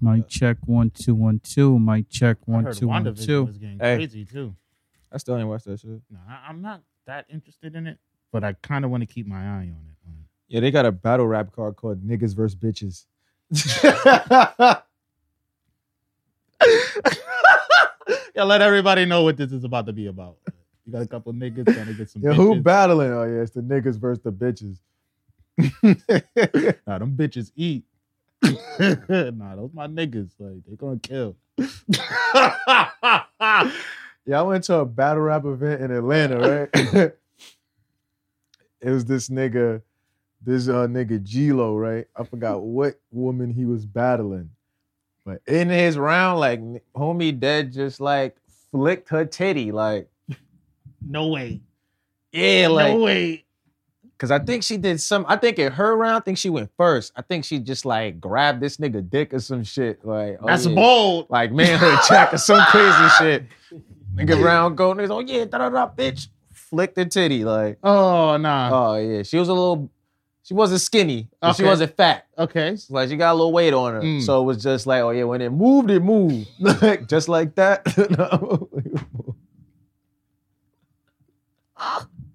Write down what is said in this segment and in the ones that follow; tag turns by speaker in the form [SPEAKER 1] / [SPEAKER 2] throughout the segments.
[SPEAKER 1] Mic check one two one two. Mic check
[SPEAKER 2] I
[SPEAKER 1] one
[SPEAKER 2] heard
[SPEAKER 1] two one
[SPEAKER 2] WandaVision
[SPEAKER 1] two.
[SPEAKER 2] was getting
[SPEAKER 3] Hey.
[SPEAKER 2] crazy too.
[SPEAKER 3] I still ain't watched that shit.
[SPEAKER 2] No, I, I'm not that interested in it, but I kind of want to keep my eye on it. man.
[SPEAKER 3] Yeah, they got a battle rap card called Niggas vs. Bitches.
[SPEAKER 2] yeah, let everybody know what this is about to be about. You got a couple niggas trying to get some.
[SPEAKER 3] yeah, who
[SPEAKER 2] bitches.
[SPEAKER 3] battling? Oh, yeah, it's the niggas versus the bitches.
[SPEAKER 2] nah, them bitches eat. nah, those my niggas. Like they gonna kill.
[SPEAKER 3] Yeah, I went to a battle rap event in Atlanta, right? it was this nigga, this uh nigga G-Lo, right? I forgot what woman he was battling. But in his round, like homie dead just like flicked her titty, like
[SPEAKER 2] no way.
[SPEAKER 3] yeah, like
[SPEAKER 2] no way.
[SPEAKER 3] Cause I think she did some. I think in her round, I think she went first. I think she just like grabbed this nigga dick or some shit. Like oh,
[SPEAKER 2] That's
[SPEAKER 3] yeah.
[SPEAKER 2] bold.
[SPEAKER 3] Like man, her check or some crazy shit. Nigga round go niggas. Oh yeah, da da da, bitch. Flick the titty. Like
[SPEAKER 2] Oh nah.
[SPEAKER 1] Uh-huh.
[SPEAKER 3] oh yeah, she was a little. She wasn't skinny. but She
[SPEAKER 2] Okay.
[SPEAKER 3] wasn't fat.
[SPEAKER 2] okay.
[SPEAKER 3] It's Like she got a little weight on her.
[SPEAKER 1] Hmm.
[SPEAKER 2] Mm.
[SPEAKER 3] So it was just like oh yeah, when it moved, it moved. Like just like that.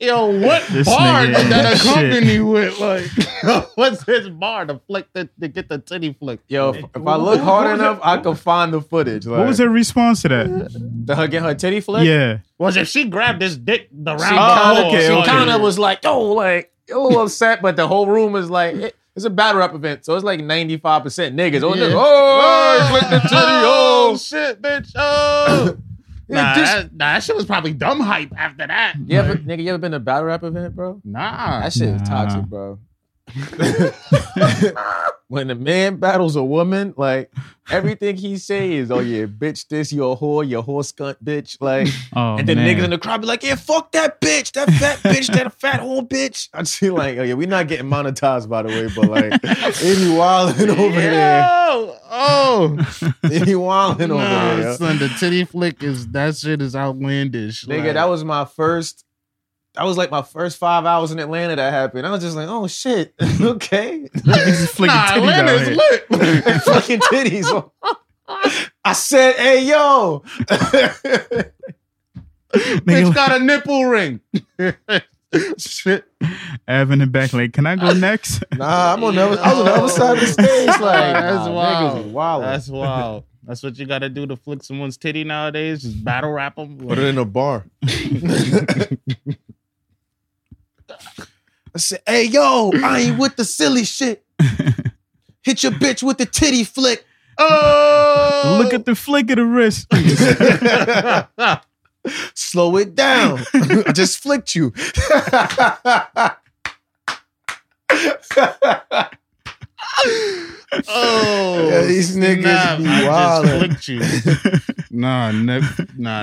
[SPEAKER 2] Yo, what
[SPEAKER 1] This
[SPEAKER 2] bar
[SPEAKER 1] nigga
[SPEAKER 2] did that
[SPEAKER 1] ain't shit.
[SPEAKER 2] accompany with? Like, what's his bar to flick the, to get the titty flicked?
[SPEAKER 3] Yo, if, if I look hard enough, I can find the footage. Like,
[SPEAKER 1] What was her response to that?
[SPEAKER 3] The her getting her titty flicked.
[SPEAKER 1] Yeah,
[SPEAKER 2] Was if she grabbed his dick the round
[SPEAKER 3] She
[SPEAKER 2] before,
[SPEAKER 3] kind of, she
[SPEAKER 2] she
[SPEAKER 3] kind
[SPEAKER 2] kinda
[SPEAKER 3] of was like, yo, like a little upset, but the whole room was like, it- it's a battle rap event, so it's like ninety five percent niggas. Oh,
[SPEAKER 2] Yeah.
[SPEAKER 3] niggas, oh, he flicked the titty,
[SPEAKER 2] Oh,
[SPEAKER 3] oh,
[SPEAKER 2] shit, bitch. Oh.
[SPEAKER 3] Yeah,
[SPEAKER 2] nah,
[SPEAKER 3] this-
[SPEAKER 2] that, nah, that shit was probably dumb hype after that.
[SPEAKER 3] You ever, nigga, you ever been to a battle rap event, bro?
[SPEAKER 2] Nah.
[SPEAKER 3] That shit is
[SPEAKER 1] Nah.
[SPEAKER 3] toxic, bro. when a man battles a woman, like everything he say is, "Oh yeah, bitch, this your whore, your whore scunt, bitch." Like,
[SPEAKER 1] Oh,
[SPEAKER 3] and then
[SPEAKER 1] man.
[SPEAKER 3] niggas in the crowd be like, "Yeah, fuck that bitch, that fat bitch, that fat whore bitch." I see, like, oh yeah, we not getting monetized by the way, but like, it be wilding over there,
[SPEAKER 2] Yo, Oh,
[SPEAKER 3] it be wilding over
[SPEAKER 2] nah,
[SPEAKER 3] there.
[SPEAKER 2] son, the titty flick is that shit is outlandish.
[SPEAKER 3] Nigga,
[SPEAKER 2] like-
[SPEAKER 3] that was my first. That was like my first five hours in Atlanta that happened. I was just like, oh shit, okay.
[SPEAKER 1] Niggas is flicking
[SPEAKER 2] nah,
[SPEAKER 1] titties out
[SPEAKER 2] Atlanta's
[SPEAKER 1] here.
[SPEAKER 2] lit.
[SPEAKER 3] And fucking titties. I said, hey yo.
[SPEAKER 1] Nigga,
[SPEAKER 2] Bitch got a nipple ring. shit.
[SPEAKER 1] Av in the back, like, can I go next?
[SPEAKER 3] nah, I'm on the other, I was on the other side of the stage. Like,
[SPEAKER 2] That's
[SPEAKER 3] nah,
[SPEAKER 2] wild.
[SPEAKER 3] Niggas is wild.
[SPEAKER 2] That's wild. That's what you gotta do to flick someone's titty nowadays. Just battle rap them.
[SPEAKER 3] in a bar. I said, hey yo, I ain't with the silly shit. Hit your bitch with the titty flick.
[SPEAKER 2] oh,
[SPEAKER 1] Look at the flick of the wrist.
[SPEAKER 3] Slow it down. I just flicked you.
[SPEAKER 2] oh,
[SPEAKER 3] Yeah, these niggas
[SPEAKER 2] snap.
[SPEAKER 3] be
[SPEAKER 2] I
[SPEAKER 3] wildin'.
[SPEAKER 2] just flicked you. nah, ne- nah,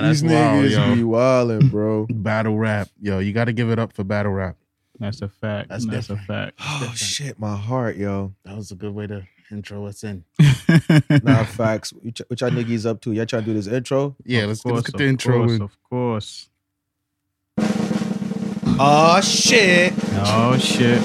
[SPEAKER 2] that's
[SPEAKER 3] These
[SPEAKER 2] wild,
[SPEAKER 3] niggas
[SPEAKER 2] yo.
[SPEAKER 3] be wildin', bro.
[SPEAKER 2] Battle rap, yo, you got to give it up for battle rap.
[SPEAKER 1] That's a fact.
[SPEAKER 2] That's
[SPEAKER 1] That's,
[SPEAKER 2] different.
[SPEAKER 1] a
[SPEAKER 3] Oh shit, my heart, yo.
[SPEAKER 2] That was a good way to intro us in.
[SPEAKER 1] fact.
[SPEAKER 3] Nah, facts. What y- what y'all niggas up to? Y'all trying to do this intro?
[SPEAKER 2] Yeah,
[SPEAKER 1] Of
[SPEAKER 2] let's,
[SPEAKER 1] course,
[SPEAKER 2] let's get the
[SPEAKER 1] of
[SPEAKER 2] intro
[SPEAKER 1] course,
[SPEAKER 2] in.
[SPEAKER 1] Of course.
[SPEAKER 3] Oh shit.
[SPEAKER 1] Oh shit.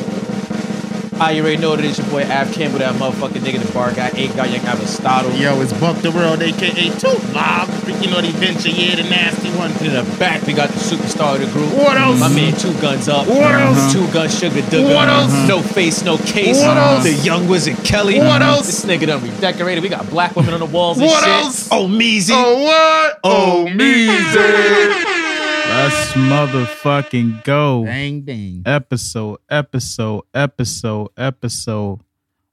[SPEAKER 3] I you already know that it's your boy Av Campbell, that motherfucking nigga the bar guy, eight guy young Aristotle.
[SPEAKER 2] Yo, it's Buck the World, aka Two Bob, freaking on the adventure, yeah, the nasty one.
[SPEAKER 3] In the back, we got the superstar of the group.
[SPEAKER 2] What else?
[SPEAKER 3] My man, two guns up.
[SPEAKER 2] What else?
[SPEAKER 3] Two guns, sugar dugger.
[SPEAKER 2] What else?
[SPEAKER 3] No face, no case.
[SPEAKER 2] What else?
[SPEAKER 3] The young wizard Kelly.
[SPEAKER 2] What else?
[SPEAKER 3] This nigga done redecorated. We got black women on the walls and
[SPEAKER 2] What
[SPEAKER 3] shit.
[SPEAKER 2] else?
[SPEAKER 3] Oh, Meezy.
[SPEAKER 2] Oh what?
[SPEAKER 3] Oh,
[SPEAKER 1] Let's motherfucking go.
[SPEAKER 2] Dang, dang.
[SPEAKER 1] Episode, episode, episode, episode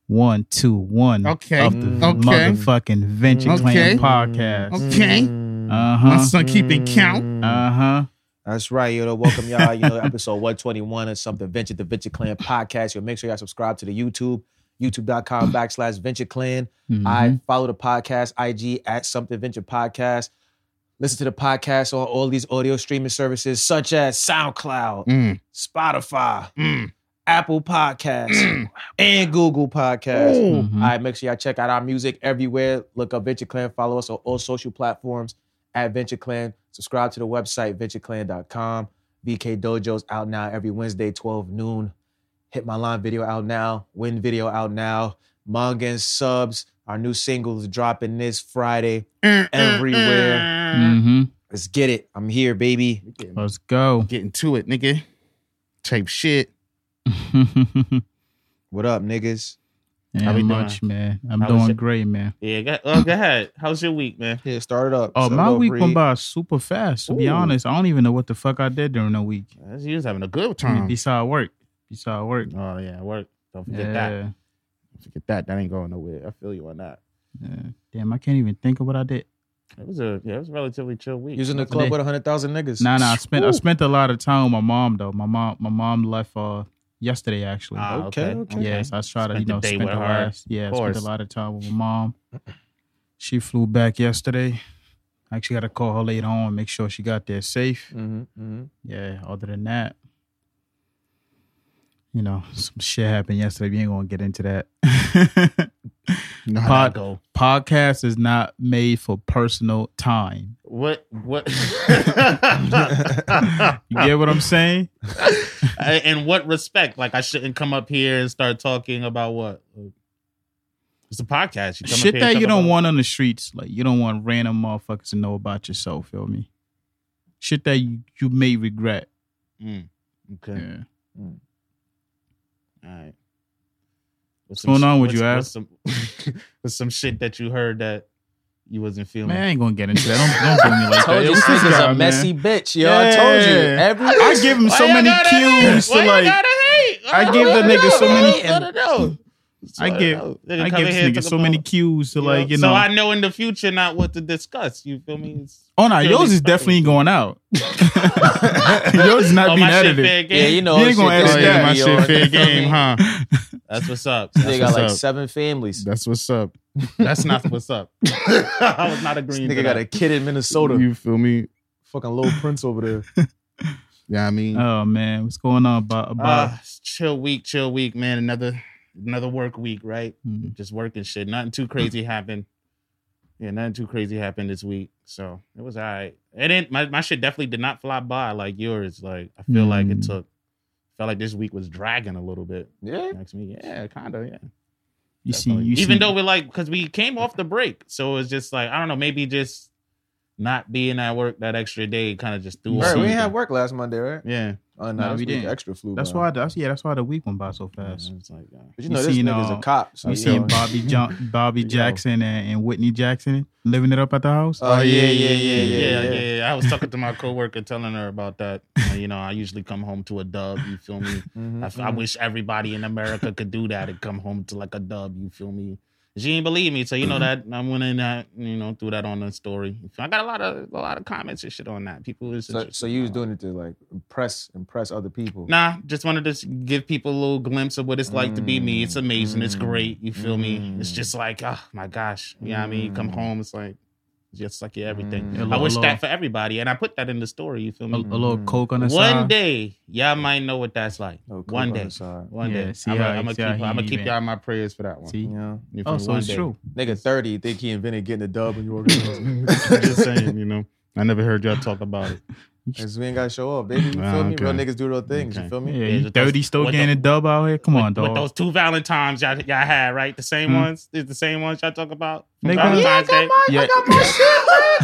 [SPEAKER 1] one, two, one.
[SPEAKER 2] Okay.
[SPEAKER 1] Of the
[SPEAKER 2] Okay.
[SPEAKER 1] motherfucking Venture
[SPEAKER 2] Okay. Mm.
[SPEAKER 1] Clan podcast.
[SPEAKER 2] Okay.
[SPEAKER 1] Uh
[SPEAKER 2] My
[SPEAKER 1] huh.
[SPEAKER 2] son keeping count.
[SPEAKER 1] Uh huh.
[SPEAKER 3] That's right, you know. Welcome y'all, you know, episode 121 of something Venture the Venture Clan podcast. You know, make sure y'all subscribe to the YouTube, youtube.com backslash Venture Clan.
[SPEAKER 1] Mm-hmm.
[SPEAKER 3] I follow the podcast, IG at something Venture Podcast. Listen to the podcast on all these audio streaming services such as SoundCloud,
[SPEAKER 2] Mm,
[SPEAKER 3] Spotify,
[SPEAKER 2] mm.
[SPEAKER 3] Apple Podcasts, and Google Podcasts.
[SPEAKER 2] Ooh.
[SPEAKER 1] Mhm.
[SPEAKER 3] All right, make sure y'all check out our music everywhere. Look up Venture Clan. Follow us on all social platforms at Venture Clan. Subscribe to the website, ventureclan.com. VK Dojo's out now every Wednesday, 12 noon. Hit My Line video out now. Win video out now. manga and subs. Our new single is dropping this Friday everywhere.
[SPEAKER 2] Mm,
[SPEAKER 3] Mm.
[SPEAKER 1] Mm-hmm.
[SPEAKER 3] Let's get it. I'm here, baby.
[SPEAKER 2] Getting,
[SPEAKER 1] Let's go.
[SPEAKER 2] getting to it, nigga. Type shit.
[SPEAKER 3] What up, niggas?
[SPEAKER 1] How
[SPEAKER 2] How we
[SPEAKER 1] much, man? I'm
[SPEAKER 2] How was
[SPEAKER 1] doing
[SPEAKER 2] your-
[SPEAKER 1] great, man.
[SPEAKER 2] Yeah, go, oh, go ahead. How's your week, man?
[SPEAKER 3] Yeah, start it up.
[SPEAKER 1] Oh,
[SPEAKER 3] So
[SPEAKER 1] my
[SPEAKER 3] go
[SPEAKER 1] week went
[SPEAKER 3] read.
[SPEAKER 1] by super fast. To be
[SPEAKER 3] Ooh.
[SPEAKER 1] honest, I don't even know what the fuck I did during the week.
[SPEAKER 2] You was having a good
[SPEAKER 1] I mean,
[SPEAKER 2] time.
[SPEAKER 1] beside work, beside work.
[SPEAKER 2] Oh yeah, work. Don't forget that.
[SPEAKER 1] Yeah,
[SPEAKER 2] Don't forget that. That ain't going nowhere. I feel you on that.
[SPEAKER 1] yeah. Damn, I can't even think of what I did.
[SPEAKER 2] It was a yeah, it was a relatively chill week.
[SPEAKER 3] You was in the
[SPEAKER 2] Nothing-
[SPEAKER 3] club with 100,000 niggas.
[SPEAKER 1] Nah, nah. I spent I
[SPEAKER 3] Ooh.
[SPEAKER 1] spent a lot of time with my mom though. My mom, my mom left uh yesterday actually.
[SPEAKER 2] Ah,
[SPEAKER 3] Okay, okay.
[SPEAKER 1] Yes, I tried to
[SPEAKER 2] Spent
[SPEAKER 1] you
[SPEAKER 2] the
[SPEAKER 1] know
[SPEAKER 2] day
[SPEAKER 1] spend
[SPEAKER 2] with
[SPEAKER 1] a
[SPEAKER 2] her.
[SPEAKER 1] lot. Yeah, spent a
[SPEAKER 2] course.
[SPEAKER 1] lot of time with my mom. She flew back yesterday. I actually got to call her later on and make sure she got there safe.
[SPEAKER 3] Mm-hmm, mm-hmm.
[SPEAKER 1] Yeah. Other than that, you know, some shit happened yesterday. We ain't gonna get into that.
[SPEAKER 2] You know how
[SPEAKER 1] Pod-
[SPEAKER 2] that go.
[SPEAKER 1] Podcast is not made for personal time.
[SPEAKER 2] What what?
[SPEAKER 1] You get what I'm saying?
[SPEAKER 2] in what respect? Like I shouldn't come up here and start talking about what? It's a podcast. You come up
[SPEAKER 1] Shit
[SPEAKER 2] here and
[SPEAKER 1] that you
[SPEAKER 2] talk
[SPEAKER 1] don't
[SPEAKER 2] about-
[SPEAKER 1] want on the streets. Like you don't want random motherfuckers to know about yourself. Feel me? Shit that you, you may regret.
[SPEAKER 2] Mm, okay.
[SPEAKER 1] Yeah.
[SPEAKER 2] All right. What's
[SPEAKER 1] going on with
[SPEAKER 2] what's-
[SPEAKER 1] you,
[SPEAKER 2] what's some, what's some shit that you heard that you wasn't feeling?
[SPEAKER 1] Man, I ain't gonna get into that. Don't, don't do me like
[SPEAKER 3] Told
[SPEAKER 1] that.
[SPEAKER 3] you
[SPEAKER 1] It
[SPEAKER 3] this
[SPEAKER 1] was this
[SPEAKER 3] nigga's
[SPEAKER 1] guy,
[SPEAKER 3] a
[SPEAKER 1] man.
[SPEAKER 3] messy bitch, yo. I told you.
[SPEAKER 1] Yeah.
[SPEAKER 3] Every
[SPEAKER 1] I give him so
[SPEAKER 2] Why you
[SPEAKER 1] many
[SPEAKER 2] gotta hate?
[SPEAKER 1] cues
[SPEAKER 2] Why
[SPEAKER 1] to
[SPEAKER 2] you
[SPEAKER 1] like.
[SPEAKER 2] gotta hate?
[SPEAKER 1] I give the
[SPEAKER 2] Let it
[SPEAKER 1] nigga so
[SPEAKER 2] know,
[SPEAKER 1] many-
[SPEAKER 2] let it know.
[SPEAKER 1] I
[SPEAKER 2] Let it
[SPEAKER 1] give-
[SPEAKER 2] know. Nigga
[SPEAKER 1] I give
[SPEAKER 2] come in
[SPEAKER 1] this
[SPEAKER 2] here and
[SPEAKER 1] nigga
[SPEAKER 2] talk
[SPEAKER 1] so many
[SPEAKER 2] about-
[SPEAKER 1] cues to like you
[SPEAKER 2] So
[SPEAKER 1] know.
[SPEAKER 2] I know in the future not what to discuss. You feel me? It's
[SPEAKER 1] Oh no, yours
[SPEAKER 2] purely
[SPEAKER 1] is definitely
[SPEAKER 2] fucking-
[SPEAKER 1] going out. yours is not
[SPEAKER 2] Oh,
[SPEAKER 1] being
[SPEAKER 2] my shit
[SPEAKER 1] edited.
[SPEAKER 2] fair game.
[SPEAKER 3] yeah, you know.
[SPEAKER 1] You ain't
[SPEAKER 3] shit
[SPEAKER 1] gonna ask
[SPEAKER 3] goes
[SPEAKER 2] Oh,
[SPEAKER 1] that.
[SPEAKER 2] yeah,
[SPEAKER 3] down,
[SPEAKER 2] my
[SPEAKER 3] yo.
[SPEAKER 2] shit fair
[SPEAKER 3] You feel
[SPEAKER 2] game,
[SPEAKER 3] me?
[SPEAKER 2] huh? That's what's up. That's
[SPEAKER 3] This nigga got
[SPEAKER 2] what's
[SPEAKER 3] like
[SPEAKER 2] up.
[SPEAKER 3] seven families.
[SPEAKER 2] That's what's up. That's not what's up. I was not
[SPEAKER 3] This
[SPEAKER 2] agreeing. to
[SPEAKER 3] nigga got
[SPEAKER 2] that.
[SPEAKER 3] a kid in Minnesota.
[SPEAKER 2] You feel me?
[SPEAKER 3] Fucking little prince over there.
[SPEAKER 2] Yeah, I mean,
[SPEAKER 1] Oh man, what's going on, Bob? about
[SPEAKER 2] uh, chill week, chill week, man. Another another work week, right?
[SPEAKER 1] Hmm.
[SPEAKER 2] Just working shit. Nothing
[SPEAKER 3] Hmm.
[SPEAKER 2] too crazy happened. Yeah, nothing too crazy happened this week. So it was all right. It didn't my, my shit definitely did not fly by like yours. Like I feel like
[SPEAKER 3] Hmm.
[SPEAKER 2] it
[SPEAKER 1] Mm.
[SPEAKER 2] took felt like this week was dragging a little bit.
[SPEAKER 3] Yeah.
[SPEAKER 2] Next me, yeah, kinda, yeah.
[SPEAKER 1] you see,
[SPEAKER 2] Definitely.
[SPEAKER 1] you
[SPEAKER 2] even
[SPEAKER 1] see,
[SPEAKER 2] though we're like because we came off the break so it's just like i don't know maybe just not being at work that extra day kind of just threw
[SPEAKER 1] Right,
[SPEAKER 2] off
[SPEAKER 3] Bro, we
[SPEAKER 2] everything.
[SPEAKER 3] ain't had work last Monday, right?
[SPEAKER 2] yeah
[SPEAKER 3] Oh,
[SPEAKER 1] Nah,
[SPEAKER 3] this
[SPEAKER 1] we
[SPEAKER 3] week
[SPEAKER 1] didn't.
[SPEAKER 3] Extra flu.
[SPEAKER 1] that's
[SPEAKER 3] bro.
[SPEAKER 1] why. That's yeah. That's why the week went by so fast.
[SPEAKER 2] it's like uh,
[SPEAKER 3] But you
[SPEAKER 1] You
[SPEAKER 3] know, this
[SPEAKER 1] seen,
[SPEAKER 3] nigga's
[SPEAKER 1] uh,
[SPEAKER 3] a cop. So
[SPEAKER 1] You
[SPEAKER 3] you
[SPEAKER 1] seen
[SPEAKER 3] know.
[SPEAKER 1] Bobby John, Bobby
[SPEAKER 3] Yo.
[SPEAKER 1] Jackson and, and Whitney Jackson living it up at the house?
[SPEAKER 2] Uh,
[SPEAKER 3] Oh, yeah, yeah, yeah,
[SPEAKER 2] yeah
[SPEAKER 3] yeah,
[SPEAKER 2] yeah,
[SPEAKER 3] yeah.
[SPEAKER 2] yeah. i was talking to my coworker telling her about that Uh, you know i usually come home to a dub you feel me
[SPEAKER 3] Mhm,
[SPEAKER 2] I, f- I
[SPEAKER 3] mhm.
[SPEAKER 2] wish everybody in america could do that and come home to like a dub you feel me she didn't believe me so you know
[SPEAKER 3] Mm-hmm.
[SPEAKER 2] that i went in that you know threw that on the story i got a lot of a lot of comments and shit on that people is
[SPEAKER 3] So, so you was doing it to like impress impress other people.
[SPEAKER 2] Nah, just wanted to s- give people a little glimpse of what it's like to be me. It's
[SPEAKER 3] Mm,
[SPEAKER 2] amazing. It's
[SPEAKER 3] mm,
[SPEAKER 2] great. You feel me? It's
[SPEAKER 3] mm.
[SPEAKER 2] just like, oh my gosh. You know what I mean? You come
[SPEAKER 3] Mm.
[SPEAKER 2] home, it's like, just like yeah, everything.
[SPEAKER 3] Mm.
[SPEAKER 2] I
[SPEAKER 1] Hello,
[SPEAKER 2] wish
[SPEAKER 1] hello.
[SPEAKER 2] that for everybody. And I put that in the story. You feel
[SPEAKER 1] A, a
[SPEAKER 2] me?
[SPEAKER 3] Mm.
[SPEAKER 1] little coke on the side.
[SPEAKER 2] One day, y'all might know what that's like.
[SPEAKER 3] No, coke Oh,
[SPEAKER 2] One
[SPEAKER 3] on
[SPEAKER 2] day.
[SPEAKER 3] the side.
[SPEAKER 2] One
[SPEAKER 1] Yeah,
[SPEAKER 2] day.
[SPEAKER 1] see
[SPEAKER 2] I'm
[SPEAKER 1] how-
[SPEAKER 2] going to
[SPEAKER 1] see how
[SPEAKER 2] keep,
[SPEAKER 1] he
[SPEAKER 2] I'ma keep
[SPEAKER 1] even-
[SPEAKER 2] y'all in my prayers for that one.
[SPEAKER 1] See?
[SPEAKER 3] You know?
[SPEAKER 2] You feel
[SPEAKER 1] Oh,
[SPEAKER 2] me?
[SPEAKER 1] so
[SPEAKER 2] One
[SPEAKER 1] it's
[SPEAKER 2] day.
[SPEAKER 1] true.
[SPEAKER 3] Nigga 30, think he invented getting a dub in your
[SPEAKER 2] I'm
[SPEAKER 3] organization.
[SPEAKER 2] just saying, you know. I never heard y'all talk about it.
[SPEAKER 3] Cause we ain't gotta show up, baby. You feel
[SPEAKER 2] Ah,
[SPEAKER 3] me? Real
[SPEAKER 2] okay.
[SPEAKER 3] niggas do real things.
[SPEAKER 2] Okay.
[SPEAKER 3] You feel
[SPEAKER 1] Yeah,
[SPEAKER 3] me?
[SPEAKER 1] you
[SPEAKER 2] with
[SPEAKER 1] dirty
[SPEAKER 2] those-
[SPEAKER 1] still
[SPEAKER 2] with
[SPEAKER 1] getting a
[SPEAKER 2] the-
[SPEAKER 1] dub out here. Come on,
[SPEAKER 2] With those
[SPEAKER 1] dog.
[SPEAKER 2] two Valentines y'all, y'all had, right? The same
[SPEAKER 1] Hmm.
[SPEAKER 2] ones? Is the same ones y'all talk about? from
[SPEAKER 1] Nigga,
[SPEAKER 2] Valentine's Day?
[SPEAKER 1] Yeah.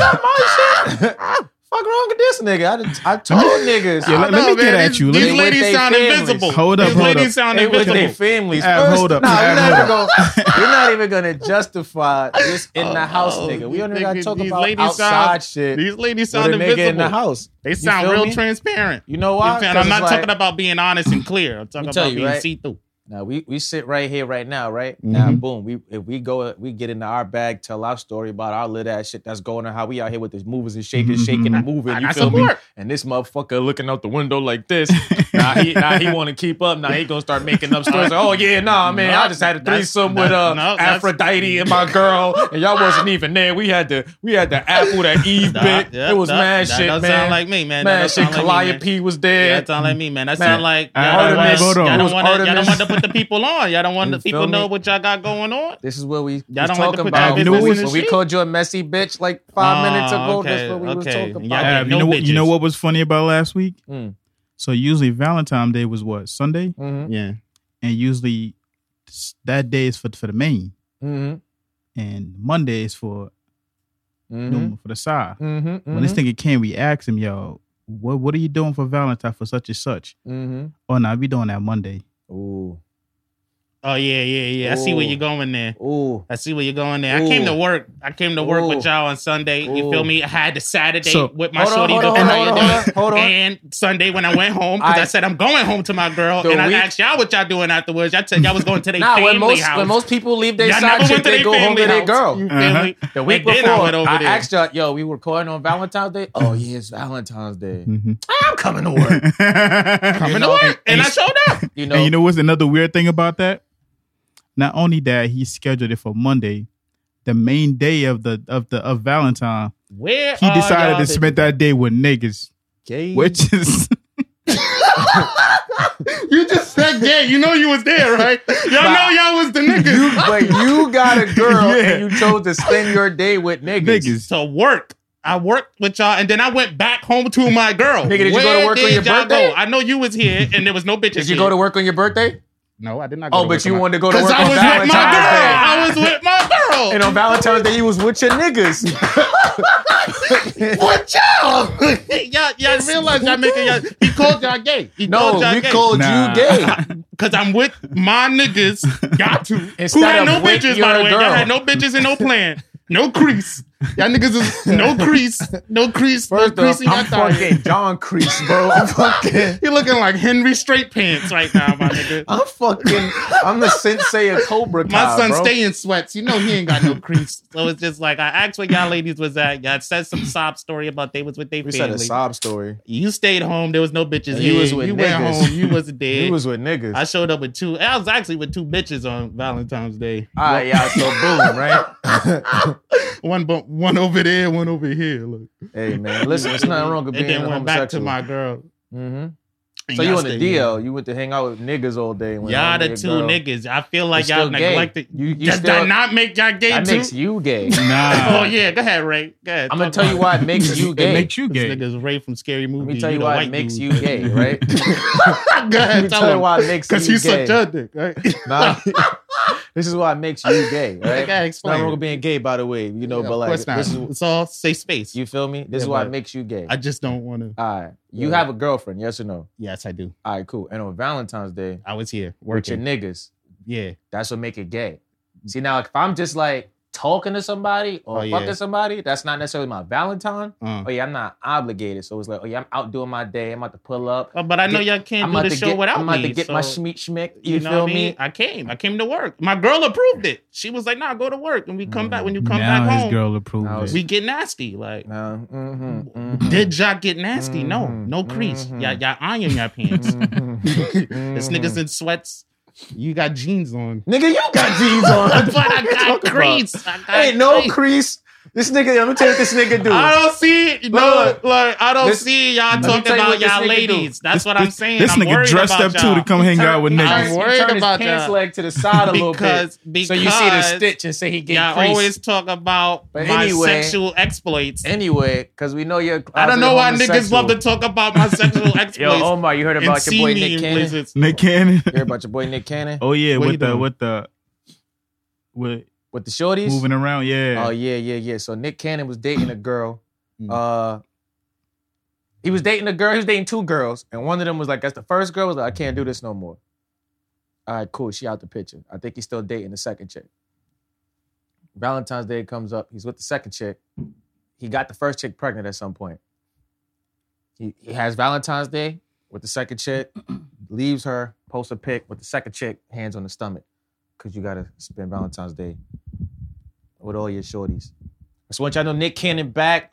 [SPEAKER 3] Fuck wrong with this nigga? I, done- I told niggas.
[SPEAKER 1] Yeah,
[SPEAKER 3] I
[SPEAKER 1] let- let
[SPEAKER 3] know,
[SPEAKER 1] me get
[SPEAKER 3] man.
[SPEAKER 1] at
[SPEAKER 2] These-
[SPEAKER 1] you. Let
[SPEAKER 2] These
[SPEAKER 1] me-
[SPEAKER 3] They with
[SPEAKER 2] ladies
[SPEAKER 3] they
[SPEAKER 2] sound
[SPEAKER 3] families.
[SPEAKER 2] invisible.
[SPEAKER 1] Hold up,
[SPEAKER 2] These
[SPEAKER 1] hold
[SPEAKER 2] ladies
[SPEAKER 1] up.
[SPEAKER 2] sound
[SPEAKER 3] They with their
[SPEAKER 2] invisible.
[SPEAKER 3] families.
[SPEAKER 1] Ab,
[SPEAKER 3] First,
[SPEAKER 1] hold up.
[SPEAKER 3] Nah,
[SPEAKER 1] Ab,
[SPEAKER 3] we're not even
[SPEAKER 1] hold
[SPEAKER 3] gonna we're not even gonna justify this in the house,
[SPEAKER 2] Oh,
[SPEAKER 3] nigga. We don't even
[SPEAKER 2] these
[SPEAKER 3] gotta talk
[SPEAKER 2] ladies
[SPEAKER 3] about
[SPEAKER 2] sound-
[SPEAKER 3] outside shit.
[SPEAKER 2] These ladies
[SPEAKER 3] with a
[SPEAKER 2] sound
[SPEAKER 3] nigga in the
[SPEAKER 2] invisible.
[SPEAKER 3] house.
[SPEAKER 2] They sound
[SPEAKER 3] feel
[SPEAKER 2] real
[SPEAKER 3] me?
[SPEAKER 2] transparent.
[SPEAKER 3] You know
[SPEAKER 2] You know
[SPEAKER 3] why?
[SPEAKER 2] what I'm saying?
[SPEAKER 3] 'Cause
[SPEAKER 2] I'm
[SPEAKER 3] it's
[SPEAKER 2] not
[SPEAKER 3] like-
[SPEAKER 2] talking about being honest and clear. I'm talking
[SPEAKER 3] me tell
[SPEAKER 2] about
[SPEAKER 3] you,
[SPEAKER 2] being
[SPEAKER 3] right?
[SPEAKER 2] see through.
[SPEAKER 3] Now we we sit right here right now, right? Now
[SPEAKER 2] Mhm.
[SPEAKER 3] boom, we if we go we get into our bag, tell our story about our little ass shit that's going on, how we out here with these movers and shaking,
[SPEAKER 1] Mhm.
[SPEAKER 3] shaking and moving.
[SPEAKER 2] I,
[SPEAKER 3] You
[SPEAKER 2] I
[SPEAKER 3] feel me?
[SPEAKER 2] support.
[SPEAKER 3] And this motherfucker looking out the window like this. now he now he want to keep up. Now he gonna start making up stories. Like, oh yeah, nah, man, I just had a
[SPEAKER 2] That's-
[SPEAKER 3] threesome
[SPEAKER 2] that's-
[SPEAKER 3] with uh,
[SPEAKER 2] no, that's-
[SPEAKER 3] Aphrodite and my girl, and y'all wasn't even there. We had the we had the apple that Eve
[SPEAKER 2] Nah,
[SPEAKER 3] bit.
[SPEAKER 2] yeah,
[SPEAKER 3] it was
[SPEAKER 2] that-
[SPEAKER 3] mad
[SPEAKER 2] that
[SPEAKER 3] shit,
[SPEAKER 2] don't
[SPEAKER 3] man.
[SPEAKER 2] sound like me, man. That
[SPEAKER 3] man,
[SPEAKER 2] don't
[SPEAKER 3] shit.
[SPEAKER 2] sound like me,
[SPEAKER 3] Calliope
[SPEAKER 2] man.
[SPEAKER 3] was
[SPEAKER 2] Yeah,
[SPEAKER 3] there.
[SPEAKER 2] that sound like me, man. That
[SPEAKER 3] Man,
[SPEAKER 2] sound like
[SPEAKER 1] I-
[SPEAKER 2] y'all
[SPEAKER 1] I-
[SPEAKER 2] don't
[SPEAKER 1] I-
[SPEAKER 2] wanna-
[SPEAKER 1] hold on.
[SPEAKER 2] y'all
[SPEAKER 1] It
[SPEAKER 2] don't
[SPEAKER 1] was
[SPEAKER 2] wanna- y'all don't
[SPEAKER 3] Artemis.
[SPEAKER 2] want to put the people on. Y'all don't want
[SPEAKER 3] You
[SPEAKER 2] the people
[SPEAKER 3] feel me?
[SPEAKER 2] know what y'all got going on.
[SPEAKER 3] This is what we was
[SPEAKER 2] don't like to
[SPEAKER 3] talking
[SPEAKER 2] put y'all
[SPEAKER 3] about.
[SPEAKER 1] business
[SPEAKER 3] When
[SPEAKER 1] in
[SPEAKER 2] the
[SPEAKER 3] we
[SPEAKER 2] shit?
[SPEAKER 3] called you a messy bitch like five
[SPEAKER 2] Ah,
[SPEAKER 3] minutes ago.
[SPEAKER 2] okay,
[SPEAKER 3] That's what we was
[SPEAKER 2] okay.
[SPEAKER 3] talking about.
[SPEAKER 2] Yeah.
[SPEAKER 1] Ab, you
[SPEAKER 2] no
[SPEAKER 1] know what? You know
[SPEAKER 2] bitches.
[SPEAKER 1] what was funny about last week?
[SPEAKER 3] Mm.
[SPEAKER 1] So usually Valentine's Day was what Sunday,
[SPEAKER 3] Mhm.
[SPEAKER 2] Yeah.
[SPEAKER 1] and usually s- that day is for for the main,
[SPEAKER 3] Mm-hmm.
[SPEAKER 1] and Monday is for you
[SPEAKER 3] Mm-hmm.
[SPEAKER 1] know, for the side.
[SPEAKER 3] Mm-hmm.
[SPEAKER 1] When this nigga came, we asked him, "Yo, what what are you doing for Valentine for such and such?"
[SPEAKER 3] Mm-hmm.
[SPEAKER 1] Oh, no, we doing that Monday.
[SPEAKER 3] Ooh.
[SPEAKER 2] Oh yeah, yeah, yeah. I see where
[SPEAKER 3] Ooh.
[SPEAKER 2] you're going there.
[SPEAKER 3] Ooh.
[SPEAKER 2] I see where you're going there. I came to
[SPEAKER 3] Ooh.
[SPEAKER 2] work. I came to work
[SPEAKER 3] Ooh.
[SPEAKER 2] with y'all on Sunday. You
[SPEAKER 3] Ooh.
[SPEAKER 2] feel me? I had the Saturday
[SPEAKER 1] So-
[SPEAKER 2] with my
[SPEAKER 3] Hold on,
[SPEAKER 2] shorty
[SPEAKER 3] hold
[SPEAKER 2] the
[SPEAKER 3] on, hold on,
[SPEAKER 2] Friday,
[SPEAKER 3] hold on, hold on.
[SPEAKER 2] and Sunday when I went home because I,
[SPEAKER 3] I-
[SPEAKER 2] said I'm going home to my girl,
[SPEAKER 3] The
[SPEAKER 2] and I
[SPEAKER 3] week-
[SPEAKER 2] asked y'all what y'all doing afterwards. Y'all said y'all was going to their
[SPEAKER 3] Nah,
[SPEAKER 2] family
[SPEAKER 3] when most
[SPEAKER 2] house.
[SPEAKER 3] when most people leave their
[SPEAKER 2] y'all
[SPEAKER 3] side
[SPEAKER 2] never
[SPEAKER 3] chick,
[SPEAKER 2] went to
[SPEAKER 3] they
[SPEAKER 2] their
[SPEAKER 3] go home
[SPEAKER 2] family
[SPEAKER 3] to their
[SPEAKER 2] house.
[SPEAKER 3] girl.
[SPEAKER 2] You feel
[SPEAKER 1] Uh-huh.
[SPEAKER 2] me?
[SPEAKER 3] The week
[SPEAKER 2] And then I
[SPEAKER 3] before, I,
[SPEAKER 2] went over there.
[SPEAKER 3] asked y'all, yo, we recording on Valentine's Day. Oh yeah, it's Valentine's Day.
[SPEAKER 1] Mm-hmm.
[SPEAKER 3] I'm coming to work.
[SPEAKER 2] Coming
[SPEAKER 3] know, and-
[SPEAKER 2] to work,
[SPEAKER 3] and
[SPEAKER 2] and, I showed up.
[SPEAKER 3] You know,
[SPEAKER 1] And you know what's another weird thing about that? Not only that, he scheduled it for Monday, the main day of the of the of Valentine.
[SPEAKER 2] Where
[SPEAKER 1] He
[SPEAKER 2] are
[SPEAKER 1] decided
[SPEAKER 2] Oh,
[SPEAKER 1] to
[SPEAKER 2] y'all
[SPEAKER 1] spend that day with niggas,
[SPEAKER 3] gay.
[SPEAKER 1] which is
[SPEAKER 2] You just said yeah. You know you was there, right? Y'all know y'all was the niggas.
[SPEAKER 3] you, but you got a girl
[SPEAKER 1] Yeah.
[SPEAKER 3] and you chose to spend your day with niggas.
[SPEAKER 1] niggas.
[SPEAKER 2] to work. I worked with y'all, and then I went back home to my girl.
[SPEAKER 3] Nigga, did you go to work on
[SPEAKER 2] did
[SPEAKER 3] your
[SPEAKER 2] y'all
[SPEAKER 3] birthday?
[SPEAKER 2] Go? I know you was here, and there was no bitches.
[SPEAKER 3] Did you go to work on your birthday?
[SPEAKER 2] No, I did not.
[SPEAKER 3] Oh, but you wanted to go to
[SPEAKER 2] because
[SPEAKER 3] work
[SPEAKER 2] I
[SPEAKER 3] on
[SPEAKER 2] was with
[SPEAKER 3] Valentine's
[SPEAKER 2] my girl.
[SPEAKER 3] Day.
[SPEAKER 2] I was with my girl.
[SPEAKER 3] And on Valentine's Day, you was with your niggas.
[SPEAKER 2] what y'all? y'all, y'all realize y'all making y'all. He called y'all gay. He
[SPEAKER 3] No,
[SPEAKER 2] called y'all
[SPEAKER 3] we
[SPEAKER 2] gay.
[SPEAKER 3] called
[SPEAKER 1] Nah.
[SPEAKER 3] you gay.
[SPEAKER 2] Cause I'm with my niggas. Got to. Who
[SPEAKER 3] Instead
[SPEAKER 2] had
[SPEAKER 3] of
[SPEAKER 2] no
[SPEAKER 3] with
[SPEAKER 2] bitches,
[SPEAKER 3] your
[SPEAKER 2] by the way. Y'all
[SPEAKER 3] girl.
[SPEAKER 2] had no bitches and no plan. No crease. Y'all niggas is no crease. No crease.
[SPEAKER 3] First
[SPEAKER 2] no
[SPEAKER 3] off,
[SPEAKER 2] crease in
[SPEAKER 3] I'm
[SPEAKER 2] y'all thigh.
[SPEAKER 3] fucking John Crease, bro. I'm fucking.
[SPEAKER 2] You're looking like Henry Straight Pants right now, my nigga.
[SPEAKER 3] I'm fucking. I'm the sensei of Cobra Kai,
[SPEAKER 2] My son
[SPEAKER 3] bro.
[SPEAKER 2] stay in sweats. You know he ain't got no crease. So it's just like I asked where y'all ladies was at. Y'all said some sob story about they was with their
[SPEAKER 3] We said a
[SPEAKER 2] family.
[SPEAKER 3] sob story.
[SPEAKER 2] you stayed home. There was no bitches.
[SPEAKER 3] You
[SPEAKER 2] here.
[SPEAKER 3] was with
[SPEAKER 2] you went
[SPEAKER 3] niggas.
[SPEAKER 2] home. You wasn't dead.
[SPEAKER 3] He was with niggas.
[SPEAKER 2] I showed up with two. I was actually with two bitches on Valentine's Day.
[SPEAKER 3] Ah, yeah. So boom, right?
[SPEAKER 2] One, bu- one over there, one over here. Look,
[SPEAKER 3] hey man, listen. It's nothing wrong with being
[SPEAKER 2] and then
[SPEAKER 3] a
[SPEAKER 2] went back to
[SPEAKER 3] homosexual.
[SPEAKER 2] my girl.
[SPEAKER 3] Mhm.
[SPEAKER 2] And
[SPEAKER 3] So
[SPEAKER 2] y'all
[SPEAKER 3] you in the
[SPEAKER 2] stayed
[SPEAKER 3] DL? You went to hang out with niggas all day.
[SPEAKER 2] here.
[SPEAKER 3] When
[SPEAKER 2] Y'all the two niggas. I feel like
[SPEAKER 3] You're
[SPEAKER 2] y'all
[SPEAKER 3] still gay.
[SPEAKER 2] neglected.
[SPEAKER 3] You- you
[SPEAKER 2] Does
[SPEAKER 3] still-
[SPEAKER 2] that not make y'all gay
[SPEAKER 3] That
[SPEAKER 2] too?
[SPEAKER 3] makes you gay.
[SPEAKER 1] Nah,
[SPEAKER 2] oh yeah, go ahead, Ray. Go ahead.
[SPEAKER 3] I'm gonna tell
[SPEAKER 2] Talk about
[SPEAKER 3] you
[SPEAKER 2] it.
[SPEAKER 3] why it makes you
[SPEAKER 1] it
[SPEAKER 3] gay.
[SPEAKER 1] makes you
[SPEAKER 2] This
[SPEAKER 1] gay.
[SPEAKER 2] nigga's Ray from Scary Movies.
[SPEAKER 3] Let me tell you why it makes you gay, right?
[SPEAKER 2] Go
[SPEAKER 3] Let me
[SPEAKER 2] ahead,
[SPEAKER 3] tell you
[SPEAKER 2] tell
[SPEAKER 3] why it makes you
[SPEAKER 2] Because
[SPEAKER 3] gay.
[SPEAKER 2] he sucked your dick, right?
[SPEAKER 3] Nah. this is why it makes you gay, right?
[SPEAKER 2] Like, I
[SPEAKER 3] It's not
[SPEAKER 2] explained.
[SPEAKER 3] wrong with being gay, by the way. You know,
[SPEAKER 2] Yeah,
[SPEAKER 3] but
[SPEAKER 2] of
[SPEAKER 3] like
[SPEAKER 2] course not.
[SPEAKER 3] this is
[SPEAKER 2] it's all safe space.
[SPEAKER 3] you feel me? This is
[SPEAKER 2] Yeah,
[SPEAKER 3] why it
[SPEAKER 2] but-
[SPEAKER 3] makes you gay.
[SPEAKER 2] I just don't want to.
[SPEAKER 3] All right. You
[SPEAKER 2] Yeah.
[SPEAKER 3] have a girlfriend, yes or no?
[SPEAKER 2] Yes, I do.
[SPEAKER 3] All right, cool. And on Valentine's Day,
[SPEAKER 2] I was here
[SPEAKER 3] with your
[SPEAKER 2] working.
[SPEAKER 3] niggas,
[SPEAKER 2] Yeah.
[SPEAKER 3] that's what make it gay. See now, if I'm just like talking to somebody or
[SPEAKER 2] Oh, yeah.
[SPEAKER 3] fucking somebody, that's not necessarily my Valentine.
[SPEAKER 2] Uh.
[SPEAKER 3] Oh yeah, I'm not obligated. So it's like, oh yeah, I'm out doing my day. I'm about to pull up.
[SPEAKER 2] Uh, but I know
[SPEAKER 3] Get-
[SPEAKER 2] y'all can't
[SPEAKER 3] I'm
[SPEAKER 2] do
[SPEAKER 3] about
[SPEAKER 2] the
[SPEAKER 3] to
[SPEAKER 2] show
[SPEAKER 3] get,
[SPEAKER 2] without
[SPEAKER 3] I'm about
[SPEAKER 2] me.
[SPEAKER 3] to get
[SPEAKER 2] so,
[SPEAKER 3] my schmeek schmeck. You,
[SPEAKER 2] know
[SPEAKER 3] feel
[SPEAKER 2] what I mean?
[SPEAKER 3] me?
[SPEAKER 2] I came. I came to work. My girl approved it. She was like, "Nah, go to work." And we come
[SPEAKER 3] Mm.
[SPEAKER 2] back. When you come
[SPEAKER 1] Now
[SPEAKER 2] back
[SPEAKER 1] his
[SPEAKER 2] home,
[SPEAKER 1] girl approved
[SPEAKER 3] Now
[SPEAKER 1] it.
[SPEAKER 3] his-
[SPEAKER 2] we get nasty. Like,
[SPEAKER 3] No. Mm-hmm,
[SPEAKER 2] did y'all get nasty? No,
[SPEAKER 3] Mhm.
[SPEAKER 2] no crease.
[SPEAKER 3] Mhm.
[SPEAKER 2] Y'all, y'all iron your pants. This nigga's in sweats. Mm. You got jeans on.
[SPEAKER 3] mm-hmm. Nigga, you got jeans on.
[SPEAKER 2] but I got
[SPEAKER 3] What you talking about?
[SPEAKER 2] crease. I got
[SPEAKER 3] Ain't no
[SPEAKER 2] crease.
[SPEAKER 3] crease. This nigga, let me tell you what this nigga do.
[SPEAKER 2] I don't see it. No,
[SPEAKER 3] Look,
[SPEAKER 2] like I don't
[SPEAKER 3] this-
[SPEAKER 2] see y'all
[SPEAKER 3] me
[SPEAKER 2] talking
[SPEAKER 3] tell you
[SPEAKER 2] about
[SPEAKER 3] what this
[SPEAKER 2] y'all
[SPEAKER 3] nigga
[SPEAKER 2] ladies. That's
[SPEAKER 1] This-
[SPEAKER 2] what I'm
[SPEAKER 1] this-
[SPEAKER 2] saying.
[SPEAKER 1] This
[SPEAKER 2] I'm
[SPEAKER 1] nigga
[SPEAKER 2] worried
[SPEAKER 1] dressed
[SPEAKER 2] about
[SPEAKER 1] up too to
[SPEAKER 2] y'all.
[SPEAKER 1] come hang out with
[SPEAKER 3] He
[SPEAKER 2] I'm
[SPEAKER 1] niggas.
[SPEAKER 3] turn- he
[SPEAKER 2] worried
[SPEAKER 3] turn his
[SPEAKER 2] about
[SPEAKER 3] pants
[SPEAKER 2] that.
[SPEAKER 3] leg to the side a little bit.
[SPEAKER 2] because because
[SPEAKER 3] So you see the stitch and say he get
[SPEAKER 2] Y'all
[SPEAKER 3] creased.
[SPEAKER 2] always talk about
[SPEAKER 3] But
[SPEAKER 2] my
[SPEAKER 3] anyway-
[SPEAKER 2] sexual exploits.
[SPEAKER 3] Anyway, because we know you're.
[SPEAKER 2] I don't know why
[SPEAKER 3] homosexual.
[SPEAKER 2] niggas love to talk about my sexual exploits.
[SPEAKER 3] Yo, Omar, you heard
[SPEAKER 2] and
[SPEAKER 3] about
[SPEAKER 2] see
[SPEAKER 3] your boy
[SPEAKER 2] me
[SPEAKER 3] Nick
[SPEAKER 2] in
[SPEAKER 3] Cannon. You
[SPEAKER 2] places.
[SPEAKER 1] Nick Cannon.
[SPEAKER 3] heard about your boy Nick Cannon
[SPEAKER 1] Oh yeah,
[SPEAKER 2] What you
[SPEAKER 1] with the
[SPEAKER 2] doing?
[SPEAKER 1] with the with
[SPEAKER 3] with the shorties.
[SPEAKER 1] moving around. Yeah.
[SPEAKER 3] Oh yeah, yeah, yeah. So Nick Cannon was dating a girl.
[SPEAKER 2] Mm.
[SPEAKER 3] Uh, he was dating a girl. He was dating two girls, and one of them was like, "That's the first girl." Was like, "I can't do this no more." All right, cool. She out the picture. I think he's still dating the second chick. Valentine's Day comes up. He's with the second chick. He got the first chick pregnant at some point. He, he has Valentine's Day with the second chick, leaves her, posts a pic with the second chick, hands on the stomach, because you gotta spend Valentine's Day with all your shorties. So once y'all know Nick Cannon back,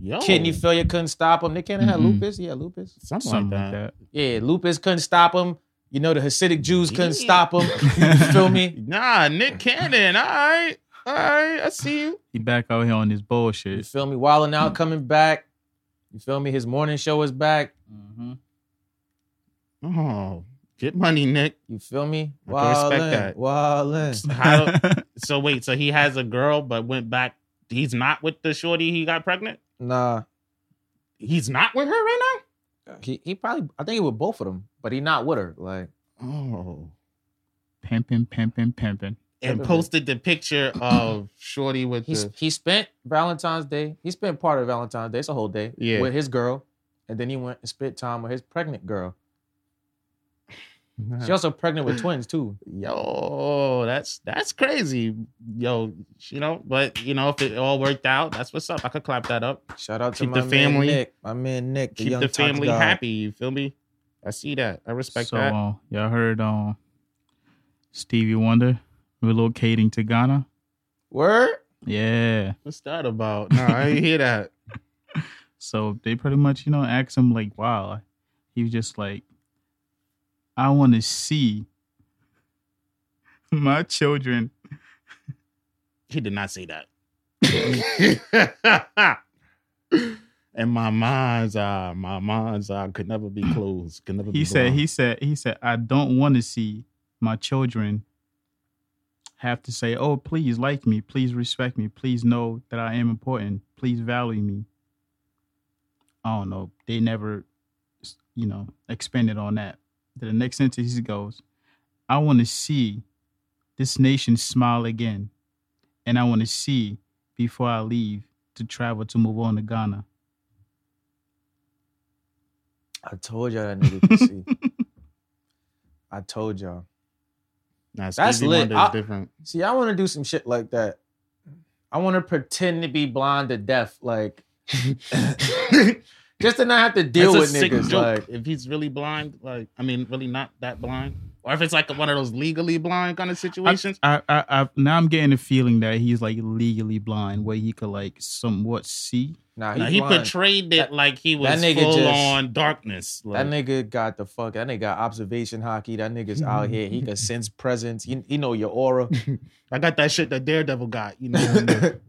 [SPEAKER 2] Yo,
[SPEAKER 3] kidney failure couldn't stop him. Nick Cannon had
[SPEAKER 2] Mm-hmm.
[SPEAKER 1] Mhm.
[SPEAKER 3] lupus. Yeah, lupus.
[SPEAKER 2] something,
[SPEAKER 1] Something
[SPEAKER 2] like that.
[SPEAKER 3] Yeah, lupus couldn't stop him. You know the Hasidic Jews couldn't
[SPEAKER 2] Yeah.
[SPEAKER 3] stop him. You feel me?
[SPEAKER 2] Nah, Nick Cannon. All right, all right, I see you.
[SPEAKER 1] He back out here on this
[SPEAKER 3] You
[SPEAKER 1] bullshit.
[SPEAKER 3] feel me? Wilding out coming back. You feel me? His morning show is back.
[SPEAKER 2] Oh, get money, Nick.
[SPEAKER 3] You feel me?
[SPEAKER 2] I can respect
[SPEAKER 3] Wildin',
[SPEAKER 2] that.
[SPEAKER 3] wildin'.
[SPEAKER 2] How, so wait, so he has a girl, but went back. He's not with the shorty. He got pregnant.
[SPEAKER 3] Nah,
[SPEAKER 2] He's not with her right
[SPEAKER 3] he he probably I think he with both of them, but he not with her. Like
[SPEAKER 2] now. Oh,
[SPEAKER 1] pimping, pimping, pimping.
[SPEAKER 2] and posted the picture of Shorty with
[SPEAKER 3] He
[SPEAKER 2] the
[SPEAKER 3] he spent Valentine's Day. He spent part of Valentine's Day. It's a whole day
[SPEAKER 2] Yeah.
[SPEAKER 3] with his girl, and then he went and spent time with his pregnant girl. She also pregnant with twins too.
[SPEAKER 2] yo. That's that's crazy, yo. You know, but you know, if it all worked out, that's what's up. I could clap that up.
[SPEAKER 3] Shout out to
[SPEAKER 2] Keep
[SPEAKER 3] my
[SPEAKER 2] the
[SPEAKER 3] man
[SPEAKER 2] family-
[SPEAKER 3] Nick. My man Nick.
[SPEAKER 2] Keep
[SPEAKER 3] young
[SPEAKER 2] the
[SPEAKER 3] Tox
[SPEAKER 2] family
[SPEAKER 3] dog.
[SPEAKER 2] happy. You feel me? I see that. I respect
[SPEAKER 1] so,
[SPEAKER 2] that.
[SPEAKER 1] uh, y'all heard um, Stevie Wonder relocating to Ghana?
[SPEAKER 3] Word.
[SPEAKER 1] Yeah.
[SPEAKER 2] What's that about? No, I didn't hear that.
[SPEAKER 1] So they pretty much, you know, asked him like, "Wow," he was just like, "I want to see my children."
[SPEAKER 2] He did not say that. and my mind's eye, my mind's eye could never be closed. Could never be
[SPEAKER 1] He said,
[SPEAKER 2] blind.
[SPEAKER 1] "He said, he said, I don't want to see my children have to say, oh, please like me, please respect me, please know that I am important, please value me.'" I don't know. They never, you know, expanded on that. Then the next sentence he goes, I want to see this nation smile again. And I want to see before I leave to travel to move on to Ghana.
[SPEAKER 3] I told y'all that nigga could see. I told y'all.
[SPEAKER 2] Nah,
[SPEAKER 3] That's
[SPEAKER 2] Stevie
[SPEAKER 3] lit.
[SPEAKER 2] Wonder is
[SPEAKER 3] I-
[SPEAKER 2] different.
[SPEAKER 3] See, I want to do some shit like that. I want to pretend to be blind or deaf, like just to not have to deal
[SPEAKER 2] That's
[SPEAKER 3] with
[SPEAKER 2] a sick
[SPEAKER 3] niggas. Like,
[SPEAKER 2] joke. if he's really blind, like I mean, really not that blind, or if it's like one of those legally blind kind
[SPEAKER 1] I,
[SPEAKER 2] of situations.
[SPEAKER 1] I, I, I, now I'm getting the feeling that he's like legally blind, where he could like somewhat see.
[SPEAKER 3] nah, he,
[SPEAKER 2] Nah, he
[SPEAKER 3] blind.
[SPEAKER 2] portrayed it
[SPEAKER 3] That-
[SPEAKER 2] like he
[SPEAKER 3] that
[SPEAKER 2] was
[SPEAKER 3] nigga
[SPEAKER 2] full
[SPEAKER 3] just-
[SPEAKER 2] on darkness.
[SPEAKER 3] That
[SPEAKER 2] Like,
[SPEAKER 3] nigga got the fuck. That nigga got observation hockey. That nigga's out here. He can sense presence. He, he know your aura.
[SPEAKER 2] I got that shit that Daredevil got. You know, when the-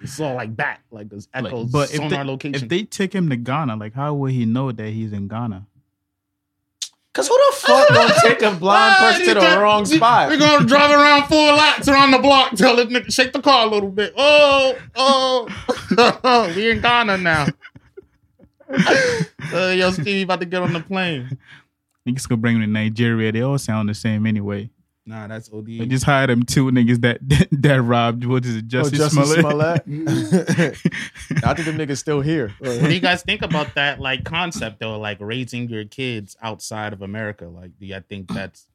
[SPEAKER 2] it's all like back, like those
[SPEAKER 1] Like,
[SPEAKER 2] echoes,
[SPEAKER 1] but if they,
[SPEAKER 2] sonar location.
[SPEAKER 1] if they take him to Ghana, like how would he know that he's in Ghana?
[SPEAKER 3] Cause who the fuck gonna take a blind
[SPEAKER 2] Ah,
[SPEAKER 3] person to
[SPEAKER 2] you
[SPEAKER 3] the
[SPEAKER 2] got-
[SPEAKER 3] wrong spot?
[SPEAKER 2] We're gonna drive around four laps around the block, tell the nigga shake the car a little bit. Oh, oh, we in Ghana now. uh, yo, Stevie about to get on the plane.
[SPEAKER 1] Niggas could bring him to Nigeria. They all sound the same anyway.
[SPEAKER 2] Nah, that's OD.
[SPEAKER 1] They just hired them two niggas that that, robbed. What is it,
[SPEAKER 3] Oh,
[SPEAKER 1] Justice,
[SPEAKER 3] Justin
[SPEAKER 1] Smollett?
[SPEAKER 3] Smollett. I think them niggas still here.
[SPEAKER 2] what do you guys think about that like concept though? Like raising your kids outside of America. Like, do you think that's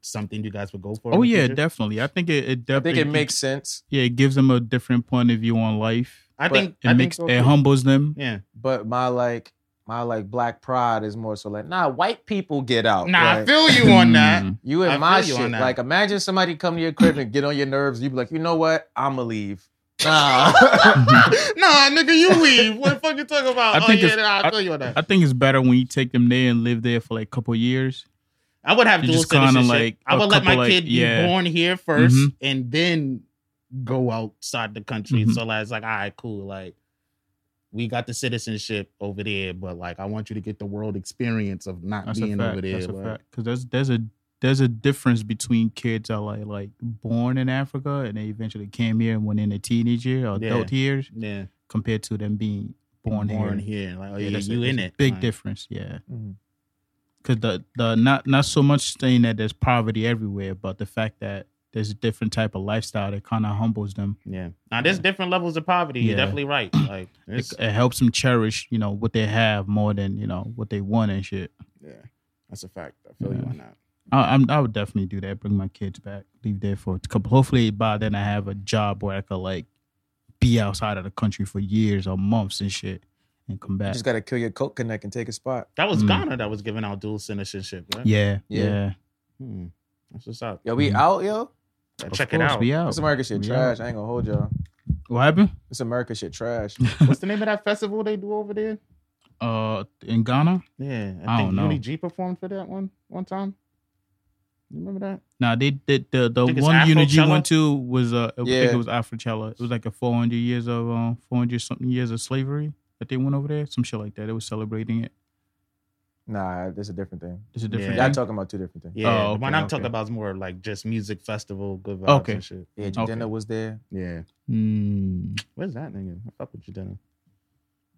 [SPEAKER 2] something you guys would go for? in
[SPEAKER 1] Oh
[SPEAKER 2] the
[SPEAKER 1] yeah,
[SPEAKER 2] future?
[SPEAKER 1] definitely. I think it, it
[SPEAKER 3] I
[SPEAKER 1] definitely
[SPEAKER 3] think it makes sense,
[SPEAKER 1] yeah, it gives them a different point of view on life.
[SPEAKER 2] I
[SPEAKER 3] but
[SPEAKER 2] think
[SPEAKER 1] It
[SPEAKER 2] I think
[SPEAKER 1] makes
[SPEAKER 2] so,
[SPEAKER 1] it
[SPEAKER 2] too.
[SPEAKER 1] humbles them.
[SPEAKER 2] Yeah.
[SPEAKER 3] but my like my like black pride is more so like nah. White people get out.
[SPEAKER 2] Nah, I
[SPEAKER 3] Like,
[SPEAKER 2] feel you on that.
[SPEAKER 1] Mm.
[SPEAKER 3] you
[SPEAKER 2] I
[SPEAKER 3] and my
[SPEAKER 2] feel you on
[SPEAKER 3] shit.
[SPEAKER 2] that.
[SPEAKER 3] Like imagine somebody come to your crib and get on your nerves. You be like, you know what? I'ma leave. Nah.
[SPEAKER 2] nah, nigga, you leave. What the fuck you talking about?
[SPEAKER 1] I
[SPEAKER 2] oh
[SPEAKER 1] think
[SPEAKER 2] yeah,
[SPEAKER 1] it's-
[SPEAKER 2] nah, I feel you on that.
[SPEAKER 1] I think it's better when you take them there and live there for like a couple years.
[SPEAKER 2] I would have
[SPEAKER 1] You
[SPEAKER 2] dual
[SPEAKER 1] just kinda
[SPEAKER 2] citizenship.
[SPEAKER 1] like
[SPEAKER 2] I
[SPEAKER 1] a
[SPEAKER 2] would let my
[SPEAKER 1] couple like-
[SPEAKER 2] kid be
[SPEAKER 1] yeah.
[SPEAKER 2] born here 1st
[SPEAKER 1] Mhm.
[SPEAKER 2] and then go outside the country.
[SPEAKER 1] Mhm.
[SPEAKER 2] So like, it's like, all right, cool. Like, we got the citizenship over there, but like, I want you to get the world experience of not
[SPEAKER 1] That's a
[SPEAKER 2] being
[SPEAKER 1] fact.
[SPEAKER 2] over there.
[SPEAKER 1] That's a
[SPEAKER 2] like,
[SPEAKER 1] fact. Because there's there's a there's a difference between kids that are like like born in Africa and they eventually came here when in their teenage year or
[SPEAKER 2] Yeah.
[SPEAKER 1] adult years
[SPEAKER 2] Yeah,
[SPEAKER 1] compared to them being born,
[SPEAKER 2] born,
[SPEAKER 1] here.
[SPEAKER 2] here. Like, oh yeah,
[SPEAKER 1] that's a-
[SPEAKER 2] you
[SPEAKER 1] that's
[SPEAKER 2] in
[SPEAKER 1] a
[SPEAKER 2] it? Mm-hmm.
[SPEAKER 1] Big
[SPEAKER 2] Like,
[SPEAKER 1] difference. Yeah.
[SPEAKER 3] Mhm.
[SPEAKER 1] Because the the not not so much saying that there's poverty everywhere, but the fact that there's a different type of lifestyle that kind of humbles them.
[SPEAKER 2] Yeah. Now there's different levels of poverty. You're
[SPEAKER 1] Yeah.
[SPEAKER 2] definitely right. Like,
[SPEAKER 1] It,
[SPEAKER 2] it's,
[SPEAKER 1] it helps them cherish, you know, what they have more than you know what they want and shit.
[SPEAKER 2] yeah, that's a fact. I feel you
[SPEAKER 1] Yeah.
[SPEAKER 2] on that.
[SPEAKER 1] I, I'm, I would definitely do that. Bring my kids back, leave there for a couple. Hopefully, by then I have a job where I could like be outside of the country for years or months and shit, and come
[SPEAKER 3] You
[SPEAKER 1] back.
[SPEAKER 3] just gotta kill your coke connect and take a spot.
[SPEAKER 2] That was
[SPEAKER 1] Mm.
[SPEAKER 2] Ghana that was giving out dual citizenship. Right?
[SPEAKER 1] yeah,
[SPEAKER 3] Yeah.
[SPEAKER 1] yeah.
[SPEAKER 2] Hmm. That's what's up.
[SPEAKER 3] Yo, we
[SPEAKER 1] Mhm.
[SPEAKER 3] out, yo.
[SPEAKER 1] Of
[SPEAKER 2] Check it
[SPEAKER 1] course,
[SPEAKER 2] out.
[SPEAKER 1] We
[SPEAKER 3] This
[SPEAKER 1] out.
[SPEAKER 3] America shit
[SPEAKER 1] Oh, We
[SPEAKER 3] trash. I ain't gonna hold y'all.
[SPEAKER 1] What happened?
[SPEAKER 3] This America shit trash.
[SPEAKER 2] What's the name of that festival they do over there?
[SPEAKER 1] Uh, in Ghana?
[SPEAKER 2] Yeah, I,
[SPEAKER 1] I
[SPEAKER 2] think
[SPEAKER 1] don't know.
[SPEAKER 2] Uni G performed for that one one time. You remember that?
[SPEAKER 1] Nah, they did the the
[SPEAKER 2] Think it's
[SPEAKER 1] one Unity
[SPEAKER 2] Afrochella?
[SPEAKER 1] went to was uh, I
[SPEAKER 3] Yeah.
[SPEAKER 1] think it was Afrochella. It was like a four hundred years of um four hundred something years of slavery that they went over there. Some shit like that. They was celebrating it.
[SPEAKER 3] nah, that's a different thing.
[SPEAKER 1] It's a different.
[SPEAKER 2] Yeah.
[SPEAKER 3] Y'all
[SPEAKER 1] Yeah.
[SPEAKER 3] talking about two different things.
[SPEAKER 2] Yeah,
[SPEAKER 1] Oh,
[SPEAKER 2] the one
[SPEAKER 1] okay,
[SPEAKER 2] I'm
[SPEAKER 1] okay.
[SPEAKER 2] talking about is more like just music festival, good vibes
[SPEAKER 1] Okay. Oh.
[SPEAKER 2] and shit.
[SPEAKER 3] Yeah, Jadena
[SPEAKER 1] Okay.
[SPEAKER 3] was there.
[SPEAKER 2] Yeah,
[SPEAKER 1] Mm.
[SPEAKER 2] where's that nigga? I fuck with you, Dennis.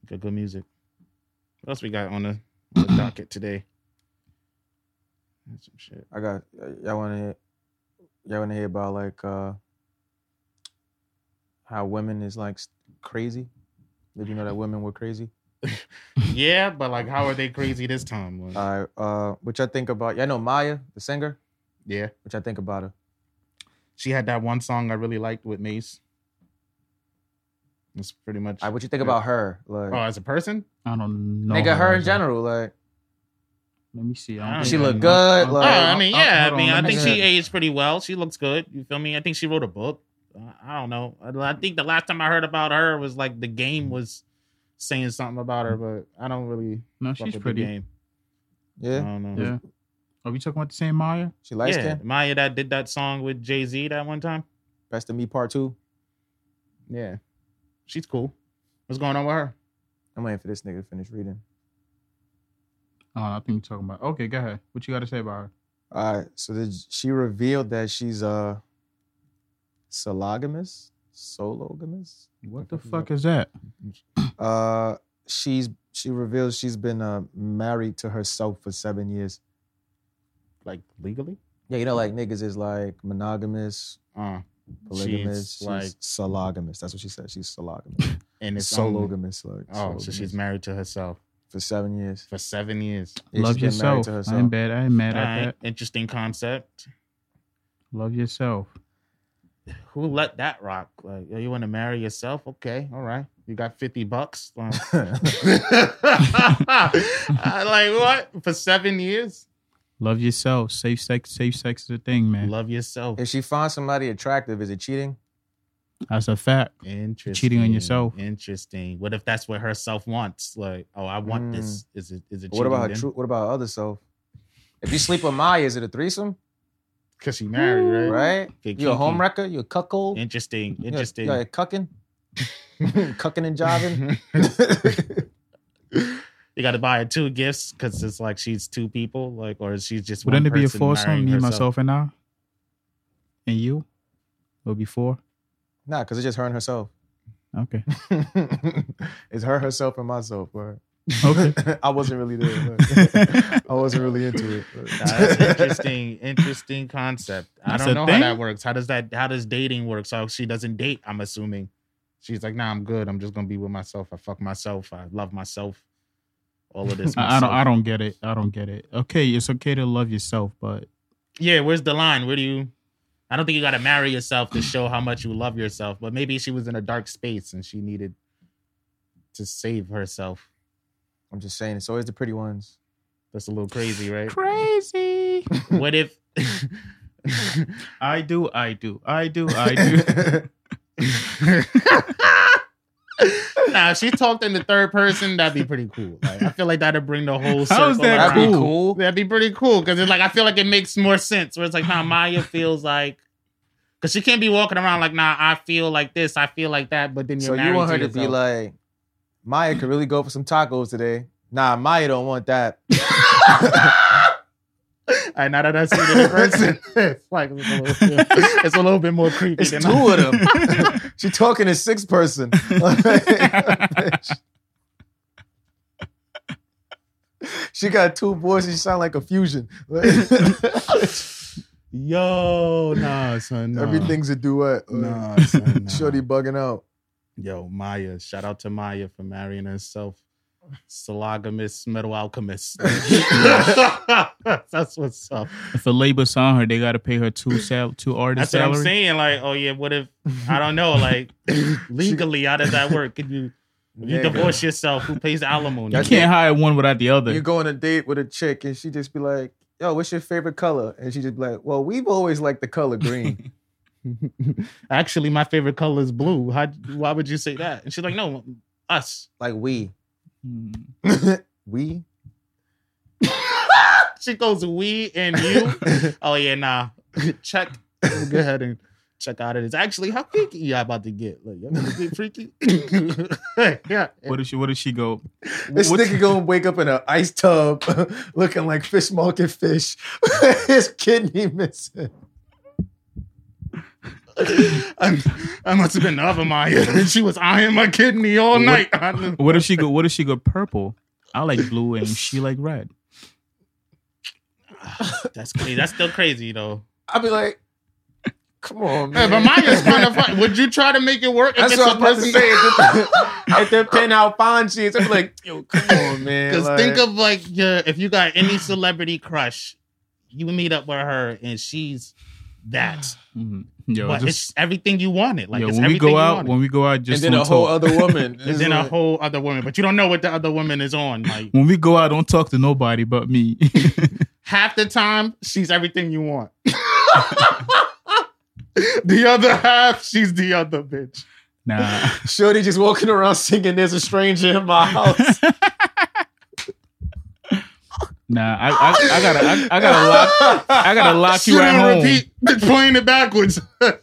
[SPEAKER 2] Good, good music. What else we got on the, on the docket today? That's some shit.
[SPEAKER 3] I got uh, y'all want to Y'all want to hear about like uh how women is like s- crazy? Did you know that women were crazy?
[SPEAKER 2] yeah, but like, how are they crazy this time? Like,
[SPEAKER 3] All right. Uh, which I think about. Y'all know Maya, the singer.
[SPEAKER 2] yeah,
[SPEAKER 3] Which I think about her.
[SPEAKER 2] she had that one song I really liked with Mace. That's pretty much.
[SPEAKER 3] All right, what you think about her? Like,
[SPEAKER 2] oh, as a person,
[SPEAKER 1] I don't know.
[SPEAKER 3] nigga, her in
[SPEAKER 1] though.
[SPEAKER 3] general. Like,
[SPEAKER 1] Let me see.
[SPEAKER 2] I
[SPEAKER 1] I
[SPEAKER 2] don't
[SPEAKER 1] don't
[SPEAKER 2] She
[SPEAKER 1] think I
[SPEAKER 3] look
[SPEAKER 1] know.
[SPEAKER 3] good,
[SPEAKER 1] Oh,
[SPEAKER 2] Oh,
[SPEAKER 3] like-
[SPEAKER 2] I mean,
[SPEAKER 1] oh,
[SPEAKER 2] yeah.
[SPEAKER 1] hold
[SPEAKER 2] I
[SPEAKER 1] on,
[SPEAKER 2] mean,
[SPEAKER 1] let
[SPEAKER 2] I
[SPEAKER 1] me
[SPEAKER 2] think
[SPEAKER 1] see.
[SPEAKER 2] she aged pretty well. She looks good. You feel me? I think she wrote a book. Uh, I don't know. I I think the last time I heard about her was like the game was saying something about her, but I don't really.
[SPEAKER 1] No,
[SPEAKER 2] fuck
[SPEAKER 1] she's
[SPEAKER 2] with The
[SPEAKER 1] pretty.
[SPEAKER 2] game. I
[SPEAKER 3] yeah,
[SPEAKER 2] don't know.
[SPEAKER 1] Yeah. Are we talking about the same Maya?
[SPEAKER 3] she light
[SPEAKER 2] Uh, yeah,
[SPEAKER 3] skin.
[SPEAKER 2] Maya that did that song with Jay Z that one time.
[SPEAKER 3] Best of me part two.
[SPEAKER 2] Yeah, she's cool. What's going on with her?
[SPEAKER 3] I'm waiting for this nigga to finish reading.
[SPEAKER 1] Oh, I think we're talking about. Okay, go ahead. What you got to say about her?
[SPEAKER 3] All right. So did she revealed that she's uh sologamous, sologamous.
[SPEAKER 1] What the fuck is that?
[SPEAKER 3] Uh, she's she reveals she's been uh, married to herself for seven years.
[SPEAKER 2] Like legally?
[SPEAKER 3] Yeah, you know, like niggas is like monogamous,
[SPEAKER 2] Uh,
[SPEAKER 3] polygamous,
[SPEAKER 2] She's, like-
[SPEAKER 3] sologamous. That's what she said. She's sologamous,
[SPEAKER 2] and it's only-
[SPEAKER 3] sologamous. Like
[SPEAKER 2] Oh, so she's
[SPEAKER 3] sologamous.
[SPEAKER 2] married to herself
[SPEAKER 3] for seven years.
[SPEAKER 2] for seven years.
[SPEAKER 3] Yeah,
[SPEAKER 1] Love
[SPEAKER 3] she's been married
[SPEAKER 1] yourself.
[SPEAKER 3] to
[SPEAKER 1] I ain't
[SPEAKER 3] herself.
[SPEAKER 1] bad. I ain't mad at
[SPEAKER 2] Alright,
[SPEAKER 1] that.
[SPEAKER 2] Interesting concept.
[SPEAKER 1] Love yourself.
[SPEAKER 2] Who let that rock? Like, yo, you want to marry yourself? Okay, all right. You got fifty bucks. Um, I like what for seven years?
[SPEAKER 1] Love yourself. Safe sex. Safe sex is a thing, man.
[SPEAKER 2] Love yourself.
[SPEAKER 3] if she finds somebody attractive, is it cheating?
[SPEAKER 1] That's a fact.
[SPEAKER 2] Interesting.
[SPEAKER 1] Cheating on yourself.
[SPEAKER 2] Interesting. What if that's what herself wants? Like, oh, I want this.
[SPEAKER 1] Mm.
[SPEAKER 2] Is it? Is it?
[SPEAKER 3] What about her?
[SPEAKER 2] cheating
[SPEAKER 3] True, what about her other self? If you sleep with Maya, is it a threesome?
[SPEAKER 2] Because she married, right?
[SPEAKER 3] Right?
[SPEAKER 2] Big
[SPEAKER 3] You a
[SPEAKER 2] kinky.
[SPEAKER 3] homewrecker? You a cuckold?
[SPEAKER 2] Interesting.
[SPEAKER 3] You a-
[SPEAKER 2] Interesting.
[SPEAKER 3] You a cucking? cucking and jiving?
[SPEAKER 2] you got to buy her two gifts because it's like she's two people, like, or she's just. one
[SPEAKER 1] Wouldn't it be a
[SPEAKER 2] person
[SPEAKER 1] foursome?
[SPEAKER 2] marrying
[SPEAKER 1] Me,
[SPEAKER 2] herself?
[SPEAKER 1] myself, and I, and you. It'll be four.
[SPEAKER 3] Nah, because it's just her and herself.
[SPEAKER 1] Okay.
[SPEAKER 3] it's her, herself, and myself. But
[SPEAKER 1] Okay.
[SPEAKER 3] I wasn't really there. but
[SPEAKER 1] That's
[SPEAKER 3] I wasn't really into it. but-
[SPEAKER 2] That's interesting, interesting concept. I
[SPEAKER 1] That's
[SPEAKER 2] don't
[SPEAKER 1] a
[SPEAKER 2] know how
[SPEAKER 1] thing?
[SPEAKER 2] that works. How does that? How does dating work? So she doesn't date. I'm assuming she's like, nah, I'm good. I'm just gonna be with myself. I fuck myself. I love myself. All of this.
[SPEAKER 1] I, I don't. I
[SPEAKER 2] myself.
[SPEAKER 1] don't get it. I don't get it. Okay, it's okay to love yourself, but
[SPEAKER 2] Yeah, where's the line? Where do you? I don't think you got to marry yourself to show how much you love yourself. But maybe she was in a dark space and she needed to save herself.
[SPEAKER 3] I'm just saying, it's always the pretty ones.
[SPEAKER 2] That's a little crazy, right?
[SPEAKER 1] crazy.
[SPEAKER 2] what if?
[SPEAKER 1] I do. I do. I do. I do.
[SPEAKER 2] nah, if she talked in the third person, that'd be pretty cool. Like, I feel like that'd bring the whole circle
[SPEAKER 1] How is that
[SPEAKER 2] around.
[SPEAKER 3] That'd be
[SPEAKER 1] cool?
[SPEAKER 3] cool.
[SPEAKER 2] That'd be pretty cool because it's like I feel like it makes more sense. Where it's like, nah, Maya feels like because she can't be walking around like, nah, I feel like this, I feel like that, but then you're
[SPEAKER 3] So you
[SPEAKER 2] married
[SPEAKER 3] want her to
[SPEAKER 2] yourself.
[SPEAKER 3] be like, Maya could really go for some tacos today. Nah, Maya don't want that.
[SPEAKER 2] Alright, now that I see it in person, it's like it's a little, yeah, it's a little bit more creepy.
[SPEAKER 3] It's
[SPEAKER 2] than
[SPEAKER 3] two
[SPEAKER 2] I-
[SPEAKER 3] of them. she talking to six person. Bitch. she got two voices. She sound like a fusion.
[SPEAKER 2] Yo, nah, son. Nah.
[SPEAKER 3] Everything's a duet.
[SPEAKER 2] nah, son, nah.
[SPEAKER 3] Shorty bugging out.
[SPEAKER 2] Yo, Maya. Shout out to Maya for marrying herself. Sologamous metal alchemist. That's what's up.
[SPEAKER 1] if a label sign her, they gotta pay her two sal- two
[SPEAKER 2] That's
[SPEAKER 1] artist
[SPEAKER 2] what I'm
[SPEAKER 1] salary.
[SPEAKER 2] saying. Like, oh yeah, what if I don't know? Like, legally, how does that work? Can you if you
[SPEAKER 3] Nigga.
[SPEAKER 2] divorce yourself? Who pays the alimony?
[SPEAKER 1] You can't hire one without the other.
[SPEAKER 3] You go on a date with a chick and she just be like, "Yo, what's your favorite color?" And she just be like, "Well, we've always liked the color green."
[SPEAKER 2] Actually, my favorite color is blue. How? Why would you say that? And she's like, no, us.
[SPEAKER 3] like we,
[SPEAKER 1] Hmm.
[SPEAKER 3] we.
[SPEAKER 2] She goes, we and you. oh yeah, nah. check. Go ahead and check out of this. Actually, how freaky y'all about to get? Like, y'all gonna get freaky? yeah.
[SPEAKER 1] What if she? What if she go?
[SPEAKER 3] This
[SPEAKER 1] What-
[SPEAKER 3] nigga gonna wake up in an ice tub looking like fish market fish. His kidney missing.
[SPEAKER 2] I'm- I must have been the other Maya. And she was eyeing my kidney all
[SPEAKER 1] What-
[SPEAKER 2] night. I knew-
[SPEAKER 1] What if she go? What if she go purple? I like blue and she like red.
[SPEAKER 2] That's crazy. That's still crazy though.
[SPEAKER 3] I'd be like, Come on,
[SPEAKER 2] Hey,
[SPEAKER 3] man.
[SPEAKER 2] but mine is kind of fun. Would you try to make it work?
[SPEAKER 3] That's
[SPEAKER 2] against
[SPEAKER 3] what
[SPEAKER 2] a
[SPEAKER 3] I'm about to
[SPEAKER 2] person?
[SPEAKER 3] say. If they're, if they're paying out fine sheets, I'm like, yo, come on, man.
[SPEAKER 2] Because
[SPEAKER 3] Like,
[SPEAKER 2] think of like your if you got any celebrity crush, you meet up with her and she's that.
[SPEAKER 1] Mhm. Yo,
[SPEAKER 2] but
[SPEAKER 1] just-
[SPEAKER 2] it's everything you wanted. Like
[SPEAKER 1] yo,
[SPEAKER 2] it's
[SPEAKER 1] when we
[SPEAKER 2] everything
[SPEAKER 1] go
[SPEAKER 2] you
[SPEAKER 1] out,
[SPEAKER 2] wanted.
[SPEAKER 1] when we go out,
[SPEAKER 3] and
[SPEAKER 1] just
[SPEAKER 3] then
[SPEAKER 1] don't
[SPEAKER 3] a whole
[SPEAKER 1] talk.
[SPEAKER 3] other woman.
[SPEAKER 2] and then a whole other woman, but you don't know what the other woman is on. Like
[SPEAKER 1] when we go out, don't talk to nobody but me.
[SPEAKER 2] half the time, she's everything you want. the other half, she's the other bitch.
[SPEAKER 1] nah,
[SPEAKER 3] Shorty just walking around singing "There's a stranger in my house."
[SPEAKER 1] nah. I, I, I gotta, I, I gotta lock, I gotta lock you
[SPEAKER 2] Shit
[SPEAKER 1] at
[SPEAKER 2] on
[SPEAKER 1] home.
[SPEAKER 2] repeat, playing it backwards.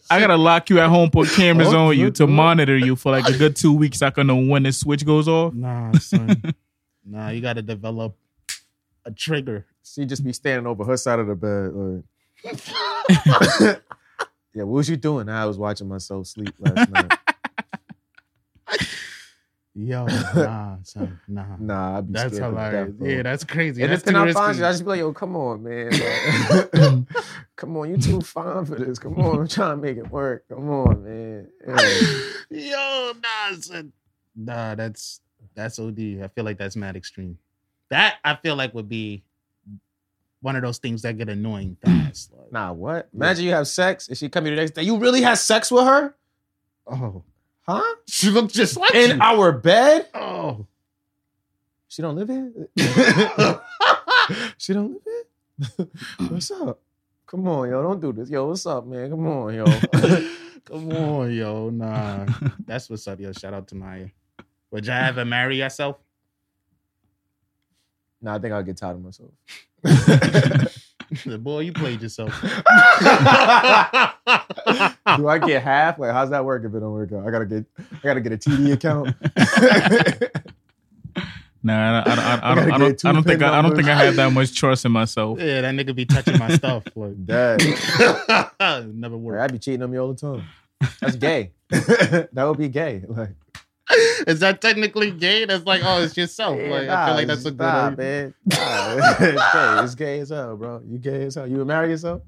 [SPEAKER 1] I gotta lock you at home, put cameras
[SPEAKER 3] Oh,
[SPEAKER 1] on you
[SPEAKER 3] good,
[SPEAKER 1] to
[SPEAKER 3] good.
[SPEAKER 1] monitor you for like a good two weeks. I can know when the switch goes off.
[SPEAKER 2] Nah, son. nah, you gotta develop a trigger.
[SPEAKER 3] she just be standing over her side of the bed. Like, yeah, what was you doing? I was watching myself sleep last night.
[SPEAKER 2] Yo, nah, son, nah.
[SPEAKER 3] Nah, I'd be
[SPEAKER 2] That's
[SPEAKER 3] scared.
[SPEAKER 2] hilarious.
[SPEAKER 3] To death, bro.
[SPEAKER 2] Yeah, that's crazy.
[SPEAKER 3] And
[SPEAKER 2] that's
[SPEAKER 3] if then
[SPEAKER 2] too
[SPEAKER 3] I find
[SPEAKER 2] risky.
[SPEAKER 3] you, I just be like, yo, come on, man. Like, come on, you too fine for this. Come on, I'm trying to make it work. Come on, man. Yeah.
[SPEAKER 2] Yo, nah, son. nah, that's that's OD. I feel like that's mad extreme. That I feel like would be one of those things that get annoying fast. Like,
[SPEAKER 3] Nah, what? Imagine you have sex and she come here the next day. You really had sex with her?
[SPEAKER 2] oh,
[SPEAKER 3] Huh?
[SPEAKER 2] she looked just like
[SPEAKER 3] In
[SPEAKER 2] you.
[SPEAKER 3] our bed?
[SPEAKER 2] oh,
[SPEAKER 3] She don't live here? she don't live here? what's up? Come on, yo. Don't do this. Yo, what's up, man? Come on, yo.
[SPEAKER 2] come on, yo, nah, that's what's up, yo. Shout out to Maya. Would y'all ever marry yourself?
[SPEAKER 3] nah, I think I'll get tired of myself.
[SPEAKER 2] Boy, you played yourself.
[SPEAKER 3] Do I get half? Like, how's that work if it don't work out? I gotta get I gotta get a TD account.
[SPEAKER 1] Nah, I, I, I, I,
[SPEAKER 3] I
[SPEAKER 1] don't,
[SPEAKER 3] gotta
[SPEAKER 1] I
[SPEAKER 3] get
[SPEAKER 1] don't, I
[SPEAKER 3] two
[SPEAKER 1] don't think,
[SPEAKER 3] pin
[SPEAKER 1] I, I don't think I
[SPEAKER 3] numbers.
[SPEAKER 1] have that much trust in myself.
[SPEAKER 2] yeah, that nigga be touching my stuff. Like,
[SPEAKER 3] Dad.
[SPEAKER 2] never
[SPEAKER 3] Like,
[SPEAKER 2] worked.
[SPEAKER 3] I'd be cheating on me all the time. That's gay. that would be gay. Like,
[SPEAKER 2] Is that technically gay? That's like, oh, it's yourself. Like, I feel like that's a good.
[SPEAKER 3] nah,
[SPEAKER 2] argument.
[SPEAKER 3] man. Nah, it's gay. It's gay as hell, bro. You gay as hell. You would marry yourself?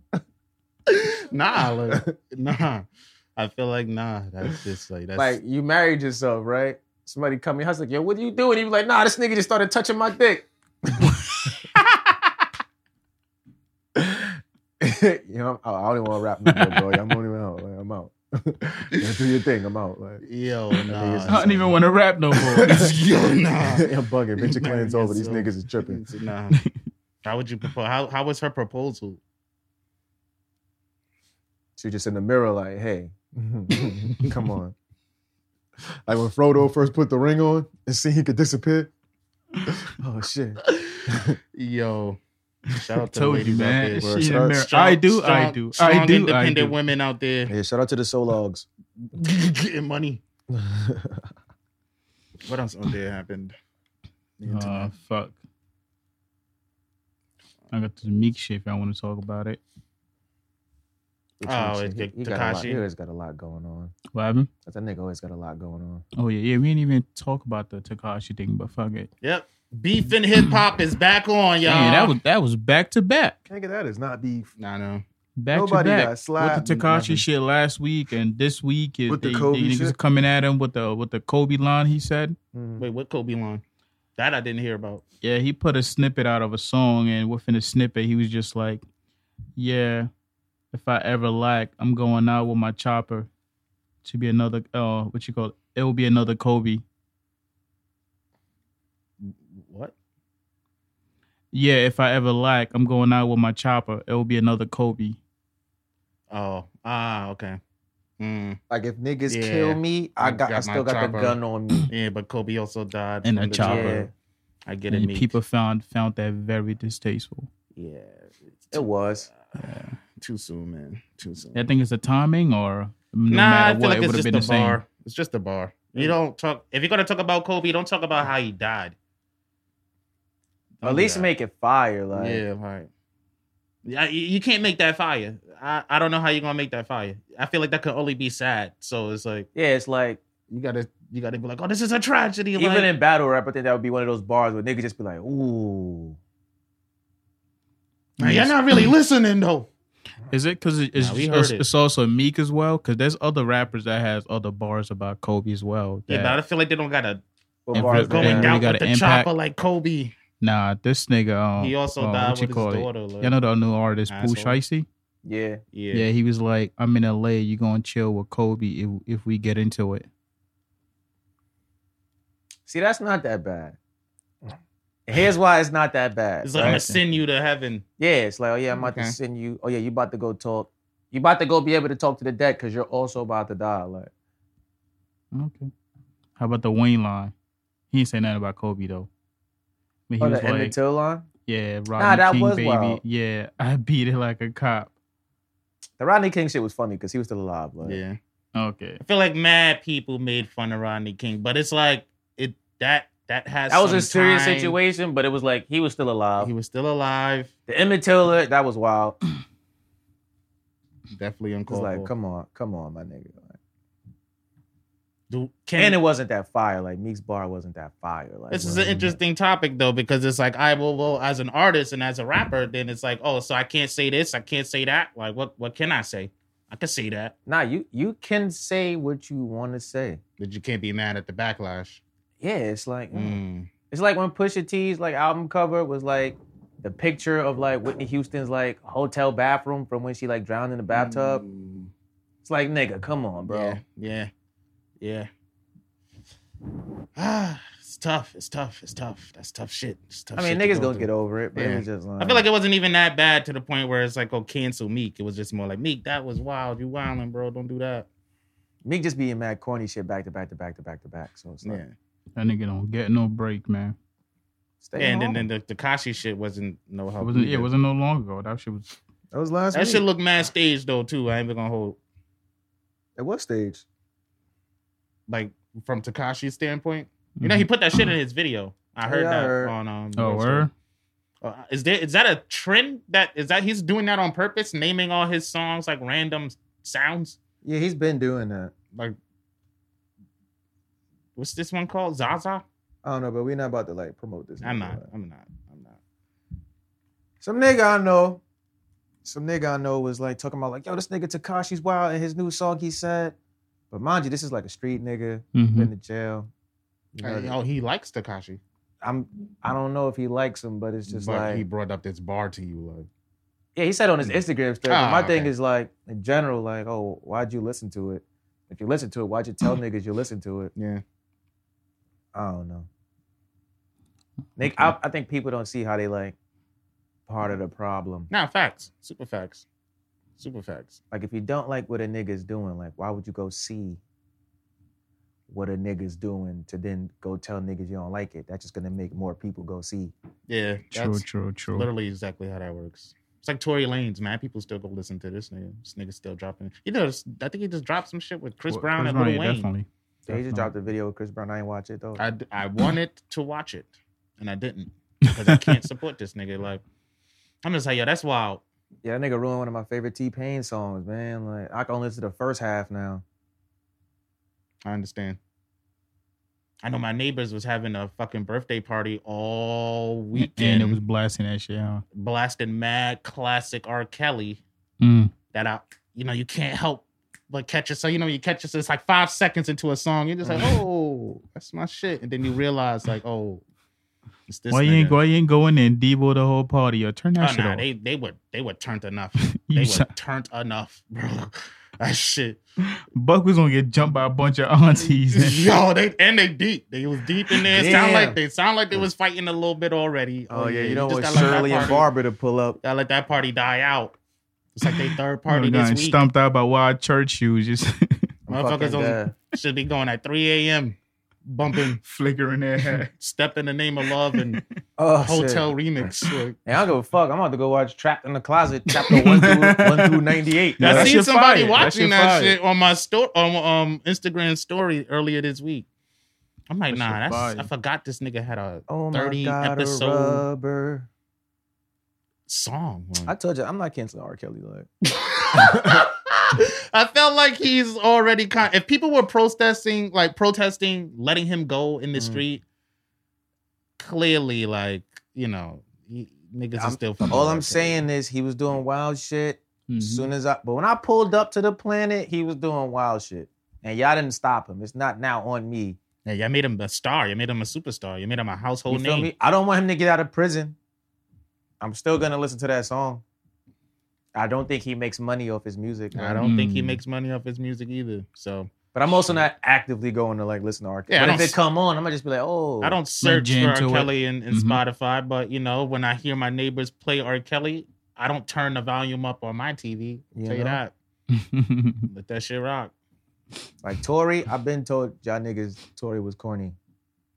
[SPEAKER 2] Nah, like, nah. I feel like nah. That's just like that's
[SPEAKER 3] Like, you married yourself, right? Somebody come in, I was like, yo, what are you doing? He was like, nah, this nigga just started touching my dick. you know, I'm, I don't even want to rap no more, bro. I'm only out. Like, I'm out. Yo, do your thing. I'm out. Like,
[SPEAKER 2] yo
[SPEAKER 1] I
[SPEAKER 2] nah.
[SPEAKER 1] don't even want to rap no more.
[SPEAKER 2] yo nah.
[SPEAKER 3] You're bugging. Bitch, your
[SPEAKER 2] Marry
[SPEAKER 3] clan's over. These
[SPEAKER 2] yourself.
[SPEAKER 3] niggas is tripping.
[SPEAKER 2] Nah. How would you propose? How how was her proposal?
[SPEAKER 3] She just in the mirror, like, hey, come on. Like when Frodo first put the ring on and see he could disappear. Oh shit.
[SPEAKER 2] Yo. Shout out to the
[SPEAKER 1] Told you,
[SPEAKER 2] ladies out
[SPEAKER 1] man.
[SPEAKER 2] there.
[SPEAKER 1] She
[SPEAKER 3] bro.
[SPEAKER 1] in
[SPEAKER 3] Strong-
[SPEAKER 1] America.
[SPEAKER 2] Strong-
[SPEAKER 1] I do, I
[SPEAKER 2] strong-
[SPEAKER 1] do,
[SPEAKER 2] strong
[SPEAKER 1] I do, I
[SPEAKER 2] independent
[SPEAKER 1] do.
[SPEAKER 2] women out there
[SPEAKER 3] Yeah, shout out to the Sologs.
[SPEAKER 2] getting money.
[SPEAKER 3] That's
[SPEAKER 2] What else out there happened? The
[SPEAKER 1] Uh,
[SPEAKER 2] internet.
[SPEAKER 1] fuck. I got the Meek shit. If I want to talk about it,
[SPEAKER 2] Oh, it's
[SPEAKER 3] he,
[SPEAKER 2] Takashi.
[SPEAKER 3] he got a lot. He always got a lot going on.
[SPEAKER 1] what happened?
[SPEAKER 3] That nigga always got a lot going on.
[SPEAKER 1] Oh yeah, yeah. We didn't even talk about the Takashi thing, but fuck it.
[SPEAKER 2] Yep. Beef and hip hop is back on, y'all.
[SPEAKER 1] Yeah, that was that was back to back,
[SPEAKER 3] Nigga, that is not beef.
[SPEAKER 2] Nah, no.
[SPEAKER 1] back
[SPEAKER 3] Nobody
[SPEAKER 1] to
[SPEAKER 3] got
[SPEAKER 1] back.
[SPEAKER 3] slapped,
[SPEAKER 1] with the
[SPEAKER 2] nothing.
[SPEAKER 1] Takashi shit last week and this week is
[SPEAKER 3] With the
[SPEAKER 1] they-
[SPEAKER 3] Kobe
[SPEAKER 1] they niggas
[SPEAKER 3] shit?
[SPEAKER 1] coming at him with the with the Kobe line. He said,
[SPEAKER 3] Mm.
[SPEAKER 2] Wait, what Kobe line? That I didn't hear about.
[SPEAKER 1] yeah, he put a snippet out of a song, and within the snippet, he was just like, yeah, if I ever lack, I'm going out with my chopper to be another uh, what you call it? It will be another Kobe.
[SPEAKER 2] What?
[SPEAKER 1] Yeah, if I ever lack, I'm going out with my chopper. It will be another Kobe.
[SPEAKER 2] Oh, ah, okay. Mm.
[SPEAKER 3] Like if niggas
[SPEAKER 2] Yeah.
[SPEAKER 3] kill me, I
[SPEAKER 2] I
[SPEAKER 3] got, I
[SPEAKER 2] got my
[SPEAKER 3] still got
[SPEAKER 2] chopper.
[SPEAKER 3] the gun on me.
[SPEAKER 2] Yeah, but Kobe also died.
[SPEAKER 1] And
[SPEAKER 2] from
[SPEAKER 1] a
[SPEAKER 2] the
[SPEAKER 1] chopper.
[SPEAKER 2] chopper. I get it.
[SPEAKER 1] And
[SPEAKER 2] Meek.
[SPEAKER 1] people found found that very distasteful.
[SPEAKER 2] Yeah.
[SPEAKER 3] It was.
[SPEAKER 2] Too soon, man. Too soon.
[SPEAKER 1] I think it's the timing, or no
[SPEAKER 2] nah, I
[SPEAKER 1] matter
[SPEAKER 2] feel
[SPEAKER 1] what, it
[SPEAKER 2] like it's
[SPEAKER 1] would have
[SPEAKER 2] just
[SPEAKER 1] been
[SPEAKER 2] the
[SPEAKER 1] the same.
[SPEAKER 2] bar. It's just the bar. You don't talk. If you're gonna talk about Kobe, don't talk about how he died.
[SPEAKER 3] At least
[SPEAKER 2] Oh, Yeah.
[SPEAKER 3] make it fire. Like
[SPEAKER 2] yeah, right. Yeah, you you can't make that fire. I, I don't know how you're gonna make that fire. I feel like that could only be sad. So it's like
[SPEAKER 3] yeah, it's like
[SPEAKER 2] you gotta you gotta be like, oh, this is a tragedy. like-
[SPEAKER 3] Even in battle rap, I think that would be one of those bars where niggas just be like, ooh.
[SPEAKER 2] Man, you're not really listening though.
[SPEAKER 1] Is it because it's,
[SPEAKER 2] Nah, we
[SPEAKER 1] it's,
[SPEAKER 2] heard it.
[SPEAKER 1] it's also Meek as well? Because there's other rappers that has other bars about Kobe as well.
[SPEAKER 2] Yeah,
[SPEAKER 1] that-
[SPEAKER 2] but I feel like they don't gotta
[SPEAKER 3] What
[SPEAKER 1] And
[SPEAKER 3] bars
[SPEAKER 1] Rip
[SPEAKER 3] they
[SPEAKER 2] going
[SPEAKER 1] Yeah,
[SPEAKER 3] have?
[SPEAKER 1] we
[SPEAKER 2] down
[SPEAKER 1] got
[SPEAKER 2] with the
[SPEAKER 1] an impact.
[SPEAKER 2] chopper like Kobe.
[SPEAKER 1] nah, this nigga. Um,
[SPEAKER 2] He also
[SPEAKER 1] uh,
[SPEAKER 2] died
[SPEAKER 1] what
[SPEAKER 2] with
[SPEAKER 1] you
[SPEAKER 2] his
[SPEAKER 1] call it?
[SPEAKER 2] daughter. like-
[SPEAKER 1] Y'all know the new artist Pooh
[SPEAKER 2] Asshole.
[SPEAKER 1] Shicey?
[SPEAKER 3] Yeah.
[SPEAKER 2] yeah.
[SPEAKER 1] Yeah. he was like, "I'm in LA. You gonna chill with Kobe if, if we get into it."
[SPEAKER 3] See, that's not that bad. Here's why it's not that bad.
[SPEAKER 2] It's like I'm
[SPEAKER 3] right?
[SPEAKER 2] gonna send you to heaven.
[SPEAKER 3] Yeah, it's like, oh yeah, I'm about
[SPEAKER 2] Okay.
[SPEAKER 3] to send you. Oh yeah, you about to go talk. You about to go be able to talk to the deck because you're also about to die. Like,
[SPEAKER 1] Okay. How about the Wayne line? He ain't say nothing about Kobe though. But he
[SPEAKER 3] oh,
[SPEAKER 1] was
[SPEAKER 3] the end
[SPEAKER 1] like,
[SPEAKER 3] until line.
[SPEAKER 1] "Yeah, Rodney
[SPEAKER 3] that
[SPEAKER 1] King,
[SPEAKER 3] was
[SPEAKER 1] baby.
[SPEAKER 3] wild.
[SPEAKER 1] Yeah, I beat it like a cop."
[SPEAKER 3] The Rodney King shit was funny because he was still alive. Like,
[SPEAKER 2] Yeah.
[SPEAKER 1] Okay.
[SPEAKER 2] I feel like mad people made fun of Rodney King, but it's like it that that has
[SPEAKER 3] that was
[SPEAKER 2] some
[SPEAKER 3] a serious
[SPEAKER 2] time.
[SPEAKER 3] situation, but it was like he was still alive.
[SPEAKER 2] He was still alive.
[SPEAKER 3] the Emmett Tiller, that was wild. It's
[SPEAKER 2] Definitely uncalled
[SPEAKER 3] like,
[SPEAKER 2] for.
[SPEAKER 3] come on, come on, my nigga. Like,
[SPEAKER 2] Do- can-
[SPEAKER 3] and it wasn't that fire. Like Meek's bar wasn't that fire. Like,
[SPEAKER 2] this is
[SPEAKER 3] well,
[SPEAKER 2] an interesting topic though because it's like I well, well as an artist and as a rapper, then it's like oh so I can't say this, I can't say that. Like what what can I say? I can say that,
[SPEAKER 3] Nah, you you can say what you want to say.
[SPEAKER 2] but you can't be mad at the backlash.
[SPEAKER 3] Yeah, it's like. mm.
[SPEAKER 2] Mm.
[SPEAKER 3] It's like when Pusha T's like album cover was like the picture of like Whitney Houston's like hotel bathroom from when she like drowned in the bathtub.
[SPEAKER 2] Mm.
[SPEAKER 3] It's like nigga, come on, bro.
[SPEAKER 2] Yeah, yeah, yeah. Ah, it's tough. It's tough. It's tough. That's tough shit. It's tough
[SPEAKER 3] I mean,
[SPEAKER 2] shit to
[SPEAKER 3] niggas
[SPEAKER 2] go
[SPEAKER 3] gonna
[SPEAKER 2] through.
[SPEAKER 3] get over it, but
[SPEAKER 2] Yeah.
[SPEAKER 3] it was just like
[SPEAKER 2] I feel like it wasn't even that bad to the point where it's like, oh, cancel Meek. It was just more like Meek, that was wild. You wilding, bro. Don't do that.
[SPEAKER 3] Meek just being mad corny shit back to back to back to back to back. So it's like
[SPEAKER 2] Yeah.
[SPEAKER 1] That nigga don't get no break, man.
[SPEAKER 3] stay
[SPEAKER 2] and
[SPEAKER 3] home.
[SPEAKER 2] then, then the, the Kashi shit wasn't no
[SPEAKER 1] It
[SPEAKER 2] help.
[SPEAKER 1] wasn't. Yeah, it
[SPEAKER 2] either.
[SPEAKER 1] wasn't no long ago. That shit was.
[SPEAKER 3] that was last
[SPEAKER 2] That
[SPEAKER 3] week.
[SPEAKER 2] shit look mad staged though too. I ain't even gonna hold
[SPEAKER 3] At what stage?
[SPEAKER 2] like from Takashi's standpoint. You know, he put that shit in his video. I
[SPEAKER 3] Mm-hmm.
[SPEAKER 2] heard
[SPEAKER 3] Yeah, I
[SPEAKER 2] that
[SPEAKER 3] heard.
[SPEAKER 2] on um.
[SPEAKER 1] Oh,
[SPEAKER 2] Real
[SPEAKER 1] word?
[SPEAKER 2] Uh, is there is that a trend that is that he's doing that on purpose, naming all his songs like random sounds?
[SPEAKER 3] Yeah, he's been doing that.
[SPEAKER 2] Like what's this one called? Zaza?
[SPEAKER 3] I don't know, but we're not about to like promote this.
[SPEAKER 2] I'm
[SPEAKER 3] nigga,
[SPEAKER 2] not.
[SPEAKER 3] like.
[SPEAKER 2] I'm not. I'm not.
[SPEAKER 3] Some nigga I know, some nigga I know was like talking about like, yo, this nigga Takashi's wild and his new song he said. But mind you, this is like a street nigga.
[SPEAKER 1] Mhm.
[SPEAKER 3] been to jail. You know,
[SPEAKER 2] Uh, oh, he likes Takashi.
[SPEAKER 3] I'm I don't know if he likes him, but it's just
[SPEAKER 2] but
[SPEAKER 3] like
[SPEAKER 2] he brought up this bar to you, like
[SPEAKER 3] yeah, he said on his Instagram story.
[SPEAKER 2] Ah,
[SPEAKER 3] but my thing
[SPEAKER 2] okay.
[SPEAKER 3] is like in general, like oh, why'd you listen to it? If you listen to it, why'd you tell niggas you listen to it?
[SPEAKER 2] yeah.
[SPEAKER 3] I don't know. Nick, I, I think people don't see how they like part of the problem.
[SPEAKER 2] Nah, facts. Super facts. Super facts.
[SPEAKER 3] Like if you don't like what a nigga's doing, like why would you go see what a nigga's doing to then go tell niggas you don't like it? That's just gonna make more people go see.
[SPEAKER 2] Yeah,
[SPEAKER 1] True,
[SPEAKER 2] that's
[SPEAKER 1] true, true.
[SPEAKER 2] literally exactly how that works. It's like Tory Lanez, man. People still go listen to this nigga. This nigga still dropping. You know, I think he just dropped some shit with Chris
[SPEAKER 1] Well,
[SPEAKER 2] Brown
[SPEAKER 1] Chris
[SPEAKER 2] and
[SPEAKER 1] Brown,
[SPEAKER 2] Lil
[SPEAKER 1] yeah,
[SPEAKER 2] Wayne.
[SPEAKER 1] Definitely.
[SPEAKER 3] Yeah, he just
[SPEAKER 1] Definitely.
[SPEAKER 3] dropped a video with Chris Brown. I ain't watch it though.
[SPEAKER 2] I, d- I wanted to watch it and I didn't because I can't support this nigga. Like, I'm just like, yo, that's wild.
[SPEAKER 3] Yeah, that nigga ruined one of my favorite T Pain songs, man. Like I can only listen to the first half now.
[SPEAKER 2] I understand. I know my neighbors was having a fucking birthday party all
[SPEAKER 1] And
[SPEAKER 2] weekend.
[SPEAKER 1] it was blasting that shit. Huh?
[SPEAKER 2] blasting mad classic R. Kelly
[SPEAKER 1] Mm.
[SPEAKER 2] that I, you know, you can't help but catch yourself. You know, you catch yourself. It's like five seconds into a song, you're just like,
[SPEAKER 3] Mm-hmm.
[SPEAKER 2] oh, that's my shit, and then you realize like, oh, it's this.
[SPEAKER 1] Why you ain't
[SPEAKER 2] nigga.
[SPEAKER 1] go? Why you ain't go in there and debo the whole party or turn that
[SPEAKER 2] Oh,
[SPEAKER 1] shit
[SPEAKER 2] nah,
[SPEAKER 1] off?
[SPEAKER 2] they they were they were turned enough.
[SPEAKER 1] You
[SPEAKER 2] They
[SPEAKER 1] sa-
[SPEAKER 2] were turned enough, bro. That shit,
[SPEAKER 1] Buck was gonna get jumped by a bunch of aunties.
[SPEAKER 2] yo. They and they deep. They was deep in there. Sound
[SPEAKER 3] Damn. Oh,
[SPEAKER 2] like they sound like they was fighting a little bit already. just gotta let that
[SPEAKER 3] Shirley and
[SPEAKER 2] party-
[SPEAKER 3] Barbara to pull up.
[SPEAKER 2] Gotta let that party die out. It's like they third party
[SPEAKER 1] You know, got
[SPEAKER 2] this week.
[SPEAKER 1] Stumped out by wild church shoes, just
[SPEAKER 3] I'm
[SPEAKER 2] Motherfuckers
[SPEAKER 3] fucking
[SPEAKER 2] on-
[SPEAKER 3] dead.
[SPEAKER 2] Should be going at 3 a.m. bumping
[SPEAKER 1] flickering their head.
[SPEAKER 2] Step in the Name of Love and
[SPEAKER 3] Oh,
[SPEAKER 2] Hotel
[SPEAKER 3] Hotel.
[SPEAKER 2] Remix. Like,
[SPEAKER 3] Hey, I don't give a fuck. I'm about to go watch Trapped in the Closet, chapter one through one through ninety eight.
[SPEAKER 1] Yeah,
[SPEAKER 2] I
[SPEAKER 1] that
[SPEAKER 2] seen
[SPEAKER 1] shit
[SPEAKER 2] somebody
[SPEAKER 1] fire. That
[SPEAKER 2] watching
[SPEAKER 1] shit
[SPEAKER 2] that
[SPEAKER 1] fire.
[SPEAKER 2] shit, on my story on um, Instagram story earlier this week. I'm like,
[SPEAKER 1] That
[SPEAKER 2] nah,
[SPEAKER 1] shit
[SPEAKER 2] that's
[SPEAKER 1] fire.
[SPEAKER 2] I forgot this nigga had a
[SPEAKER 3] Oh my
[SPEAKER 2] 30
[SPEAKER 3] god,
[SPEAKER 2] episode-
[SPEAKER 3] a rubber.
[SPEAKER 2] song.
[SPEAKER 3] I told you, I'm not canceling R. Kelly. Like,
[SPEAKER 2] I felt like he's already kind. If people were protesting, like protesting, letting him go in the
[SPEAKER 3] Mhm.
[SPEAKER 1] Mm.
[SPEAKER 2] street, clearly, like you know, he, niggas
[SPEAKER 3] I'm-
[SPEAKER 2] is still. fucking
[SPEAKER 3] all
[SPEAKER 2] with
[SPEAKER 3] I'm Mm-hmm.
[SPEAKER 2] him.
[SPEAKER 3] saying is he was doing wild shit.
[SPEAKER 1] Mm-hmm.
[SPEAKER 3] As soon as I, but when I pulled up to the planet, he was doing wild shit, and y'all didn't stop him. It's not now on me.
[SPEAKER 2] Yeah, you made him a star. You made him a superstar. You made him a household
[SPEAKER 3] You feel
[SPEAKER 2] name.
[SPEAKER 3] me? I don't want him to get out of prison. I'm still gonna listen to that song. I don't think he makes money off his music,
[SPEAKER 2] I don't think he
[SPEAKER 1] Mm.
[SPEAKER 2] makes money off his music either. So
[SPEAKER 3] but I'm also not actively going to like listen to R. Kelly.
[SPEAKER 2] Yeah, I
[SPEAKER 3] but
[SPEAKER 2] don't
[SPEAKER 3] if it come on, I'm gonna just be like, oh,
[SPEAKER 2] I don't search
[SPEAKER 1] jam
[SPEAKER 2] for R.
[SPEAKER 1] to it.
[SPEAKER 2] Kelly and, and
[SPEAKER 1] Mhm.
[SPEAKER 2] Spotify, but you know, when I hear my neighbors play R. Kelly, I don't turn the volume up on my TV.
[SPEAKER 3] You
[SPEAKER 2] tell you
[SPEAKER 3] know?
[SPEAKER 2] that. Let that shit rock.
[SPEAKER 3] Like Tory, I've been told y'all niggas Tory was corny.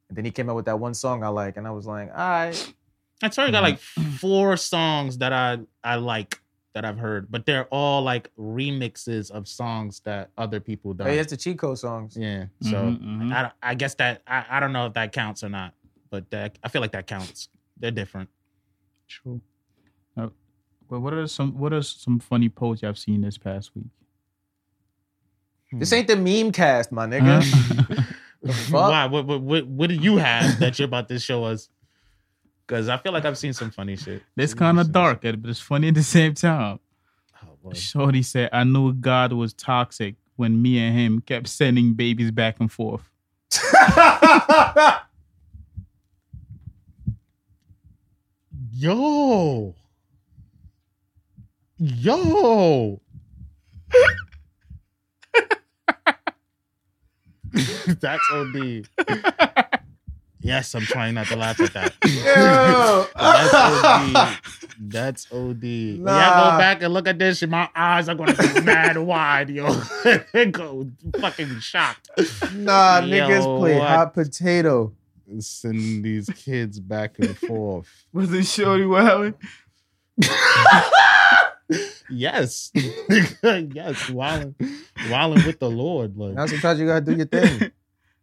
[SPEAKER 3] And then he came out with that one song I like, and I was like, all right.
[SPEAKER 2] I swear I got like four songs that I I like that I've heard, but they're all like remixes of songs that other people done.
[SPEAKER 3] Hey, that's the Chico songs.
[SPEAKER 2] yeah, so
[SPEAKER 1] Mhm, mhm.
[SPEAKER 2] I, I guess that I, I don't know if that counts or not, but that, I feel like that counts. They're different.
[SPEAKER 1] True. Uh, well, what are some what are some funny posts y'all have seen this past week?
[SPEAKER 2] Hmm.
[SPEAKER 3] This ain't the meme cast, my nigga.
[SPEAKER 1] Uh,
[SPEAKER 3] The fuck?
[SPEAKER 2] Why? What, what what what do you have that you're about to show us? Because I feel like I've seen some funny shit.
[SPEAKER 1] it's kind of dark, but it's funny at the same time.
[SPEAKER 2] Oh, boy.
[SPEAKER 1] Shorty said, "I knew God was toxic when me and him kept sending babies back and forth."
[SPEAKER 2] Yo, yo. That's OD. yes, I'm trying not to laugh at that. That's OD. That's OD. Yeah,
[SPEAKER 3] Nah.
[SPEAKER 2] go back and look at this. shit. My eyes are gonna be mad wide, yo. go fucking shocked.
[SPEAKER 3] nah, niggas
[SPEAKER 2] Yo,
[SPEAKER 3] play
[SPEAKER 2] what?
[SPEAKER 3] hot potato.
[SPEAKER 2] Sending these kids back and forth.
[SPEAKER 1] Was it Shorty Wiley?
[SPEAKER 2] Yes, yes, wilding, wilding with the Lord.
[SPEAKER 3] Now
[SPEAKER 2] Like,
[SPEAKER 3] sometimes you gotta do your thing.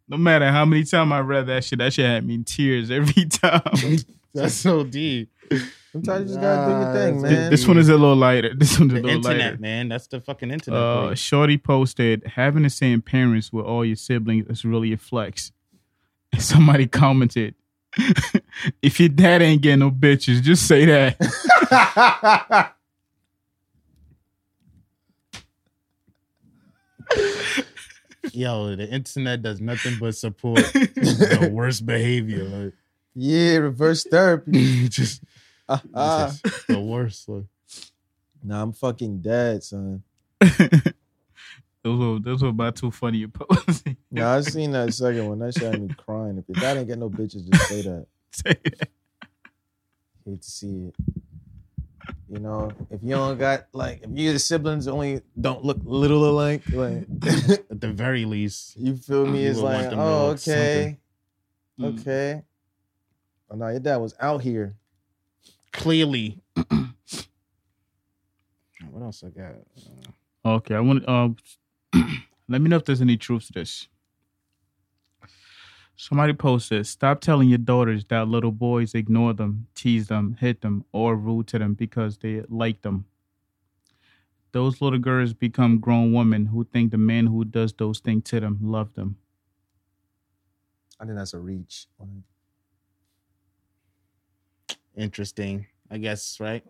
[SPEAKER 1] No matter how many times I read that shit, that shit had me in tears every time.
[SPEAKER 2] that's OD.
[SPEAKER 3] Sometimes you just gotta do your thing,
[SPEAKER 2] Nah,
[SPEAKER 3] man.
[SPEAKER 1] this one is a little lighter. This one's a
[SPEAKER 2] The
[SPEAKER 1] little
[SPEAKER 2] internet,
[SPEAKER 1] lighter.
[SPEAKER 2] man. That's the fucking internet.
[SPEAKER 1] Uh,
[SPEAKER 2] for you.
[SPEAKER 1] Shorty posted, having the same parents with all your siblings is really a flex. And somebody commented, if your dad ain't getting no bitches, just say that.
[SPEAKER 2] Yo, the internet does nothing but support the worst behavior. Like,
[SPEAKER 3] yeah, reverse therapy.
[SPEAKER 2] just,
[SPEAKER 3] Uh-uh.
[SPEAKER 2] just the worst. Like.
[SPEAKER 3] Nah, I'm fucking dead, son.
[SPEAKER 1] those were those were about two funny posts.
[SPEAKER 3] Nah, I seen that second one. That shit had me crying. If your dad ain't get no bitches, just say that.
[SPEAKER 1] Say that.
[SPEAKER 3] hate to see it. You know, if you don't got like, if your siblings only don't look little alike, like
[SPEAKER 2] At the very least,
[SPEAKER 3] you feel me?
[SPEAKER 2] You
[SPEAKER 3] It's
[SPEAKER 2] would want
[SPEAKER 3] like,
[SPEAKER 2] them to
[SPEAKER 3] oh,
[SPEAKER 2] look
[SPEAKER 3] okay,
[SPEAKER 2] something.
[SPEAKER 1] Mm.
[SPEAKER 3] okay. Oh no, your dad was out here.
[SPEAKER 2] clearly. what else I got? Uh,
[SPEAKER 1] Okay, I want um let me know if there's any truth to this. Somebody posted, stop telling your daughters that little boys ignore them, tease them, hit them, or rude to them because they like them. Those little girls become grown women who think the man who does those things to them love them.
[SPEAKER 3] I think that's a reach. Like,
[SPEAKER 2] interesting, I guess, right?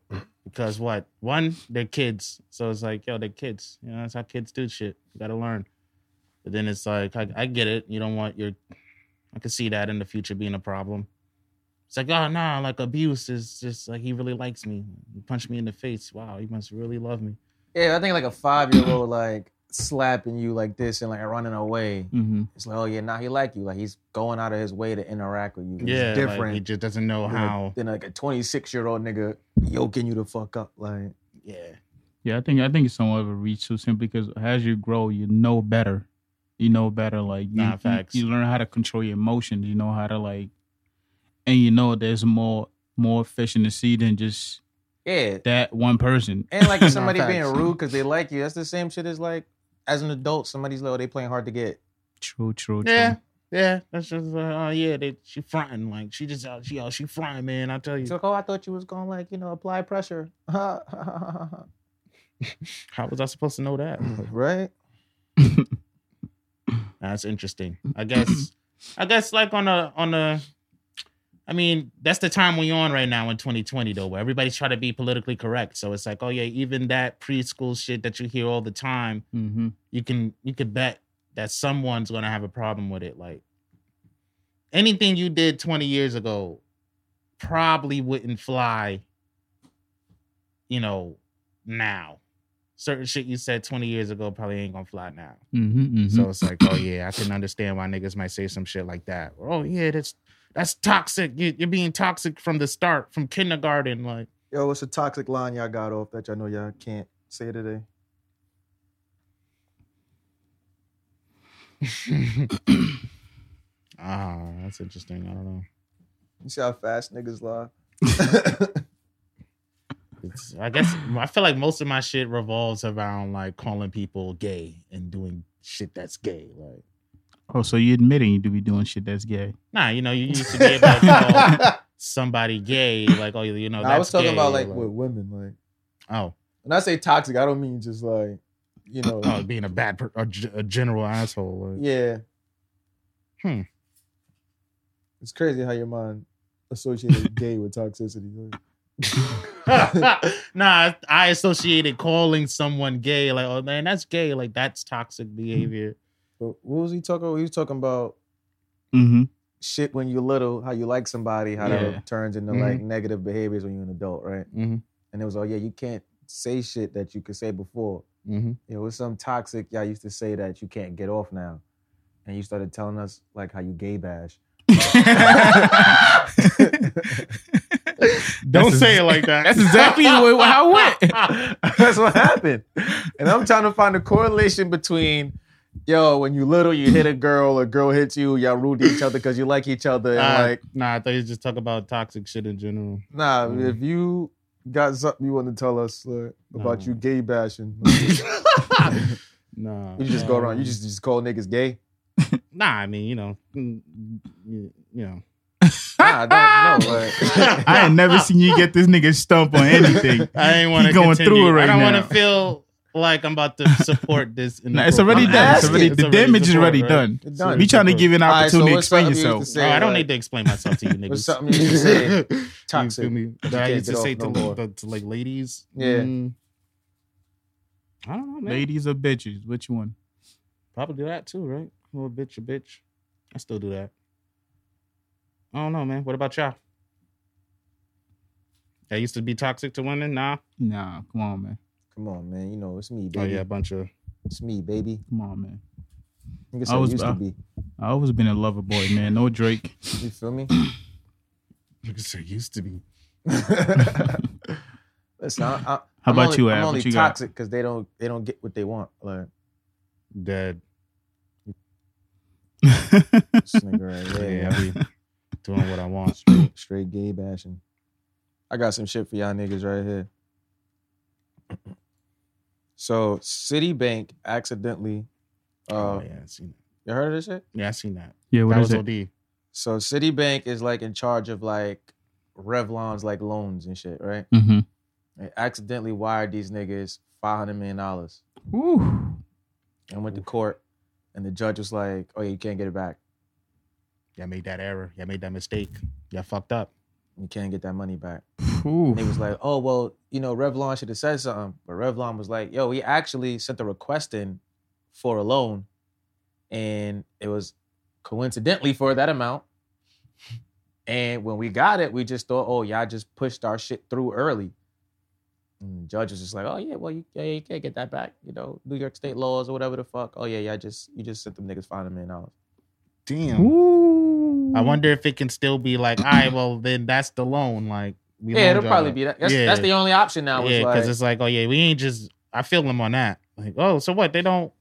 [SPEAKER 2] Because what? One, they're kids. So it's like, yo, they're kids. You know, that's how kids do shit. You gotta learn. But then it's like, I, I get it. You don't want your I could see that in the future being a problem. It's like, oh nah, like abuse is just like he really likes me. He punched me in the face. Wow, he must really love me.
[SPEAKER 3] yeah, I think like a five year old like slapping you like this and like running away.
[SPEAKER 1] Mm-hmm.
[SPEAKER 3] It's like, oh yeah, now he like you. Like he's going out of his way to interact with you. It's
[SPEAKER 2] yeah. Different.
[SPEAKER 3] different.
[SPEAKER 2] he just doesn't know
[SPEAKER 3] than a-
[SPEAKER 2] how.
[SPEAKER 3] than like a 26 year old nigga yoking you the fuck up. Like,
[SPEAKER 2] Yeah.
[SPEAKER 1] Yeah, I think I think it's somewhat of a reach too, simply because as you grow, you know better. You know better, like you,
[SPEAKER 2] Nah,
[SPEAKER 1] you-
[SPEAKER 2] facts.
[SPEAKER 1] you learn how to control your emotions. You know how to like, and you know there's more more fish in the sea than just
[SPEAKER 3] yeah.
[SPEAKER 1] that one person.
[SPEAKER 3] And like if somebody
[SPEAKER 2] Nah,
[SPEAKER 3] being
[SPEAKER 2] facts.
[SPEAKER 3] rude because they like you, that's the same shit as like as an adult, somebody's like, oh, they playing hard to get.
[SPEAKER 1] True, true, true.
[SPEAKER 2] Yeah. Yeah. That's just like, oh yeah, they, she fronting. Like she just out she out she fronting, man. I tell you.
[SPEAKER 3] It's like, oh, I thought you was gonna like, you know, apply pressure. right?
[SPEAKER 2] How was I supposed to know that? That's interesting. I guess I guess like on a on a I mean, that's the time we're on right now in 2020, though, where everybody's trying to be politically correct. So it's like, oh yeah, even that preschool shit that you hear all the time,
[SPEAKER 1] Mm-hmm.
[SPEAKER 2] you can you could bet that someone's gonna have a problem with it. Like anything you did 20 years ago probably wouldn't fly, you know, now. Certain shit you said 20 years ago probably ain't gonna fly now.
[SPEAKER 1] Mm-hmm. mm-hmm.
[SPEAKER 2] So it's like, oh yeah, I can understand why niggas might say some shit like that. Or, oh yeah, that's that's toxic. You, you're being toxic from the start, from kindergarten. Like,
[SPEAKER 3] Yo, it's a toxic line y'all got off that y'all know y'all can't say today.
[SPEAKER 2] ah, that's interesting. I don't know.
[SPEAKER 3] You see how fast niggas lie?
[SPEAKER 2] It's, I guess I feel like most of my shit revolves around like calling people gay and doing shit that's gay. Like,
[SPEAKER 1] oh, so you admitting you do be doing shit that's gay?
[SPEAKER 2] nah, you know, you used to be able to call somebody gay. Like, oh, you know,
[SPEAKER 3] Nah,
[SPEAKER 2] that's
[SPEAKER 3] I was talking
[SPEAKER 2] gay,
[SPEAKER 3] about like with women, like
[SPEAKER 2] oh,
[SPEAKER 3] when I say toxic, I don't mean just like you know,
[SPEAKER 2] oh, being a bad, per- a, g- a general asshole. Like,
[SPEAKER 3] yeah.
[SPEAKER 2] Hmm.
[SPEAKER 3] It's crazy how your mind associated gay with toxicity. Like,
[SPEAKER 2] nah, I associated calling someone gay, like, oh man, that's gay, like that's toxic behavior.
[SPEAKER 3] but what was he talking? About? He was talking about
[SPEAKER 1] Mm-hmm.
[SPEAKER 3] shit when you're little, how you like somebody, how
[SPEAKER 1] Yeah.
[SPEAKER 3] that turns
[SPEAKER 2] Mm-hmm.
[SPEAKER 3] into like negative behaviors when you're an adult, right?
[SPEAKER 2] Mhm.
[SPEAKER 3] And it was all, yeah, you can't say shit that you could say before.
[SPEAKER 2] Mm-hmm.
[SPEAKER 3] It was some toxic y'all used to say that you can't get off now. And you started telling us like how you gay bash.
[SPEAKER 2] Don't
[SPEAKER 1] That's
[SPEAKER 2] say
[SPEAKER 1] ex-
[SPEAKER 2] it like that.
[SPEAKER 1] that's exactly what- how
[SPEAKER 2] it went.
[SPEAKER 3] That's what happened. And I'm trying to find a correlation between, yo, when you little, you hit a girl, a girl hits you, y'all rude to each other because you like each other. And
[SPEAKER 2] Nah,
[SPEAKER 3] like,
[SPEAKER 2] nah, I thought you just talk about toxic shit in general.
[SPEAKER 3] nah,
[SPEAKER 1] Mm-hmm.
[SPEAKER 2] Mm.
[SPEAKER 3] if you got something you want to tell us like, about
[SPEAKER 2] No.
[SPEAKER 1] Mm-hmm.
[SPEAKER 3] you gay bashing,
[SPEAKER 2] Nah,
[SPEAKER 3] you just go
[SPEAKER 1] Mm-hmm.
[SPEAKER 3] around, you just just call niggas gay.
[SPEAKER 2] nah. I mean, you know, mm, you you know.
[SPEAKER 3] Nah, I don't know. Like,
[SPEAKER 1] I ain't never seen you get this nigga stump on anything.
[SPEAKER 2] I ain't want to
[SPEAKER 1] He going through it right
[SPEAKER 2] I don't
[SPEAKER 1] now.
[SPEAKER 2] want to feel like I'm about to support this. in the
[SPEAKER 1] Nah, it's already
[SPEAKER 2] program.
[SPEAKER 1] done. It's
[SPEAKER 3] asking.
[SPEAKER 1] already,
[SPEAKER 3] It's
[SPEAKER 1] the damage is already
[SPEAKER 2] support, right?
[SPEAKER 1] done.
[SPEAKER 3] It's done.
[SPEAKER 1] We trying to give you an
[SPEAKER 3] All right, so
[SPEAKER 1] opportunity to
[SPEAKER 3] what's
[SPEAKER 1] explain
[SPEAKER 3] something you
[SPEAKER 1] yourself.
[SPEAKER 3] used to
[SPEAKER 2] Oh,
[SPEAKER 3] say,
[SPEAKER 2] I don't
[SPEAKER 3] like-
[SPEAKER 2] need to explain myself to you niggas.
[SPEAKER 3] What's something you used to say? Toxic.
[SPEAKER 2] You feel me?
[SPEAKER 3] you
[SPEAKER 2] That I
[SPEAKER 3] can't
[SPEAKER 2] used to
[SPEAKER 3] get
[SPEAKER 2] say
[SPEAKER 3] off
[SPEAKER 2] to,
[SPEAKER 3] no more.
[SPEAKER 2] to, to, like ladies.
[SPEAKER 3] Yeah.
[SPEAKER 2] mm, I don't know, man.
[SPEAKER 1] Ladies or bitches, which one?
[SPEAKER 2] Probably do that too, right? A little bitch, a bitch. I still do that. I don't know, man. What about y'all? That used to be toxic to women. Nah.
[SPEAKER 1] Nah, come on, man.
[SPEAKER 3] Come on, man. You know, it's me,
[SPEAKER 2] Oh
[SPEAKER 3] baby.
[SPEAKER 2] yeah, a bunch of.
[SPEAKER 3] It's me, baby.
[SPEAKER 1] Come on, man.
[SPEAKER 3] I guess
[SPEAKER 1] I
[SPEAKER 3] I
[SPEAKER 1] was-
[SPEAKER 3] used
[SPEAKER 1] uh,
[SPEAKER 3] to be.
[SPEAKER 1] I always been a lover boy, man. No Drake.
[SPEAKER 3] You feel me?
[SPEAKER 2] Niggas that used to be.
[SPEAKER 3] Listen, I, I, How
[SPEAKER 1] How about you, Ab?
[SPEAKER 3] I'm
[SPEAKER 1] What
[SPEAKER 3] only
[SPEAKER 1] you got?
[SPEAKER 3] toxic because they don't they don't get what they want. Like
[SPEAKER 2] Dead.
[SPEAKER 3] this nigga right here,
[SPEAKER 2] Yeah, I be doing what I want.
[SPEAKER 3] straight, straight gay bashing. I got some shit for y'all niggas right here. So Citibank accidentally, uh,
[SPEAKER 2] oh yeah, I seen that.
[SPEAKER 3] you heard of this shit?
[SPEAKER 2] Yeah, I seen that.
[SPEAKER 1] yeah, what
[SPEAKER 2] that
[SPEAKER 1] is
[SPEAKER 2] was
[SPEAKER 1] it?
[SPEAKER 2] OD.
[SPEAKER 3] So Citibank is like in charge of like Revlon's like loans and shit, right?
[SPEAKER 1] Mm-hmm.
[SPEAKER 3] They accidentally wired these niggas five hundred million dollars.
[SPEAKER 1] Woo.
[SPEAKER 3] and went to court, and the judge was like, "Oh yeah, you can't get it back.
[SPEAKER 2] Y'all made that error. Y'all made that mistake. Y'all fucked up.
[SPEAKER 3] You can't get that money back."
[SPEAKER 1] Ooh.
[SPEAKER 3] And he was like, "Oh well, you know, Revlon should have said something." But Revlon was like, "Yo, we actually sent a request in for a loan, and it was coincidentally for that amount. And when we got it, we just thought, oh y'all just pushed our shit through early." And the judge was just like, "Oh yeah, well you, yeah, you can't get that back, you know, New York state laws or whatever the fuck. Oh yeah, yeah, just you just sent them niggas five million dollars."
[SPEAKER 2] Damn.
[SPEAKER 1] Ooh.
[SPEAKER 2] I wonder if it can still be like, all right, well, then that's the loan. Like, we
[SPEAKER 3] Yeah,
[SPEAKER 2] loaned
[SPEAKER 3] it'll
[SPEAKER 2] y'all
[SPEAKER 3] probably be that. That's, that's the only option now.
[SPEAKER 2] yeah,
[SPEAKER 3] Is
[SPEAKER 2] because
[SPEAKER 3] like,
[SPEAKER 2] it's like, oh yeah, we ain't just. I feel them on that. Like, oh, so what? They don't.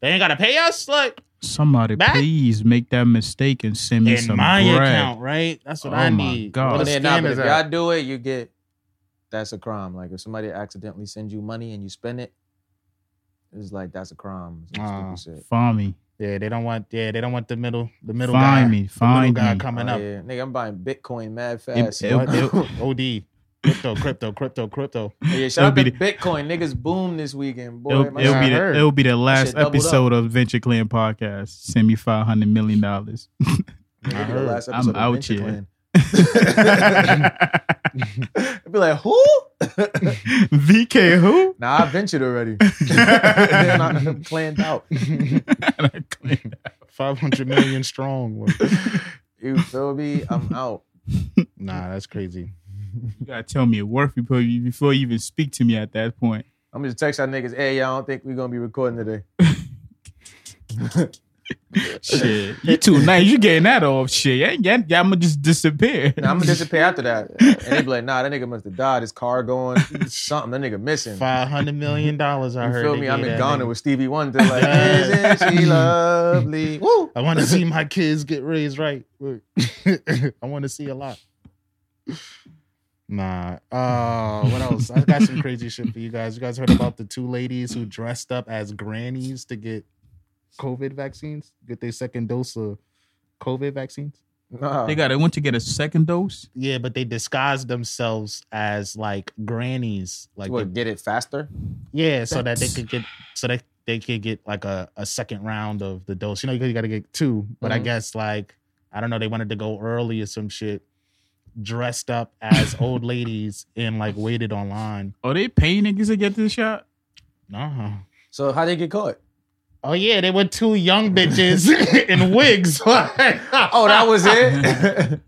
[SPEAKER 2] They ain't gotta pay us. Like
[SPEAKER 1] Somebody
[SPEAKER 2] Back-
[SPEAKER 1] please make that mistake and send me
[SPEAKER 2] in
[SPEAKER 1] some
[SPEAKER 2] my
[SPEAKER 1] bread.
[SPEAKER 2] account, right? That's what
[SPEAKER 1] Oh
[SPEAKER 2] I
[SPEAKER 1] my
[SPEAKER 2] need.
[SPEAKER 1] God.
[SPEAKER 2] What
[SPEAKER 3] but
[SPEAKER 2] a
[SPEAKER 3] then, nah, but
[SPEAKER 2] scam
[SPEAKER 3] if
[SPEAKER 2] is
[SPEAKER 3] y'all
[SPEAKER 2] that?
[SPEAKER 3] do it, you get that's a crime. Like if somebody accidentally sends you money and you spend it, it's like that's a crime. Some
[SPEAKER 2] Ah,
[SPEAKER 3] stupid shit.
[SPEAKER 1] Find me.
[SPEAKER 2] Yeah, they don't want. Yeah, they don't want the middle. The middle
[SPEAKER 1] Find
[SPEAKER 2] guy.
[SPEAKER 1] me.
[SPEAKER 2] the middle
[SPEAKER 1] Find
[SPEAKER 2] guy
[SPEAKER 1] me.
[SPEAKER 2] coming
[SPEAKER 3] Oh,
[SPEAKER 2] up.
[SPEAKER 3] yeah. Nigga, I'm buying Bitcoin mad fast.
[SPEAKER 1] it-
[SPEAKER 3] What?
[SPEAKER 1] it-
[SPEAKER 3] Oh,
[SPEAKER 2] Od. Crypto, crypto, crypto, crypto.
[SPEAKER 3] yeah, shout out
[SPEAKER 1] it'll
[SPEAKER 3] to
[SPEAKER 1] be
[SPEAKER 3] Bitcoin. Niggas boom this weekend, boy.
[SPEAKER 1] it'll,
[SPEAKER 3] My
[SPEAKER 1] it'll be
[SPEAKER 3] shit-
[SPEAKER 1] the,
[SPEAKER 2] heard.
[SPEAKER 1] it'll be the last
[SPEAKER 3] shit doubled
[SPEAKER 1] episode of Venture Clan podcast. Send me five hundred million dollars.
[SPEAKER 3] it'll be the
[SPEAKER 2] heard.
[SPEAKER 3] last
[SPEAKER 1] I'm
[SPEAKER 3] episode of
[SPEAKER 1] out
[SPEAKER 3] Venture
[SPEAKER 1] here.
[SPEAKER 3] Clan. I'd be like, who?
[SPEAKER 1] VK who?
[SPEAKER 3] Nah, I ventured already. Then I'm planned out.
[SPEAKER 2] Five hundred million strong.
[SPEAKER 3] You feel me? I'm out.
[SPEAKER 2] Nah, that's crazy.
[SPEAKER 1] You gotta tell me it worked before you before you even speak to me at that point.
[SPEAKER 3] I'm gonna text our niggas, hey, y'all don't think we're gonna be recording today.
[SPEAKER 1] Shit, you too nice. You getting that off? Shit, ain't get, I'm gonna just disappear.
[SPEAKER 3] Nah, I'm gonna disappear after that. And they be like, nah, that nigga must have died. His car going, something, that nigga missing.
[SPEAKER 2] Five hundred million dollars. I
[SPEAKER 3] You
[SPEAKER 2] heard.
[SPEAKER 3] feel
[SPEAKER 2] they
[SPEAKER 3] me?
[SPEAKER 2] gave
[SPEAKER 3] I'm in
[SPEAKER 2] that
[SPEAKER 3] Ghana
[SPEAKER 2] nigga.
[SPEAKER 3] with Stevie Wonder. Like, isn't she lovely? Woo!
[SPEAKER 2] I want to see my kids get raised right. Look. I want to see a lot. Nah. Uh, what else? I got some crazy shit for you guys. You guys heard about the two ladies who dressed up as grannies to get COVID vaccines, get their second dose of COVID vaccines?
[SPEAKER 3] Nah.
[SPEAKER 1] They got. They want to get a second dose.
[SPEAKER 2] Yeah, but they disguised themselves as like grannies, like
[SPEAKER 3] what, get it faster?
[SPEAKER 2] yeah, so that they
[SPEAKER 1] That's-
[SPEAKER 2] could get so that they could get like a, a second round of the dose. You know, you got to get two, but I
[SPEAKER 1] Mm-hmm.
[SPEAKER 3] Mhm.
[SPEAKER 2] guess like I don't know, they wanted to go early or some shit, dressed up as old ladies and like waited online.
[SPEAKER 1] Are oh, they paying niggas to get this shot?
[SPEAKER 2] Nah.
[SPEAKER 3] So how they get caught?
[SPEAKER 2] Oh yeah, they were two young bitches in wigs.
[SPEAKER 3] Oh,
[SPEAKER 2] oh,
[SPEAKER 3] that was it?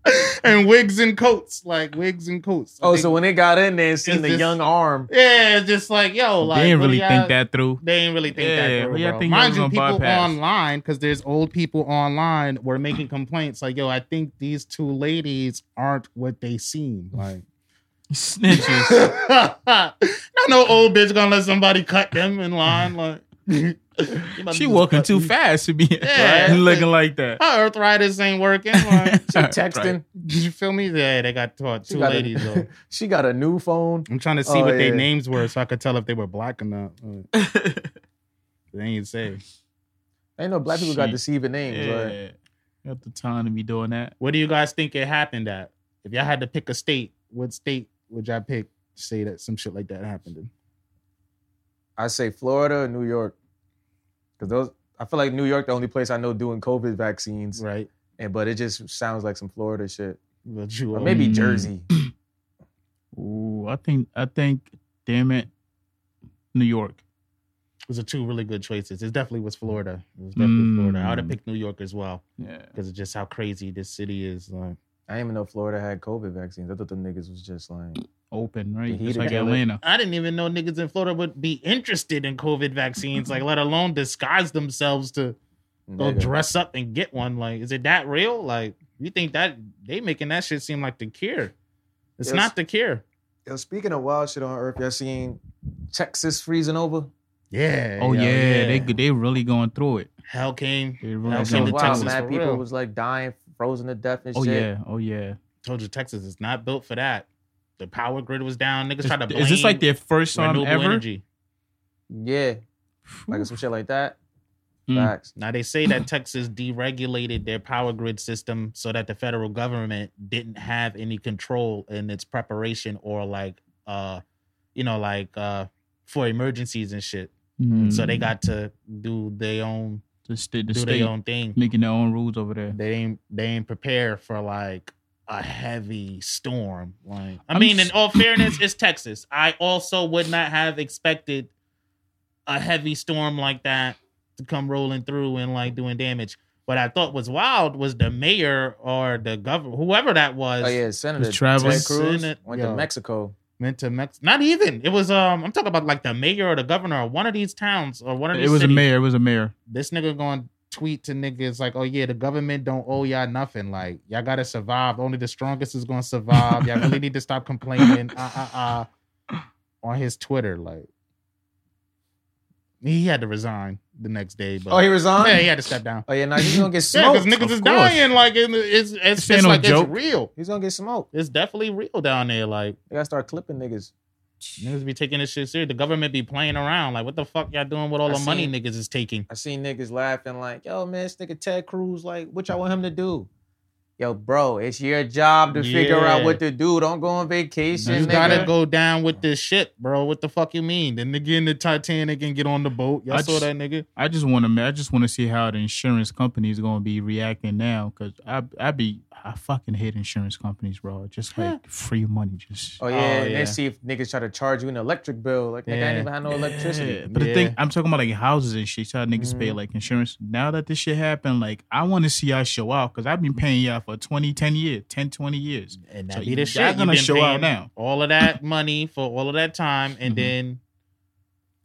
[SPEAKER 2] and wigs and coats, like wigs and coats.
[SPEAKER 3] oh, so when they got in there and seen
[SPEAKER 2] Is
[SPEAKER 3] the
[SPEAKER 2] this-
[SPEAKER 3] young arm.
[SPEAKER 2] yeah, it's just like yo, like
[SPEAKER 1] they didn't
[SPEAKER 2] what do
[SPEAKER 1] really
[SPEAKER 2] y'all-
[SPEAKER 1] think that through.
[SPEAKER 2] They didn't really think
[SPEAKER 1] Yeah,
[SPEAKER 2] that through,
[SPEAKER 1] what y'all
[SPEAKER 2] bro.
[SPEAKER 1] think
[SPEAKER 2] Mind
[SPEAKER 1] y'all
[SPEAKER 2] you,
[SPEAKER 1] was
[SPEAKER 2] people
[SPEAKER 1] gonna bypass?
[SPEAKER 2] online, because there's old people online, were making complaints like, "Yo, I think these two ladies aren't what they seem." Like,
[SPEAKER 1] Snitches.
[SPEAKER 2] I know old bitch gonna let somebody cut them in line. Like, you about to
[SPEAKER 1] she
[SPEAKER 2] just
[SPEAKER 1] walking
[SPEAKER 2] cut
[SPEAKER 1] too
[SPEAKER 2] me.
[SPEAKER 1] fast to be
[SPEAKER 2] Yeah.
[SPEAKER 1] looking like that.
[SPEAKER 2] Her arthritis ain't working. Like,
[SPEAKER 3] She texting.
[SPEAKER 2] you feel me? Yeah, they got taught
[SPEAKER 3] She
[SPEAKER 2] two
[SPEAKER 3] got a-
[SPEAKER 2] ladies. though.
[SPEAKER 3] She got a new phone.
[SPEAKER 2] I'm trying to see
[SPEAKER 3] Oh,
[SPEAKER 2] what
[SPEAKER 3] yeah.
[SPEAKER 2] their names were so I could tell if they were black or not. Like, they ain't say.
[SPEAKER 3] Ain't no black people got
[SPEAKER 1] Shit.
[SPEAKER 3] deceiving names. right?
[SPEAKER 1] Yeah. Got the time to be doing that.
[SPEAKER 2] What do you guys think it happened at? If y'all had to pick a state, what state would y'all pick? to Say that some shit like that happened. In?
[SPEAKER 3] I say Florida or New York. Cause those I feel like New York the only place I know doing COVID vaccines.
[SPEAKER 2] Right.
[SPEAKER 3] And but it just sounds like some Florida shit.
[SPEAKER 2] But you
[SPEAKER 3] Or maybe
[SPEAKER 1] Mm.
[SPEAKER 3] Jersey.
[SPEAKER 1] Ooh, I think I think damn it, New York.
[SPEAKER 2] um, Those are two really good choices. It definitely was Florida. It was definitely
[SPEAKER 1] Mm.
[SPEAKER 2] Florida. I would have picked New York as well
[SPEAKER 1] Yeah.
[SPEAKER 2] because of just how crazy this city is. Like,
[SPEAKER 3] I didn't even know Florida had COVID vaccines. I thought them niggas was just
[SPEAKER 2] Oh,
[SPEAKER 3] like
[SPEAKER 1] Open,
[SPEAKER 3] The
[SPEAKER 1] right?
[SPEAKER 3] heat
[SPEAKER 1] Just like
[SPEAKER 3] together.
[SPEAKER 1] Atlanta.
[SPEAKER 2] I didn't even know niggas in Florida would be interested in COVID vaccines. Like, let alone disguise themselves to go
[SPEAKER 3] nigga.
[SPEAKER 2] dress up and get one. Like, is it that real? Like, you think that they making that shit seem like the cure? It's
[SPEAKER 3] Yes.
[SPEAKER 2] not the cure.
[SPEAKER 3] Yo, speaking of wild shit on earth, y'all seen Texas freezing over?
[SPEAKER 2] Yeah.
[SPEAKER 1] Oh
[SPEAKER 2] yo,
[SPEAKER 1] yeah, they they really going through it.
[SPEAKER 2] Hell came.
[SPEAKER 1] They
[SPEAKER 2] Yeah,
[SPEAKER 1] really
[SPEAKER 2] I'm
[SPEAKER 3] That shit
[SPEAKER 2] seen
[SPEAKER 1] going
[SPEAKER 3] was
[SPEAKER 2] the
[SPEAKER 1] through
[SPEAKER 3] wild.
[SPEAKER 2] Texas
[SPEAKER 1] it.
[SPEAKER 3] Mad
[SPEAKER 2] for
[SPEAKER 3] people
[SPEAKER 2] real.
[SPEAKER 3] was like dying, frozen to death and
[SPEAKER 1] Oh
[SPEAKER 3] shit.
[SPEAKER 1] yeah, oh yeah.
[SPEAKER 2] Told you Texas is not built for that. The power grid was down. Niggas
[SPEAKER 1] Is,
[SPEAKER 2] tried to blame
[SPEAKER 1] is this like their first time
[SPEAKER 2] renewable
[SPEAKER 1] ever?
[SPEAKER 2] energy.
[SPEAKER 3] Yeah. Like some shit like that.
[SPEAKER 1] Mm.
[SPEAKER 3] Facts.
[SPEAKER 2] Now they say that Texas deregulated their power grid system so that the federal government didn't have any control in its preparation or like uh you know like uh for emergencies and shit.
[SPEAKER 1] Mm.
[SPEAKER 2] So they got to do their own
[SPEAKER 1] the state, the
[SPEAKER 2] do
[SPEAKER 1] state
[SPEAKER 2] their own thing.
[SPEAKER 1] making their own rules over there.
[SPEAKER 2] they ain't they ain't prepared for like a heavy storm. Like I
[SPEAKER 1] I'm
[SPEAKER 2] mean, in
[SPEAKER 1] s-
[SPEAKER 2] all fairness, it's Texas. I also would not have expected a heavy storm like that to come rolling through and like doing damage. What I thought was wild was the mayor or the governor, whoever that was,
[SPEAKER 3] Oh yeah, Senator Ted
[SPEAKER 1] Travis-
[SPEAKER 3] Cruz
[SPEAKER 2] Senate-
[SPEAKER 3] went
[SPEAKER 2] Yo.
[SPEAKER 3] to Mexico.
[SPEAKER 2] meant to Mex. Not even it was. Um, I'm talking about like the mayor or the governor or one of these towns or one of these.
[SPEAKER 1] It was a
[SPEAKER 2] cities.
[SPEAKER 1] mayor. It was a mayor.
[SPEAKER 2] this nigga going tweet to niggas like, oh yeah, the government don't owe y'all nothing. Like y'all gotta survive. Only the strongest is gonna survive. y'all really need to stop complaining. Uh uh uh. On his Twitter, like he had to resign the next day. But
[SPEAKER 3] Oh, he resigned.
[SPEAKER 2] yeah, he had to step down.
[SPEAKER 3] Oh yeah, now he's gonna get
[SPEAKER 2] Yeah,
[SPEAKER 3] smoked.
[SPEAKER 2] because niggas
[SPEAKER 1] of
[SPEAKER 2] is
[SPEAKER 1] course.
[SPEAKER 2] dying. Like it- it's it's,
[SPEAKER 1] This
[SPEAKER 2] it's
[SPEAKER 1] ain't no
[SPEAKER 2] like
[SPEAKER 1] joke.
[SPEAKER 2] it's real.
[SPEAKER 3] He's gonna get smoked.
[SPEAKER 2] It's definitely real down there. Like
[SPEAKER 3] They gotta start clipping niggas.
[SPEAKER 2] niggas be taking this shit serious. The government be playing around. Like what the fuck y'all doing with all
[SPEAKER 3] I
[SPEAKER 2] the money
[SPEAKER 3] seen-
[SPEAKER 2] niggas is taking?
[SPEAKER 3] I seen niggas laughing like, "Yo, man, this nigga Ted Cruz, like, what y'all want him to do?" yo, bro, it's your job to figure out
[SPEAKER 2] Yeah.
[SPEAKER 3] what to do. Don't go on vacation.
[SPEAKER 2] You
[SPEAKER 3] nigga.
[SPEAKER 2] gotta go down with this ship, bro. What the fuck you mean? The nigga in the Titanic and get on the boat. Y'all
[SPEAKER 1] I
[SPEAKER 2] saw
[SPEAKER 1] just-
[SPEAKER 2] that nigga?
[SPEAKER 1] I just want to. I just want to see how the insurance company is going to be reacting now, because I I be I fucking hate insurance companies, bro. Just like free money, just
[SPEAKER 3] Oh yeah,
[SPEAKER 2] Oh,
[SPEAKER 3] and
[SPEAKER 2] yeah.
[SPEAKER 3] then see if niggas try to charge you an electric bill. Like nigga, I
[SPEAKER 2] Yeah.
[SPEAKER 3] ain't even have no electricity. Mm.
[SPEAKER 1] Yeah, But the
[SPEAKER 2] Yeah.
[SPEAKER 1] thing I'm talking about like houses and shit. So how niggas pay like insurance. Now that this shit happened, like I want to see y'all show out because I've been paying y'all for 20, 10 years, 10, 20 years.
[SPEAKER 2] And
[SPEAKER 1] So
[SPEAKER 2] that
[SPEAKER 1] you-
[SPEAKER 2] be the
[SPEAKER 1] y'all
[SPEAKER 2] shit. You
[SPEAKER 1] gonna
[SPEAKER 2] been
[SPEAKER 1] show out
[SPEAKER 2] paying
[SPEAKER 1] now.
[SPEAKER 2] All of that money for all of that time, and
[SPEAKER 1] Mhm.
[SPEAKER 2] then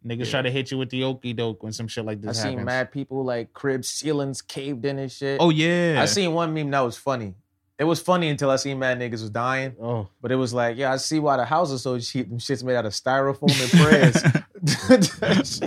[SPEAKER 2] niggas try to hit you with the okey doke when some shit like
[SPEAKER 3] I
[SPEAKER 2] this
[SPEAKER 3] seen
[SPEAKER 2] happens.
[SPEAKER 3] mad people like crib ceilings caved in and shit.
[SPEAKER 1] Oh yeah,
[SPEAKER 3] I seen one meme that was funny. It was funny until I seen mad niggas was dying.
[SPEAKER 2] Oh,
[SPEAKER 3] But it was like, yeah, I see why the house is so cheap. Them shits made out of styrofoam and prayers.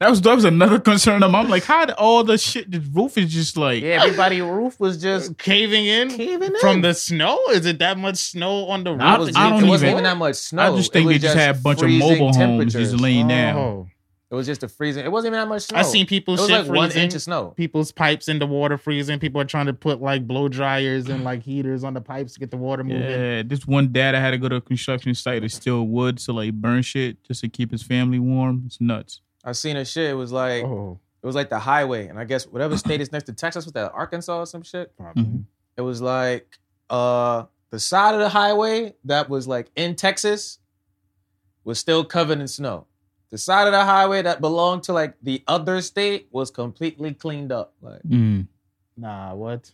[SPEAKER 1] that was that was another concern of mine. I'm like, how did all the shit? The roof is just like
[SPEAKER 3] yeah, everybody roof was just
[SPEAKER 2] caving in
[SPEAKER 3] caving in.
[SPEAKER 2] from the snow? Is it that much snow on the roof?
[SPEAKER 1] I-
[SPEAKER 2] Is
[SPEAKER 1] I
[SPEAKER 2] it-
[SPEAKER 1] don't
[SPEAKER 3] it wasn't
[SPEAKER 1] even-
[SPEAKER 3] even that much snow.
[SPEAKER 1] I just
[SPEAKER 3] It
[SPEAKER 1] think
[SPEAKER 3] was
[SPEAKER 1] they just had a bunch of
[SPEAKER 3] freezing
[SPEAKER 1] mobile homes just
[SPEAKER 3] temperatures.
[SPEAKER 1] laying down.
[SPEAKER 2] Oh.
[SPEAKER 3] It was just a freezing. It wasn't even that much snow.
[SPEAKER 2] I seen
[SPEAKER 3] it
[SPEAKER 2] people
[SPEAKER 3] was
[SPEAKER 2] shit
[SPEAKER 3] like one
[SPEAKER 2] freezing.
[SPEAKER 3] inch of snow.
[SPEAKER 2] people's pipes in the water freezing. People are trying to put like blow dryers and like heaters on the pipes to get the water moving.
[SPEAKER 1] Yeah, this one dad I had to go to a construction site to steal wood to like burn shit just to keep his family warm. It's nuts.
[SPEAKER 3] I seen a shit. It was like
[SPEAKER 2] Oh,
[SPEAKER 3] it was like the highway, and I guess whatever state is next to Texas, was that Arkansas or some shit.
[SPEAKER 2] probably.
[SPEAKER 1] Mhm.
[SPEAKER 3] It was like uh the side of the highway that was like in Texas was still covered in snow. The side of the highway that belonged to like the other state was completely cleaned up. Like
[SPEAKER 2] Nah, what?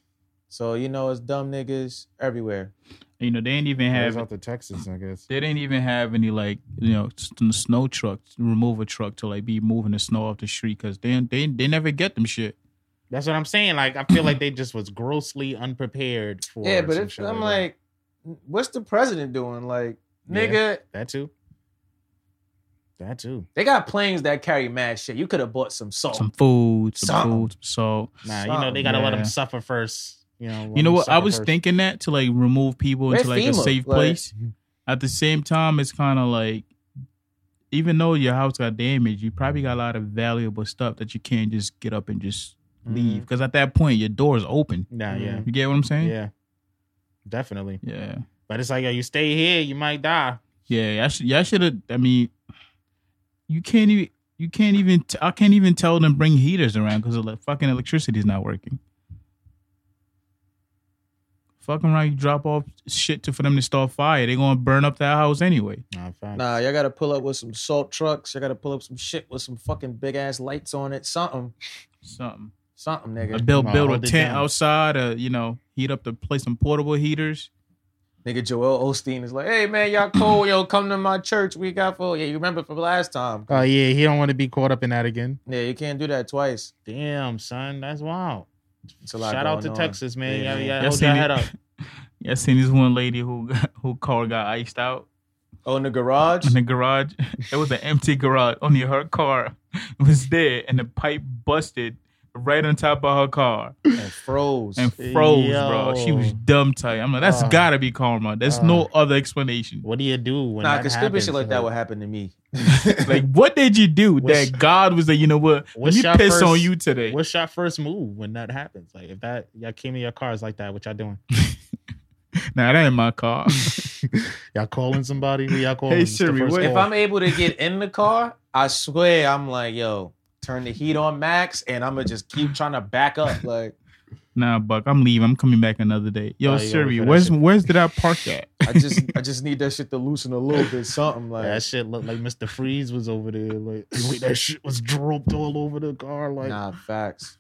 [SPEAKER 3] so, you know, it's dumb niggas everywhere.
[SPEAKER 1] You know they ain't even
[SPEAKER 2] Have
[SPEAKER 1] have
[SPEAKER 2] out to Texas, I guess.
[SPEAKER 1] They didn't even have any like you know s- the snow truck removal truck to like be moving the snow off the street because they they they never get them shit.
[SPEAKER 2] That's what I'm saying. Like, I feel like they just was grossly unprepared for.
[SPEAKER 3] yeah, but
[SPEAKER 2] some
[SPEAKER 3] it's,
[SPEAKER 2] shit
[SPEAKER 3] I'm
[SPEAKER 2] that.
[SPEAKER 3] like, what's the president doing? Like, nigga,
[SPEAKER 2] that too. That too.
[SPEAKER 3] they got planes that carry mad shit. You could have bought some salt.
[SPEAKER 1] Some food, some
[SPEAKER 3] Something.
[SPEAKER 1] food, some salt.
[SPEAKER 2] Nah, you know they gotta let
[SPEAKER 1] Yeah.
[SPEAKER 2] them suffer first. You know. let
[SPEAKER 1] you know
[SPEAKER 2] 'em
[SPEAKER 1] what? I
[SPEAKER 2] suffer
[SPEAKER 1] was
[SPEAKER 2] first.
[SPEAKER 1] thinking that to like remove people
[SPEAKER 3] Where
[SPEAKER 1] into like a
[SPEAKER 3] FEMA?
[SPEAKER 1] safe
[SPEAKER 3] Like-
[SPEAKER 1] place. At the same time, it's kind of like even though your house got damaged, you probably got a lot of valuable stuff that you can't just get up and just leave Mm-hmm. because at that point your door is open.
[SPEAKER 2] Mm-hmm. Nah, yeah,
[SPEAKER 1] You get what I'm saying?
[SPEAKER 2] yeah, definitely.
[SPEAKER 1] Yeah.
[SPEAKER 2] But it's like, yo, you stay here, you might die.
[SPEAKER 1] Yeah, I should. Yeah, I should have. I mean, you can't even. You can't even. T- I can't even tell them bring heaters around because the fucking electricity's not working. Fucking around, you drop off shit to for them to start fire. They're gonna burn up that house anyway.
[SPEAKER 2] Nah, facts.
[SPEAKER 3] Nah, y'all gotta pull up with some salt trucks. Y'all gotta pull up some shit with some fucking big ass lights on it. Something,
[SPEAKER 1] Something.
[SPEAKER 3] something,
[SPEAKER 1] I
[SPEAKER 3] nigga.
[SPEAKER 1] build
[SPEAKER 2] Nah,
[SPEAKER 1] build a
[SPEAKER 2] hold it
[SPEAKER 1] tent
[SPEAKER 2] down.
[SPEAKER 1] outside. Uh, you know, heat up the place some portable heaters.
[SPEAKER 3] Nigga Joel Osteen is like, hey man, y'all cool, yo, come to my church. We got full. Yeah, you remember from last time.
[SPEAKER 2] Oh yeah, he don't want to be caught up in that again.
[SPEAKER 3] Yeah, you can't do that twice.
[SPEAKER 2] Damn, son, that's wild.
[SPEAKER 3] It's a lot
[SPEAKER 2] Shout out
[SPEAKER 3] going
[SPEAKER 2] to
[SPEAKER 3] on.
[SPEAKER 2] Texas, man.
[SPEAKER 3] Yeah,
[SPEAKER 2] Yeah,
[SPEAKER 3] man.
[SPEAKER 2] yeah,
[SPEAKER 1] Y'all
[SPEAKER 2] hold
[SPEAKER 1] seen
[SPEAKER 2] your
[SPEAKER 1] it?
[SPEAKER 2] head up.
[SPEAKER 1] Yeah, I seen this one lady who who car got iced out.
[SPEAKER 3] Oh, in the garage?
[SPEAKER 1] in the garage. It was an empty garage. Only her car was there, and the pipe busted right on top of her car
[SPEAKER 3] and froze.
[SPEAKER 1] and froze, bro.
[SPEAKER 2] Yo.
[SPEAKER 1] She was dumb tight. I'm like, that's
[SPEAKER 2] Uh,
[SPEAKER 1] gotta be karma. There's
[SPEAKER 2] Ah.
[SPEAKER 1] no other explanation.
[SPEAKER 2] What do you do when
[SPEAKER 3] nah,
[SPEAKER 2] that
[SPEAKER 3] because stupid
[SPEAKER 2] happens?
[SPEAKER 3] shit like that would happen to me.
[SPEAKER 1] like, what did you do
[SPEAKER 2] What's-
[SPEAKER 1] that God was like, you know what? Let
[SPEAKER 2] what's
[SPEAKER 1] me
[SPEAKER 2] your
[SPEAKER 1] piss on
[SPEAKER 2] first-
[SPEAKER 1] you today.
[SPEAKER 2] What's your first move when that happens? Like if that y'all came in your cars like that, what y'all doing?
[SPEAKER 1] Nah, that ain't my car.
[SPEAKER 2] Y'all calling somebody? Who y'all calling?
[SPEAKER 1] Hey,
[SPEAKER 2] It's the
[SPEAKER 1] Siri,
[SPEAKER 2] first
[SPEAKER 1] what-
[SPEAKER 2] call.
[SPEAKER 3] if I'm able to get in the car, I swear I'm like, yo, turn the heat on max, and I'ma just keep trying to back up. Like,
[SPEAKER 1] nah, Buck, I'm leaving. I'm coming back another day. Yo,
[SPEAKER 2] Oh, you gotta
[SPEAKER 1] Siri,
[SPEAKER 2] look for that
[SPEAKER 1] where's
[SPEAKER 2] shit.
[SPEAKER 1] where's did I park at?
[SPEAKER 3] I just I just need that shit to loosen a little bit, something like
[SPEAKER 2] that shit looked like Mr. Freeze was over there. Like wait, that shit was dropped all over the car. Like
[SPEAKER 3] Nah, facts.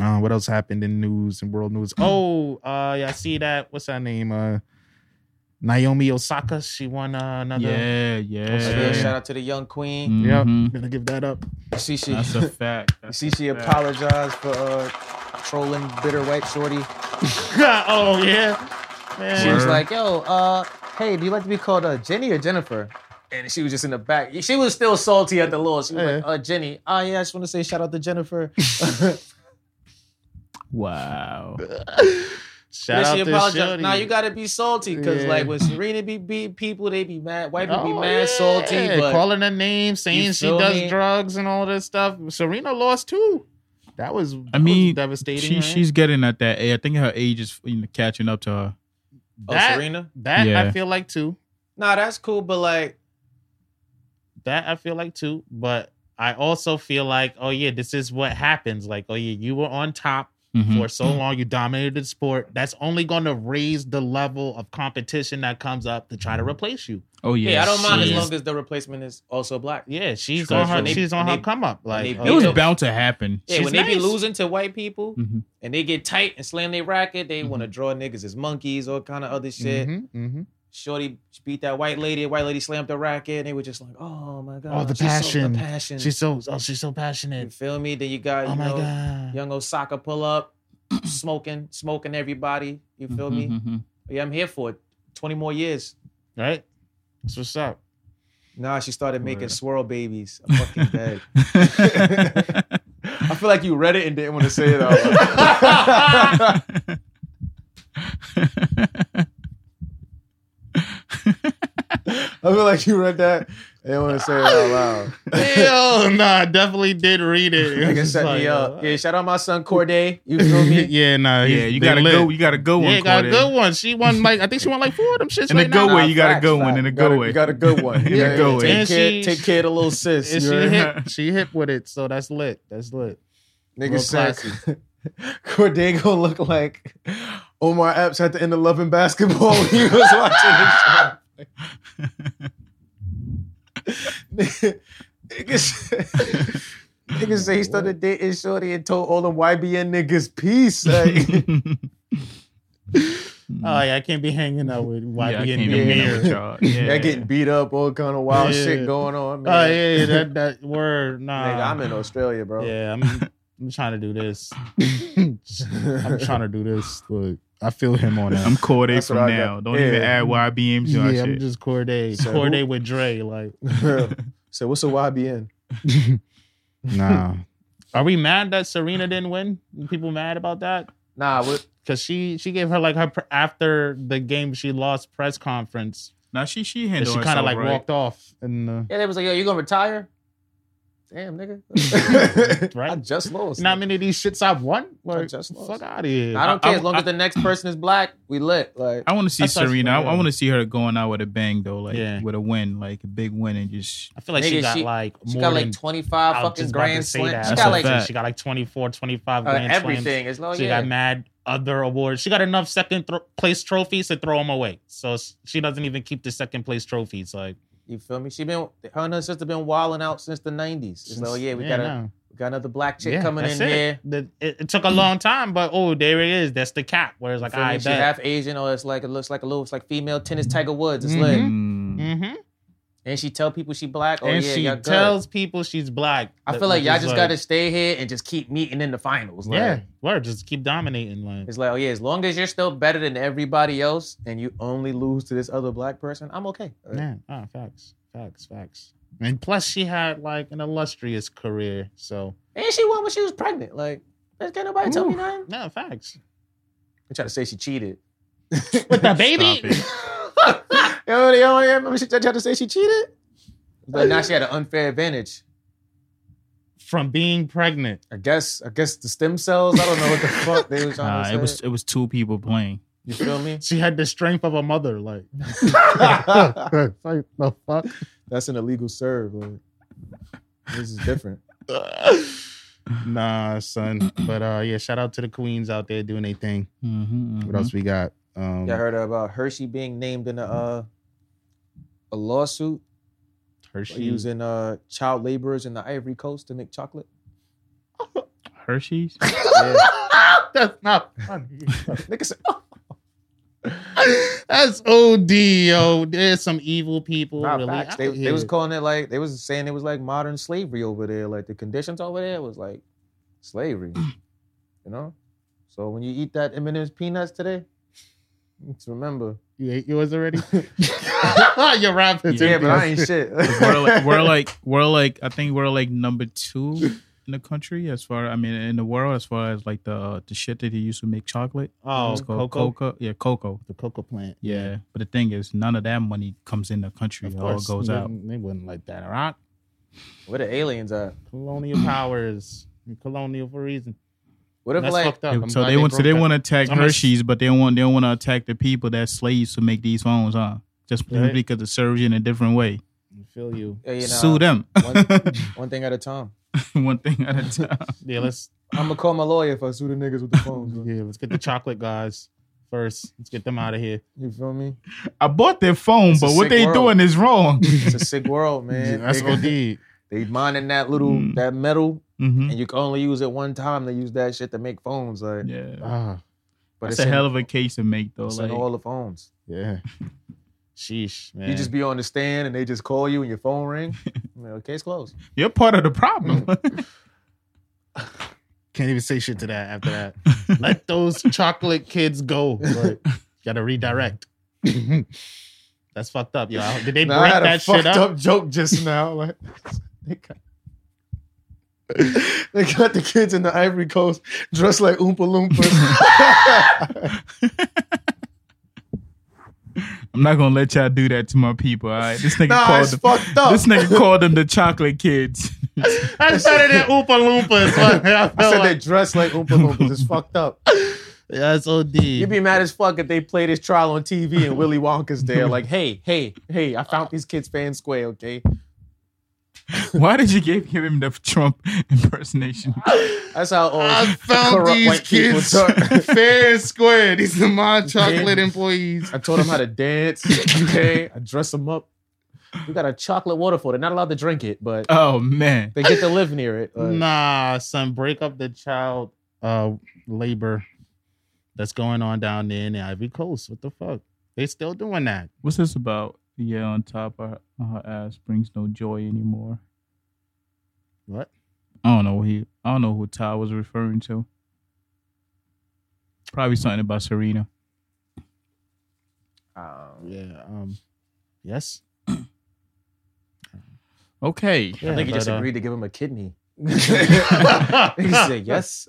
[SPEAKER 2] Uh, what else happened in news and world news? Oh, uh, yeah, I see that. What's her name? Uh, Naomi Osaka. She won uh, another.
[SPEAKER 1] yeah, yeah.
[SPEAKER 3] So yeah, shout out to the young queen.
[SPEAKER 2] Yep.
[SPEAKER 1] Mhm.
[SPEAKER 2] Gonna give that up.
[SPEAKER 3] You see she
[SPEAKER 1] That's a fact.
[SPEAKER 3] you
[SPEAKER 1] That's
[SPEAKER 3] see
[SPEAKER 1] a
[SPEAKER 3] she
[SPEAKER 1] fact.
[SPEAKER 3] apologized for uh, trolling bitter white shorty.
[SPEAKER 2] oh yeah.
[SPEAKER 3] She
[SPEAKER 2] Man.
[SPEAKER 3] was
[SPEAKER 1] Word.
[SPEAKER 3] like, "Yo, uh, hey, do you like to be called uh, Jenny or Jennifer?" And she was just in the back. She was still salty at the Lord. She was like, "Uh, Jenny. Oh yeah, I just want to say shout out to Jennifer."
[SPEAKER 1] Wow.
[SPEAKER 2] Shout
[SPEAKER 3] Then
[SPEAKER 2] out
[SPEAKER 3] she
[SPEAKER 2] to
[SPEAKER 3] apologized.
[SPEAKER 2] Shorty.
[SPEAKER 3] Now you gotta be salty because
[SPEAKER 2] Yeah.
[SPEAKER 3] like when Serena be beat people, they be mad. White people be
[SPEAKER 2] Oh,
[SPEAKER 3] mad,
[SPEAKER 2] yeah.
[SPEAKER 3] salty, but
[SPEAKER 2] calling her name, saying she
[SPEAKER 3] feel
[SPEAKER 2] does
[SPEAKER 3] me?
[SPEAKER 2] drugs and all this stuff. Serena lost too. That was. that
[SPEAKER 1] I
[SPEAKER 2] was
[SPEAKER 1] mean,
[SPEAKER 2] devastating.
[SPEAKER 1] She
[SPEAKER 2] right?
[SPEAKER 1] she's getting at that. age. I think her age is you know, catching up to her.
[SPEAKER 3] Oh,
[SPEAKER 2] That-
[SPEAKER 3] Serena?
[SPEAKER 2] that I
[SPEAKER 1] Yeah.
[SPEAKER 2] feel like too.
[SPEAKER 3] Nah, that's cool, but like,
[SPEAKER 2] That I feel like too. But I also feel like, oh yeah, this is what happens. Like, oh yeah, you were on top
[SPEAKER 1] Mhm.
[SPEAKER 2] for so long, you dominated the sport. That's only going to raise the level of competition that comes up to try to replace you.
[SPEAKER 1] Oh yeah,
[SPEAKER 3] hey, I don't mind as
[SPEAKER 1] yeah.
[SPEAKER 3] long as the replacement is also black.
[SPEAKER 2] Yeah, she's
[SPEAKER 3] True.
[SPEAKER 2] on her.
[SPEAKER 3] When they-
[SPEAKER 2] she's on
[SPEAKER 3] when
[SPEAKER 2] her
[SPEAKER 3] they-
[SPEAKER 2] come up. Like,
[SPEAKER 3] they
[SPEAKER 2] oh,
[SPEAKER 1] It was
[SPEAKER 2] yeah.
[SPEAKER 1] bound to happen.
[SPEAKER 3] Yeah,
[SPEAKER 2] She's
[SPEAKER 3] when they be
[SPEAKER 2] nice.
[SPEAKER 3] losing to white people
[SPEAKER 1] Mhm.
[SPEAKER 3] and they get tight and slam their racket, they want to
[SPEAKER 2] Mm-hmm.
[SPEAKER 3] draw niggas as monkeys, all kind of other shit.
[SPEAKER 2] Mhm, mhm.
[SPEAKER 3] Shorty beat that white lady, white lady slammed the racket, and they were just like, oh my God.
[SPEAKER 2] Oh, the
[SPEAKER 3] she's so-
[SPEAKER 2] passion.
[SPEAKER 3] the passion.
[SPEAKER 2] She's so. Oh, she's so
[SPEAKER 3] you
[SPEAKER 2] passionate.
[SPEAKER 3] feel me? Then you got, you
[SPEAKER 2] Oh my
[SPEAKER 3] know,
[SPEAKER 2] god.
[SPEAKER 3] young Osaka pull up, smoking, smoking everybody. You feel me?
[SPEAKER 1] Mhm.
[SPEAKER 3] Yeah, I'm here for it. 20 more years.
[SPEAKER 2] Right. That's what's up.
[SPEAKER 3] Nah, she started making
[SPEAKER 1] Word.
[SPEAKER 3] swirl babies. I'm fucking dead.
[SPEAKER 1] Mm-hmm.
[SPEAKER 4] I feel like you read it and didn't want to say it out loud. I feel like you read that and didn't want to say it out loud.
[SPEAKER 2] Hell no, I definitely did read it. It was
[SPEAKER 4] Nigga
[SPEAKER 2] just
[SPEAKER 4] set
[SPEAKER 2] like,
[SPEAKER 4] me up.
[SPEAKER 2] uh,
[SPEAKER 4] Yeah, shout out my son Corday. You feel me?
[SPEAKER 2] yeah, nah.
[SPEAKER 1] yeah,
[SPEAKER 2] he's-
[SPEAKER 1] you
[SPEAKER 2] they
[SPEAKER 1] got a
[SPEAKER 2] lit.
[SPEAKER 1] go. You got a go one.
[SPEAKER 2] yeah, got a
[SPEAKER 1] Cordae.
[SPEAKER 2] good one. She won like I think she won like four of them shits
[SPEAKER 1] In a
[SPEAKER 2] right now.
[SPEAKER 1] good way, you got a
[SPEAKER 4] Facts,
[SPEAKER 1] good one. In a
[SPEAKER 4] facts. Got
[SPEAKER 1] good way.
[SPEAKER 4] Got a good one.
[SPEAKER 1] In a good way.
[SPEAKER 4] Take
[SPEAKER 2] And
[SPEAKER 4] care,
[SPEAKER 2] she-
[SPEAKER 4] take care of the little sis.
[SPEAKER 2] And
[SPEAKER 4] you
[SPEAKER 2] she
[SPEAKER 4] heard?
[SPEAKER 2] hit, she hit with it, so that's lit. That's lit.
[SPEAKER 4] Nigga
[SPEAKER 2] Real
[SPEAKER 4] said Corday gonna look like Omar Epps at the end of Love and Basketball when he was watching the show. Nigga said- nigga said he started dating Shorty and told all them YBN niggas peace. Like,
[SPEAKER 2] Oh yeah, I can't be hanging out with
[SPEAKER 1] Mm. yeah,
[SPEAKER 2] YB
[SPEAKER 1] I can't
[SPEAKER 2] in the
[SPEAKER 1] even
[SPEAKER 4] hanging
[SPEAKER 1] hang
[SPEAKER 2] mirror.
[SPEAKER 1] with y'all. Yeah.
[SPEAKER 4] they're getting beat up, all kind of wild
[SPEAKER 2] Yeah.
[SPEAKER 4] shit going on. Man.
[SPEAKER 2] Oh yeah, yeah, that that word. Nah,
[SPEAKER 4] Nigga, I'm in Australia, bro.
[SPEAKER 2] Yeah, I'm. I'm trying to do this. I'm trying to do this. Look, I feel him on that.
[SPEAKER 1] I'm Corday
[SPEAKER 4] That's
[SPEAKER 1] from
[SPEAKER 4] what I
[SPEAKER 1] now.
[SPEAKER 4] got.
[SPEAKER 1] Don't
[SPEAKER 4] Yeah.
[SPEAKER 1] even add YBM to our
[SPEAKER 2] yeah, I'm
[SPEAKER 1] shit.
[SPEAKER 2] just Corday.
[SPEAKER 4] So who-
[SPEAKER 2] Corday with Dre, like.
[SPEAKER 4] so what's a YBN?
[SPEAKER 2] Nah. Are we mad that Serena didn't win? People mad about that?
[SPEAKER 4] Nah, what,
[SPEAKER 2] Cause she she gave her like her pr- after the game she lost press conference
[SPEAKER 1] now she she
[SPEAKER 2] and
[SPEAKER 1] handled
[SPEAKER 2] she kind
[SPEAKER 1] herself
[SPEAKER 2] of like
[SPEAKER 1] right.
[SPEAKER 2] walked off and uh,
[SPEAKER 3] Yeah, they was like, yo, you gonna retire? Damn, nigga.
[SPEAKER 2] right.
[SPEAKER 3] I just lost.
[SPEAKER 2] You know how many of these shits I've won?
[SPEAKER 3] I
[SPEAKER 2] Like
[SPEAKER 3] just lost.
[SPEAKER 2] fuck out of here.
[SPEAKER 3] I don't
[SPEAKER 1] I-
[SPEAKER 3] care as long
[SPEAKER 1] I-
[SPEAKER 3] as the next person is black, we lit. Like
[SPEAKER 1] I want to see
[SPEAKER 2] That's actually
[SPEAKER 1] Serena. I,
[SPEAKER 2] real.
[SPEAKER 1] want to see her going out with a bang though, like
[SPEAKER 2] Yeah.
[SPEAKER 1] with a win, like a big win, and just
[SPEAKER 2] I feel like she
[SPEAKER 3] Nigga,
[SPEAKER 2] got
[SPEAKER 3] she-
[SPEAKER 2] like
[SPEAKER 3] she
[SPEAKER 2] more
[SPEAKER 3] got like
[SPEAKER 2] than-
[SPEAKER 3] 25
[SPEAKER 2] I was
[SPEAKER 3] fucking
[SPEAKER 2] just about to
[SPEAKER 3] grand
[SPEAKER 2] say
[SPEAKER 3] slams.
[SPEAKER 2] that.
[SPEAKER 3] She
[SPEAKER 1] That's
[SPEAKER 3] got
[SPEAKER 1] a
[SPEAKER 3] like
[SPEAKER 1] fact.
[SPEAKER 2] she got like 24, 25
[SPEAKER 3] uh,
[SPEAKER 2] grand slams.
[SPEAKER 3] everything. As long
[SPEAKER 2] She
[SPEAKER 3] yeah.
[SPEAKER 2] got mad other awards. She got enough second thro- place trophies to throw them away. So s- she doesn't even keep the second place trophies. Like
[SPEAKER 3] You feel me? She been her and her sister been wilding out since the nineties. It's like, oh yeah, we got a,
[SPEAKER 2] no.
[SPEAKER 3] we got another black chick
[SPEAKER 2] Yeah,
[SPEAKER 3] coming in
[SPEAKER 2] that's
[SPEAKER 3] here.
[SPEAKER 2] it. The- it, it took a long time, but oh, there it is. That's the cap. Where it's like,
[SPEAKER 3] Feel me?
[SPEAKER 2] I
[SPEAKER 3] She
[SPEAKER 2] bet.
[SPEAKER 3] half Asian, or it's like it looks like a little, it's like female tennis Tiger Woods. It's
[SPEAKER 2] Mhm.
[SPEAKER 3] lit.
[SPEAKER 1] Mm.
[SPEAKER 2] mm-hmm.
[SPEAKER 3] And she tell people she black. Oh
[SPEAKER 2] and
[SPEAKER 3] yeah,
[SPEAKER 2] she
[SPEAKER 3] y'all good.
[SPEAKER 2] tells people she's black.
[SPEAKER 3] I feel like y'all just gotta stay here and just keep meeting in the finals. Like,
[SPEAKER 2] yeah, word. Just keep dominating. Like,
[SPEAKER 3] It's like, oh yeah, as long as you're still better than everybody else and you only lose to this other black person, I'm okay.
[SPEAKER 2] yeah, ah, facts, facts, facts. And plus, she had like an illustrious career. So,
[SPEAKER 3] And she won when she was pregnant. Like, bitch, can't nobody tell me nothing.
[SPEAKER 2] no, facts.
[SPEAKER 3] They try to say she cheated.
[SPEAKER 2] With the baby,
[SPEAKER 1] Stop
[SPEAKER 3] you know, you know, you remember she tried to say she cheated? But now she had an unfair advantage.
[SPEAKER 2] from being pregnant.
[SPEAKER 3] I guess I guess the stem cells, I don't know what the fuck they was trying
[SPEAKER 1] Nah,
[SPEAKER 3] to
[SPEAKER 1] it was it was two people playing.
[SPEAKER 3] you feel me?
[SPEAKER 2] She had the strength of a mother. Like, like the fuck.
[SPEAKER 4] that's an illegal serve. Like, this is different.
[SPEAKER 2] nah, son. But uh, yeah, shout out to the queens out there doing their thing.
[SPEAKER 1] Mm-hmm,
[SPEAKER 2] What else we got? Um,
[SPEAKER 3] Y'all heard about Hershey being named in a uh, a lawsuit
[SPEAKER 2] Hershey.
[SPEAKER 3] using uh child laborers in the Ivory Coast to make chocolate.
[SPEAKER 1] Hershey's.
[SPEAKER 2] That's not funny.
[SPEAKER 3] Nigga said,
[SPEAKER 2] That's OD, yo. There's some evil people.
[SPEAKER 3] Nah,
[SPEAKER 2] Oh, really
[SPEAKER 3] facts.
[SPEAKER 2] out
[SPEAKER 3] They, they
[SPEAKER 2] here.
[SPEAKER 3] was calling it like they was saying it was like modern slavery over there. Like the conditions over there was like slavery. you know? So when you eat that M&M's peanuts today, just remember.
[SPEAKER 2] you ate yours already. Your rap is
[SPEAKER 1] Yeah,
[SPEAKER 2] empty.
[SPEAKER 1] but I
[SPEAKER 3] ain't shit.
[SPEAKER 1] we're like we're like we're like I think we're like number two in the country as far I mean in the world as far as like the uh, the shit that they used to make chocolate.
[SPEAKER 2] Oh,
[SPEAKER 1] It's
[SPEAKER 2] cocoa.
[SPEAKER 1] called cocoa. Yeah, cocoa.
[SPEAKER 2] The cocoa plant.
[SPEAKER 1] Yeah, but the thing is, none of that money comes in the country.
[SPEAKER 2] Of
[SPEAKER 1] it
[SPEAKER 2] course.
[SPEAKER 1] all goes
[SPEAKER 2] they,
[SPEAKER 1] out.
[SPEAKER 2] They wouldn't like that. Iraq,
[SPEAKER 3] Where the aliens at?
[SPEAKER 2] colonial powers. Colonial for a reason.
[SPEAKER 3] What if
[SPEAKER 2] That's
[SPEAKER 3] like
[SPEAKER 2] fucked up. I'm
[SPEAKER 1] so
[SPEAKER 2] glad
[SPEAKER 1] they want so
[SPEAKER 2] broke
[SPEAKER 1] they
[SPEAKER 2] that.
[SPEAKER 1] want to attack
[SPEAKER 2] So I'm gonna s-
[SPEAKER 1] Hershey's, but they don't want they don't want to attack the people that slaves to make these phones, huh? Just simply
[SPEAKER 2] Right.
[SPEAKER 1] because it serves you in a different way.
[SPEAKER 2] I feel you.
[SPEAKER 3] yeah, you know,
[SPEAKER 1] Sue them.
[SPEAKER 3] uh, one- one thing at a time.
[SPEAKER 1] One thing at a time.
[SPEAKER 2] Yeah, let's
[SPEAKER 3] I'm gonna call my lawyer if I sue the niggas with the phones. bro.
[SPEAKER 2] yeah, let's get the chocolate guys first. Let's get them out of here.
[SPEAKER 3] You feel me?
[SPEAKER 1] I bought their phone,
[SPEAKER 3] It's a
[SPEAKER 1] but what
[SPEAKER 3] sick
[SPEAKER 1] they
[SPEAKER 3] world.
[SPEAKER 1] doing is wrong.
[SPEAKER 3] It's a sick world, man.
[SPEAKER 2] That's
[SPEAKER 3] They-
[SPEAKER 2] OD.
[SPEAKER 3] They mining that little
[SPEAKER 1] Mm.
[SPEAKER 3] that metal,
[SPEAKER 1] hmm
[SPEAKER 3] and you can only use it one time. They use that shit to make phones, like.
[SPEAKER 1] Yeah,
[SPEAKER 2] Ah,
[SPEAKER 3] But
[SPEAKER 1] that's
[SPEAKER 3] it's
[SPEAKER 1] a
[SPEAKER 3] in-
[SPEAKER 1] hell of a case to make though.
[SPEAKER 3] it's
[SPEAKER 1] Like,
[SPEAKER 3] in all the phones.
[SPEAKER 2] yeah. Sheesh, man.
[SPEAKER 3] You just be on the stand, and they just call you, and your phone ring. I'm like, Case closed.
[SPEAKER 1] you're part of the problem.
[SPEAKER 3] Mm.
[SPEAKER 2] can't even say shit to that after that. Let those chocolate kids go. Like, gotta redirect. That's fucked up, yo. Did they
[SPEAKER 3] Nah,
[SPEAKER 2] break that shit up?
[SPEAKER 3] joke just now. Like, they, got, they got the kids in the Ivory Coast dressed like Oompa Loompas.
[SPEAKER 1] I'm not gonna let y'all do that to my people. All right, this nigga
[SPEAKER 3] nah,
[SPEAKER 1] called
[SPEAKER 3] it's
[SPEAKER 1] them.
[SPEAKER 3] fucked up.
[SPEAKER 1] This nigga called them the chocolate kids.
[SPEAKER 2] I started at Oompa Loompas. but I feel
[SPEAKER 3] I said they
[SPEAKER 2] like,
[SPEAKER 3] dress like Oompa Loompas. It's fucked up.
[SPEAKER 2] that's OD.
[SPEAKER 3] You'd be mad as fuck if they play this trial on TV and Willy Wonka's there. Like, hey, hey, hey, I found these kids fan square, okay?
[SPEAKER 1] Why did you give him the Trump impersonation?
[SPEAKER 3] That's how old
[SPEAKER 2] I found
[SPEAKER 3] corrupt
[SPEAKER 2] these
[SPEAKER 3] white people
[SPEAKER 2] kids
[SPEAKER 3] talk.
[SPEAKER 2] fair and square. These are my chocolate employees.
[SPEAKER 3] I told them how to dance, okay? I dress them up. We got a chocolate waterfall. They're not allowed to drink it, but
[SPEAKER 1] Oh man,
[SPEAKER 3] they get to live near it. Like,
[SPEAKER 2] Nah, son, break up the child uh labor that's going on down there in the Ivory Coast. What the fuck? They still doing that.
[SPEAKER 1] what's this about? Yeah, on top of her, on her ass brings no joy anymore.
[SPEAKER 2] What?
[SPEAKER 1] I don't know what he. I don't know who Ty was referring to. Probably something about Serena.
[SPEAKER 3] um,
[SPEAKER 2] Yeah. Um. Yes.
[SPEAKER 1] Okay,
[SPEAKER 3] I think he just
[SPEAKER 2] but, uh,
[SPEAKER 3] agreed to give him a kidney. he said yes.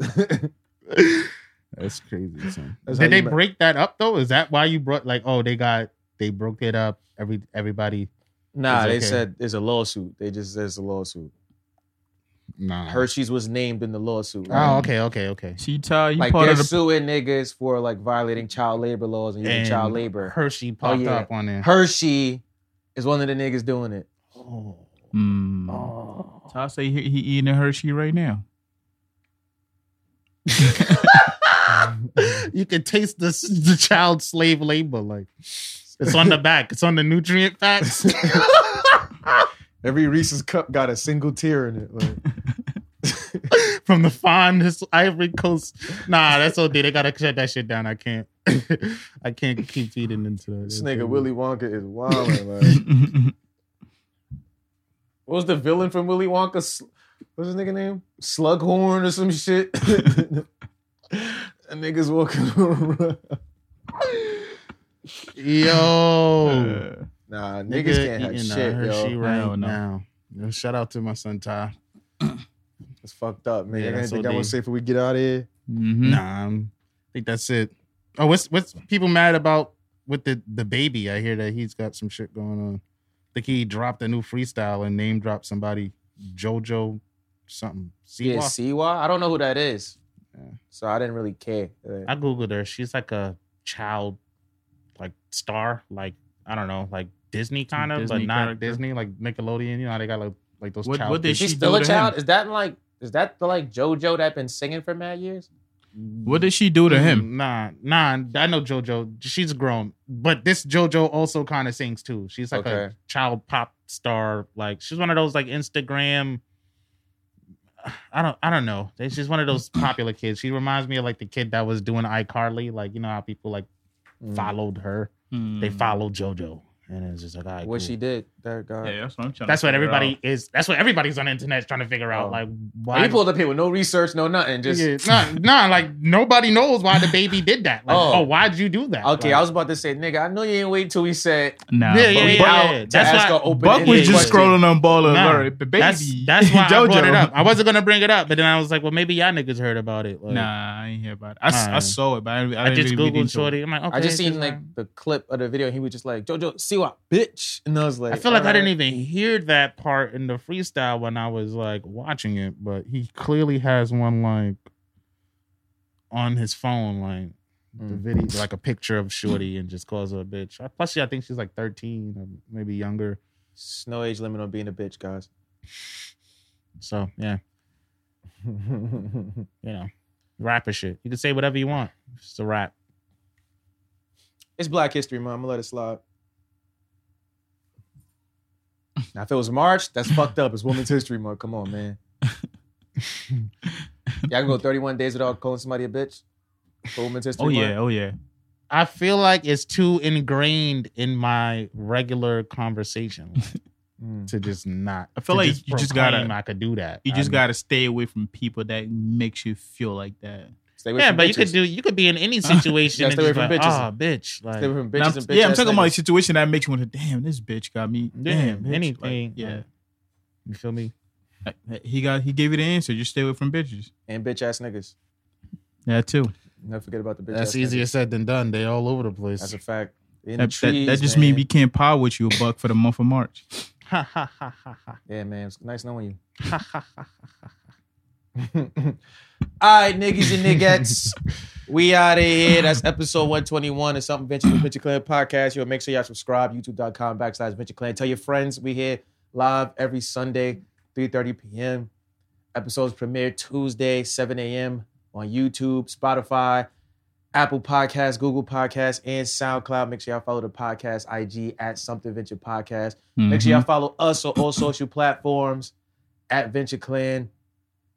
[SPEAKER 2] That's crazy. Son.
[SPEAKER 3] That's how
[SPEAKER 2] Did they
[SPEAKER 3] you ma-
[SPEAKER 2] break that up though? Is that why you brought like? Oh, they got they broke it up. Every everybody.
[SPEAKER 3] Nah,
[SPEAKER 2] It's
[SPEAKER 3] they
[SPEAKER 2] okay.
[SPEAKER 3] said there's a lawsuit. They just said it's a lawsuit.
[SPEAKER 2] Nah.
[SPEAKER 3] Hershey's was named in the lawsuit.
[SPEAKER 2] Oh, okay, okay, okay.
[SPEAKER 1] see Ty, you
[SPEAKER 3] Like
[SPEAKER 1] part
[SPEAKER 3] they're
[SPEAKER 1] of the
[SPEAKER 3] suing niggas for like violating child labor laws and using
[SPEAKER 2] And
[SPEAKER 3] child labor. Oh,
[SPEAKER 2] Hershey popped
[SPEAKER 3] yeah.
[SPEAKER 2] up on there.
[SPEAKER 3] Hershey is one of the niggas doing it.
[SPEAKER 2] Oh.
[SPEAKER 1] Mm. Ty say he, he eating a Hershey right now.
[SPEAKER 2] you can taste the the child slave labor. Like it's on the back. It's on the nutrient facts.
[SPEAKER 3] Every Reese's cup got a single tear in it. Like,
[SPEAKER 2] From the fondest Ivory Coast. Nah, that's OD. They gotta shut that shit down. I can't. I can't keep feeding into that.
[SPEAKER 3] this
[SPEAKER 2] That's
[SPEAKER 3] nigga
[SPEAKER 2] OD.
[SPEAKER 3] Willy Wonka is wild. Like, what was the villain from Willy Wonka? Sl- What's his nigga name? Slughorn or some shit. and niggas walking around.
[SPEAKER 2] Yo.
[SPEAKER 1] Uh,
[SPEAKER 3] Nah, niggas can't have
[SPEAKER 2] eating a
[SPEAKER 3] shit, yo.
[SPEAKER 2] Hershey right
[SPEAKER 1] Hell no.
[SPEAKER 2] now. Yo, shout out to my son Ty.
[SPEAKER 3] It's fucked up, man.
[SPEAKER 2] Yeah,
[SPEAKER 3] Y'all gonna
[SPEAKER 2] that's
[SPEAKER 3] think
[SPEAKER 2] OD.
[SPEAKER 3] I'm safe if we get out of here?
[SPEAKER 1] mhm.
[SPEAKER 2] Nah, I'm- I think that's it. Oh, what's what's people mad about with the the baby? I hear that he's got some shit going on. I think he dropped a new freestyle and name dropped somebody JoJo something. See,
[SPEAKER 3] Yeah, Siwa. I don't know who that is,
[SPEAKER 2] Yeah.
[SPEAKER 3] so I didn't really care. Uh, Like,
[SPEAKER 2] I googled her. She's like a child, like star, like I don't know, like Disney kind of,
[SPEAKER 1] Disney
[SPEAKER 2] but not
[SPEAKER 1] character.
[SPEAKER 2] Disney, like Nickelodeon. You know, how they got like like those
[SPEAKER 1] What-
[SPEAKER 2] child.
[SPEAKER 1] what did
[SPEAKER 2] things.
[SPEAKER 1] she
[SPEAKER 3] She's
[SPEAKER 1] do
[SPEAKER 3] still a
[SPEAKER 1] to
[SPEAKER 3] child.
[SPEAKER 1] him?
[SPEAKER 3] Is that like is that the like JoJo that been singing for mad years?
[SPEAKER 1] What did she do to him?
[SPEAKER 2] Nah, Mm, nah. I know JoJo. She's grown, but this JoJo also kind of sings too. She's like
[SPEAKER 3] Okay.
[SPEAKER 2] a child pop star. Like she's one of those like Instagram. I don't. I don't know. They- She's one of those popular kids. She reminds me of like the kid that was doing iCarly. Like you know how people like
[SPEAKER 3] Mm. Mm-hmm.
[SPEAKER 2] followed her. They
[SPEAKER 1] Mm.
[SPEAKER 2] followed JoJo, and it was just like, all right,
[SPEAKER 3] What
[SPEAKER 2] cool.
[SPEAKER 3] she did? That guy.
[SPEAKER 1] Yeah, that's what I'm trying.
[SPEAKER 2] That's
[SPEAKER 1] to
[SPEAKER 2] what
[SPEAKER 1] figure
[SPEAKER 2] everybody is. That's what everybody's on the internet trying to figure out.
[SPEAKER 3] Oh.
[SPEAKER 2] Like
[SPEAKER 3] Like,
[SPEAKER 2] why
[SPEAKER 3] he pulled up here with no research, no nothing. Just
[SPEAKER 2] yeah, nah, nah, like nobody knows why the baby did that. Like, oh.
[SPEAKER 3] Oh.
[SPEAKER 2] why'd you do that?
[SPEAKER 3] okay.
[SPEAKER 2] Like,
[SPEAKER 3] I was about to say, nigga, I know you ain't wait till he said
[SPEAKER 1] out. Nah,
[SPEAKER 2] Yeah,
[SPEAKER 1] but
[SPEAKER 2] yeah,
[SPEAKER 3] we
[SPEAKER 2] yeah,
[SPEAKER 3] out
[SPEAKER 2] yeah.
[SPEAKER 3] to
[SPEAKER 2] That's
[SPEAKER 3] ask
[SPEAKER 2] why-
[SPEAKER 3] an open
[SPEAKER 1] Buck was
[SPEAKER 2] Yeah,
[SPEAKER 3] ended
[SPEAKER 1] just
[SPEAKER 2] yeah.
[SPEAKER 3] question.
[SPEAKER 1] scrolling on ball
[SPEAKER 2] nah,
[SPEAKER 1] alert, but baby,
[SPEAKER 2] That's, that's why I
[SPEAKER 1] JoJo.
[SPEAKER 2] brought it up. I wasn't gonna bring it up, but then I was like, well, maybe y'all niggas heard about it. Like,
[SPEAKER 1] Nah, I ain't hear about it. I, s- I
[SPEAKER 2] Alright.
[SPEAKER 1] saw it, but I, I,
[SPEAKER 2] I
[SPEAKER 1] didn't
[SPEAKER 2] just
[SPEAKER 1] really read
[SPEAKER 2] googled
[SPEAKER 1] into it.
[SPEAKER 2] shorty. I'm like, okay,
[SPEAKER 3] I just
[SPEAKER 2] this
[SPEAKER 3] seen
[SPEAKER 2] is
[SPEAKER 3] like
[SPEAKER 2] fine.
[SPEAKER 3] the clip of the video. and He was just like JoJo, see you a bitch. And I was like,
[SPEAKER 2] I feel like I
[SPEAKER 3] alright.
[SPEAKER 2] didn't even hear that part in the freestyle when I was like watching it, but he clearly has one like on his phone, like the
[SPEAKER 3] Mm.
[SPEAKER 2] video, like a picture of Shorty and just calls her a bitch. Uh, Plus, she, I think she's like 13 or maybe younger.
[SPEAKER 3] There's no age limit on being a bitch, guys.
[SPEAKER 2] So, yeah, you know, rapper shit. You can say whatever you want. It's a rap.
[SPEAKER 3] it's Black History Month. I'm gonna let it slide. Now, if it was March, that's fucked up. It's Women's History Month. Come on, man. Y'all can go 31 days without calling somebody a bitch for Women's History
[SPEAKER 1] Oh
[SPEAKER 3] Month.
[SPEAKER 1] yeah, oh yeah.
[SPEAKER 2] I feel like it's too ingrained in my regular conversation
[SPEAKER 3] Mm.
[SPEAKER 2] to just not.
[SPEAKER 1] I feel
[SPEAKER 2] to
[SPEAKER 1] like you just gotta-
[SPEAKER 2] proclaim I could do that.
[SPEAKER 1] You just
[SPEAKER 2] I'm-
[SPEAKER 1] gotta stay away from people that makes you feel like that.
[SPEAKER 3] Stay away
[SPEAKER 2] Yeah,
[SPEAKER 3] from
[SPEAKER 2] but
[SPEAKER 3] bitches.
[SPEAKER 2] you could do. You could be in any situation.
[SPEAKER 3] Yeah,
[SPEAKER 2] and
[SPEAKER 3] stay away
[SPEAKER 2] just
[SPEAKER 3] from
[SPEAKER 2] like,
[SPEAKER 3] bitches.
[SPEAKER 2] Oh, bitch. Like,
[SPEAKER 3] Stay away from
[SPEAKER 1] And I'm-
[SPEAKER 3] bitches and bitches.
[SPEAKER 1] yeah, I'm talking about a situation that makes you wonder, damn, this bitch got me.
[SPEAKER 2] Yeah,
[SPEAKER 1] Damn, bitch.
[SPEAKER 2] anything,
[SPEAKER 1] Like, yeah.
[SPEAKER 2] you feel me?
[SPEAKER 1] Like, He got he gave you the answer. Just stay away from bitches.
[SPEAKER 3] and bitch ass niggas.
[SPEAKER 1] Yeah, too.
[SPEAKER 3] Never forget about the bitch.
[SPEAKER 2] That's
[SPEAKER 3] ass
[SPEAKER 2] easier
[SPEAKER 3] Niggas.
[SPEAKER 2] said than done. They all over the place.
[SPEAKER 3] That's a fact. In the
[SPEAKER 1] That, that-
[SPEAKER 3] trees,
[SPEAKER 1] that just
[SPEAKER 3] man.
[SPEAKER 1] means we can't power with you a buck for the month of March.
[SPEAKER 2] ha ha ha ha ha
[SPEAKER 3] Yeah, man. It's nice knowing you.
[SPEAKER 2] ha ha ha.
[SPEAKER 3] All right, niggas and niggettes, we out of here. That's episode 121 of Something Venture with Venture Clan podcast. Yo, make sure y'all subscribe, youtube.com backslash Venture Clan. Tell your friends we here live every Sunday, 3.30 p.m. Episodes premiere Tuesday, 7 a.m. on YouTube, Spotify, Apple Podcasts, Google Podcasts, and SoundCloud. Make sure y'all follow the podcast IG at Something Venture Podcast. Make sure y'all follow us on all social platforms at Venture Clan.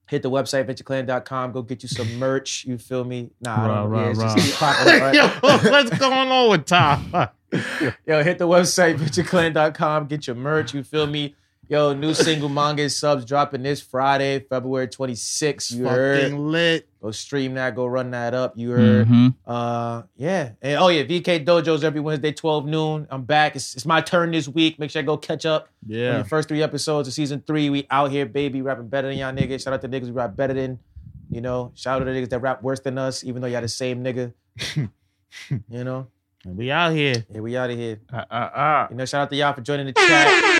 [SPEAKER 3] Hit the website, ventureclan.com. Go get you some merch. You feel me? Nah, I don't
[SPEAKER 1] Rah,
[SPEAKER 3] yeah,
[SPEAKER 1] rah,
[SPEAKER 3] it's
[SPEAKER 1] rah.
[SPEAKER 3] just popular, right?
[SPEAKER 2] Yo, what's going on with Tom?
[SPEAKER 3] Yo, hit the website, ventureclan.com. Get your merch. You feel me? Yo, new single manga and subs dropping this Friday, February 26th. You
[SPEAKER 2] Fucking
[SPEAKER 3] heard.
[SPEAKER 2] lit.
[SPEAKER 3] Go stream that. Go run that up. You heard.
[SPEAKER 1] hmm
[SPEAKER 3] Uh, yeah. And, oh, yeah. VK Dojos every Wednesday, 12 noon. I'm back. It's, it's my turn this week. Make sure I go catch up. On
[SPEAKER 2] Yeah.
[SPEAKER 3] the first three episodes of season three, we out here, baby, rapping better than y'all niggas. Shout out to niggas we rap better than. You know, shout out to niggas that rap worse than us, even though y'all the same nigga. you know?
[SPEAKER 2] We out here.
[SPEAKER 3] Yeah, we out of here.
[SPEAKER 1] Ah, ah, ah.
[SPEAKER 3] Uh, You know, shout out to y'all for joining the chat.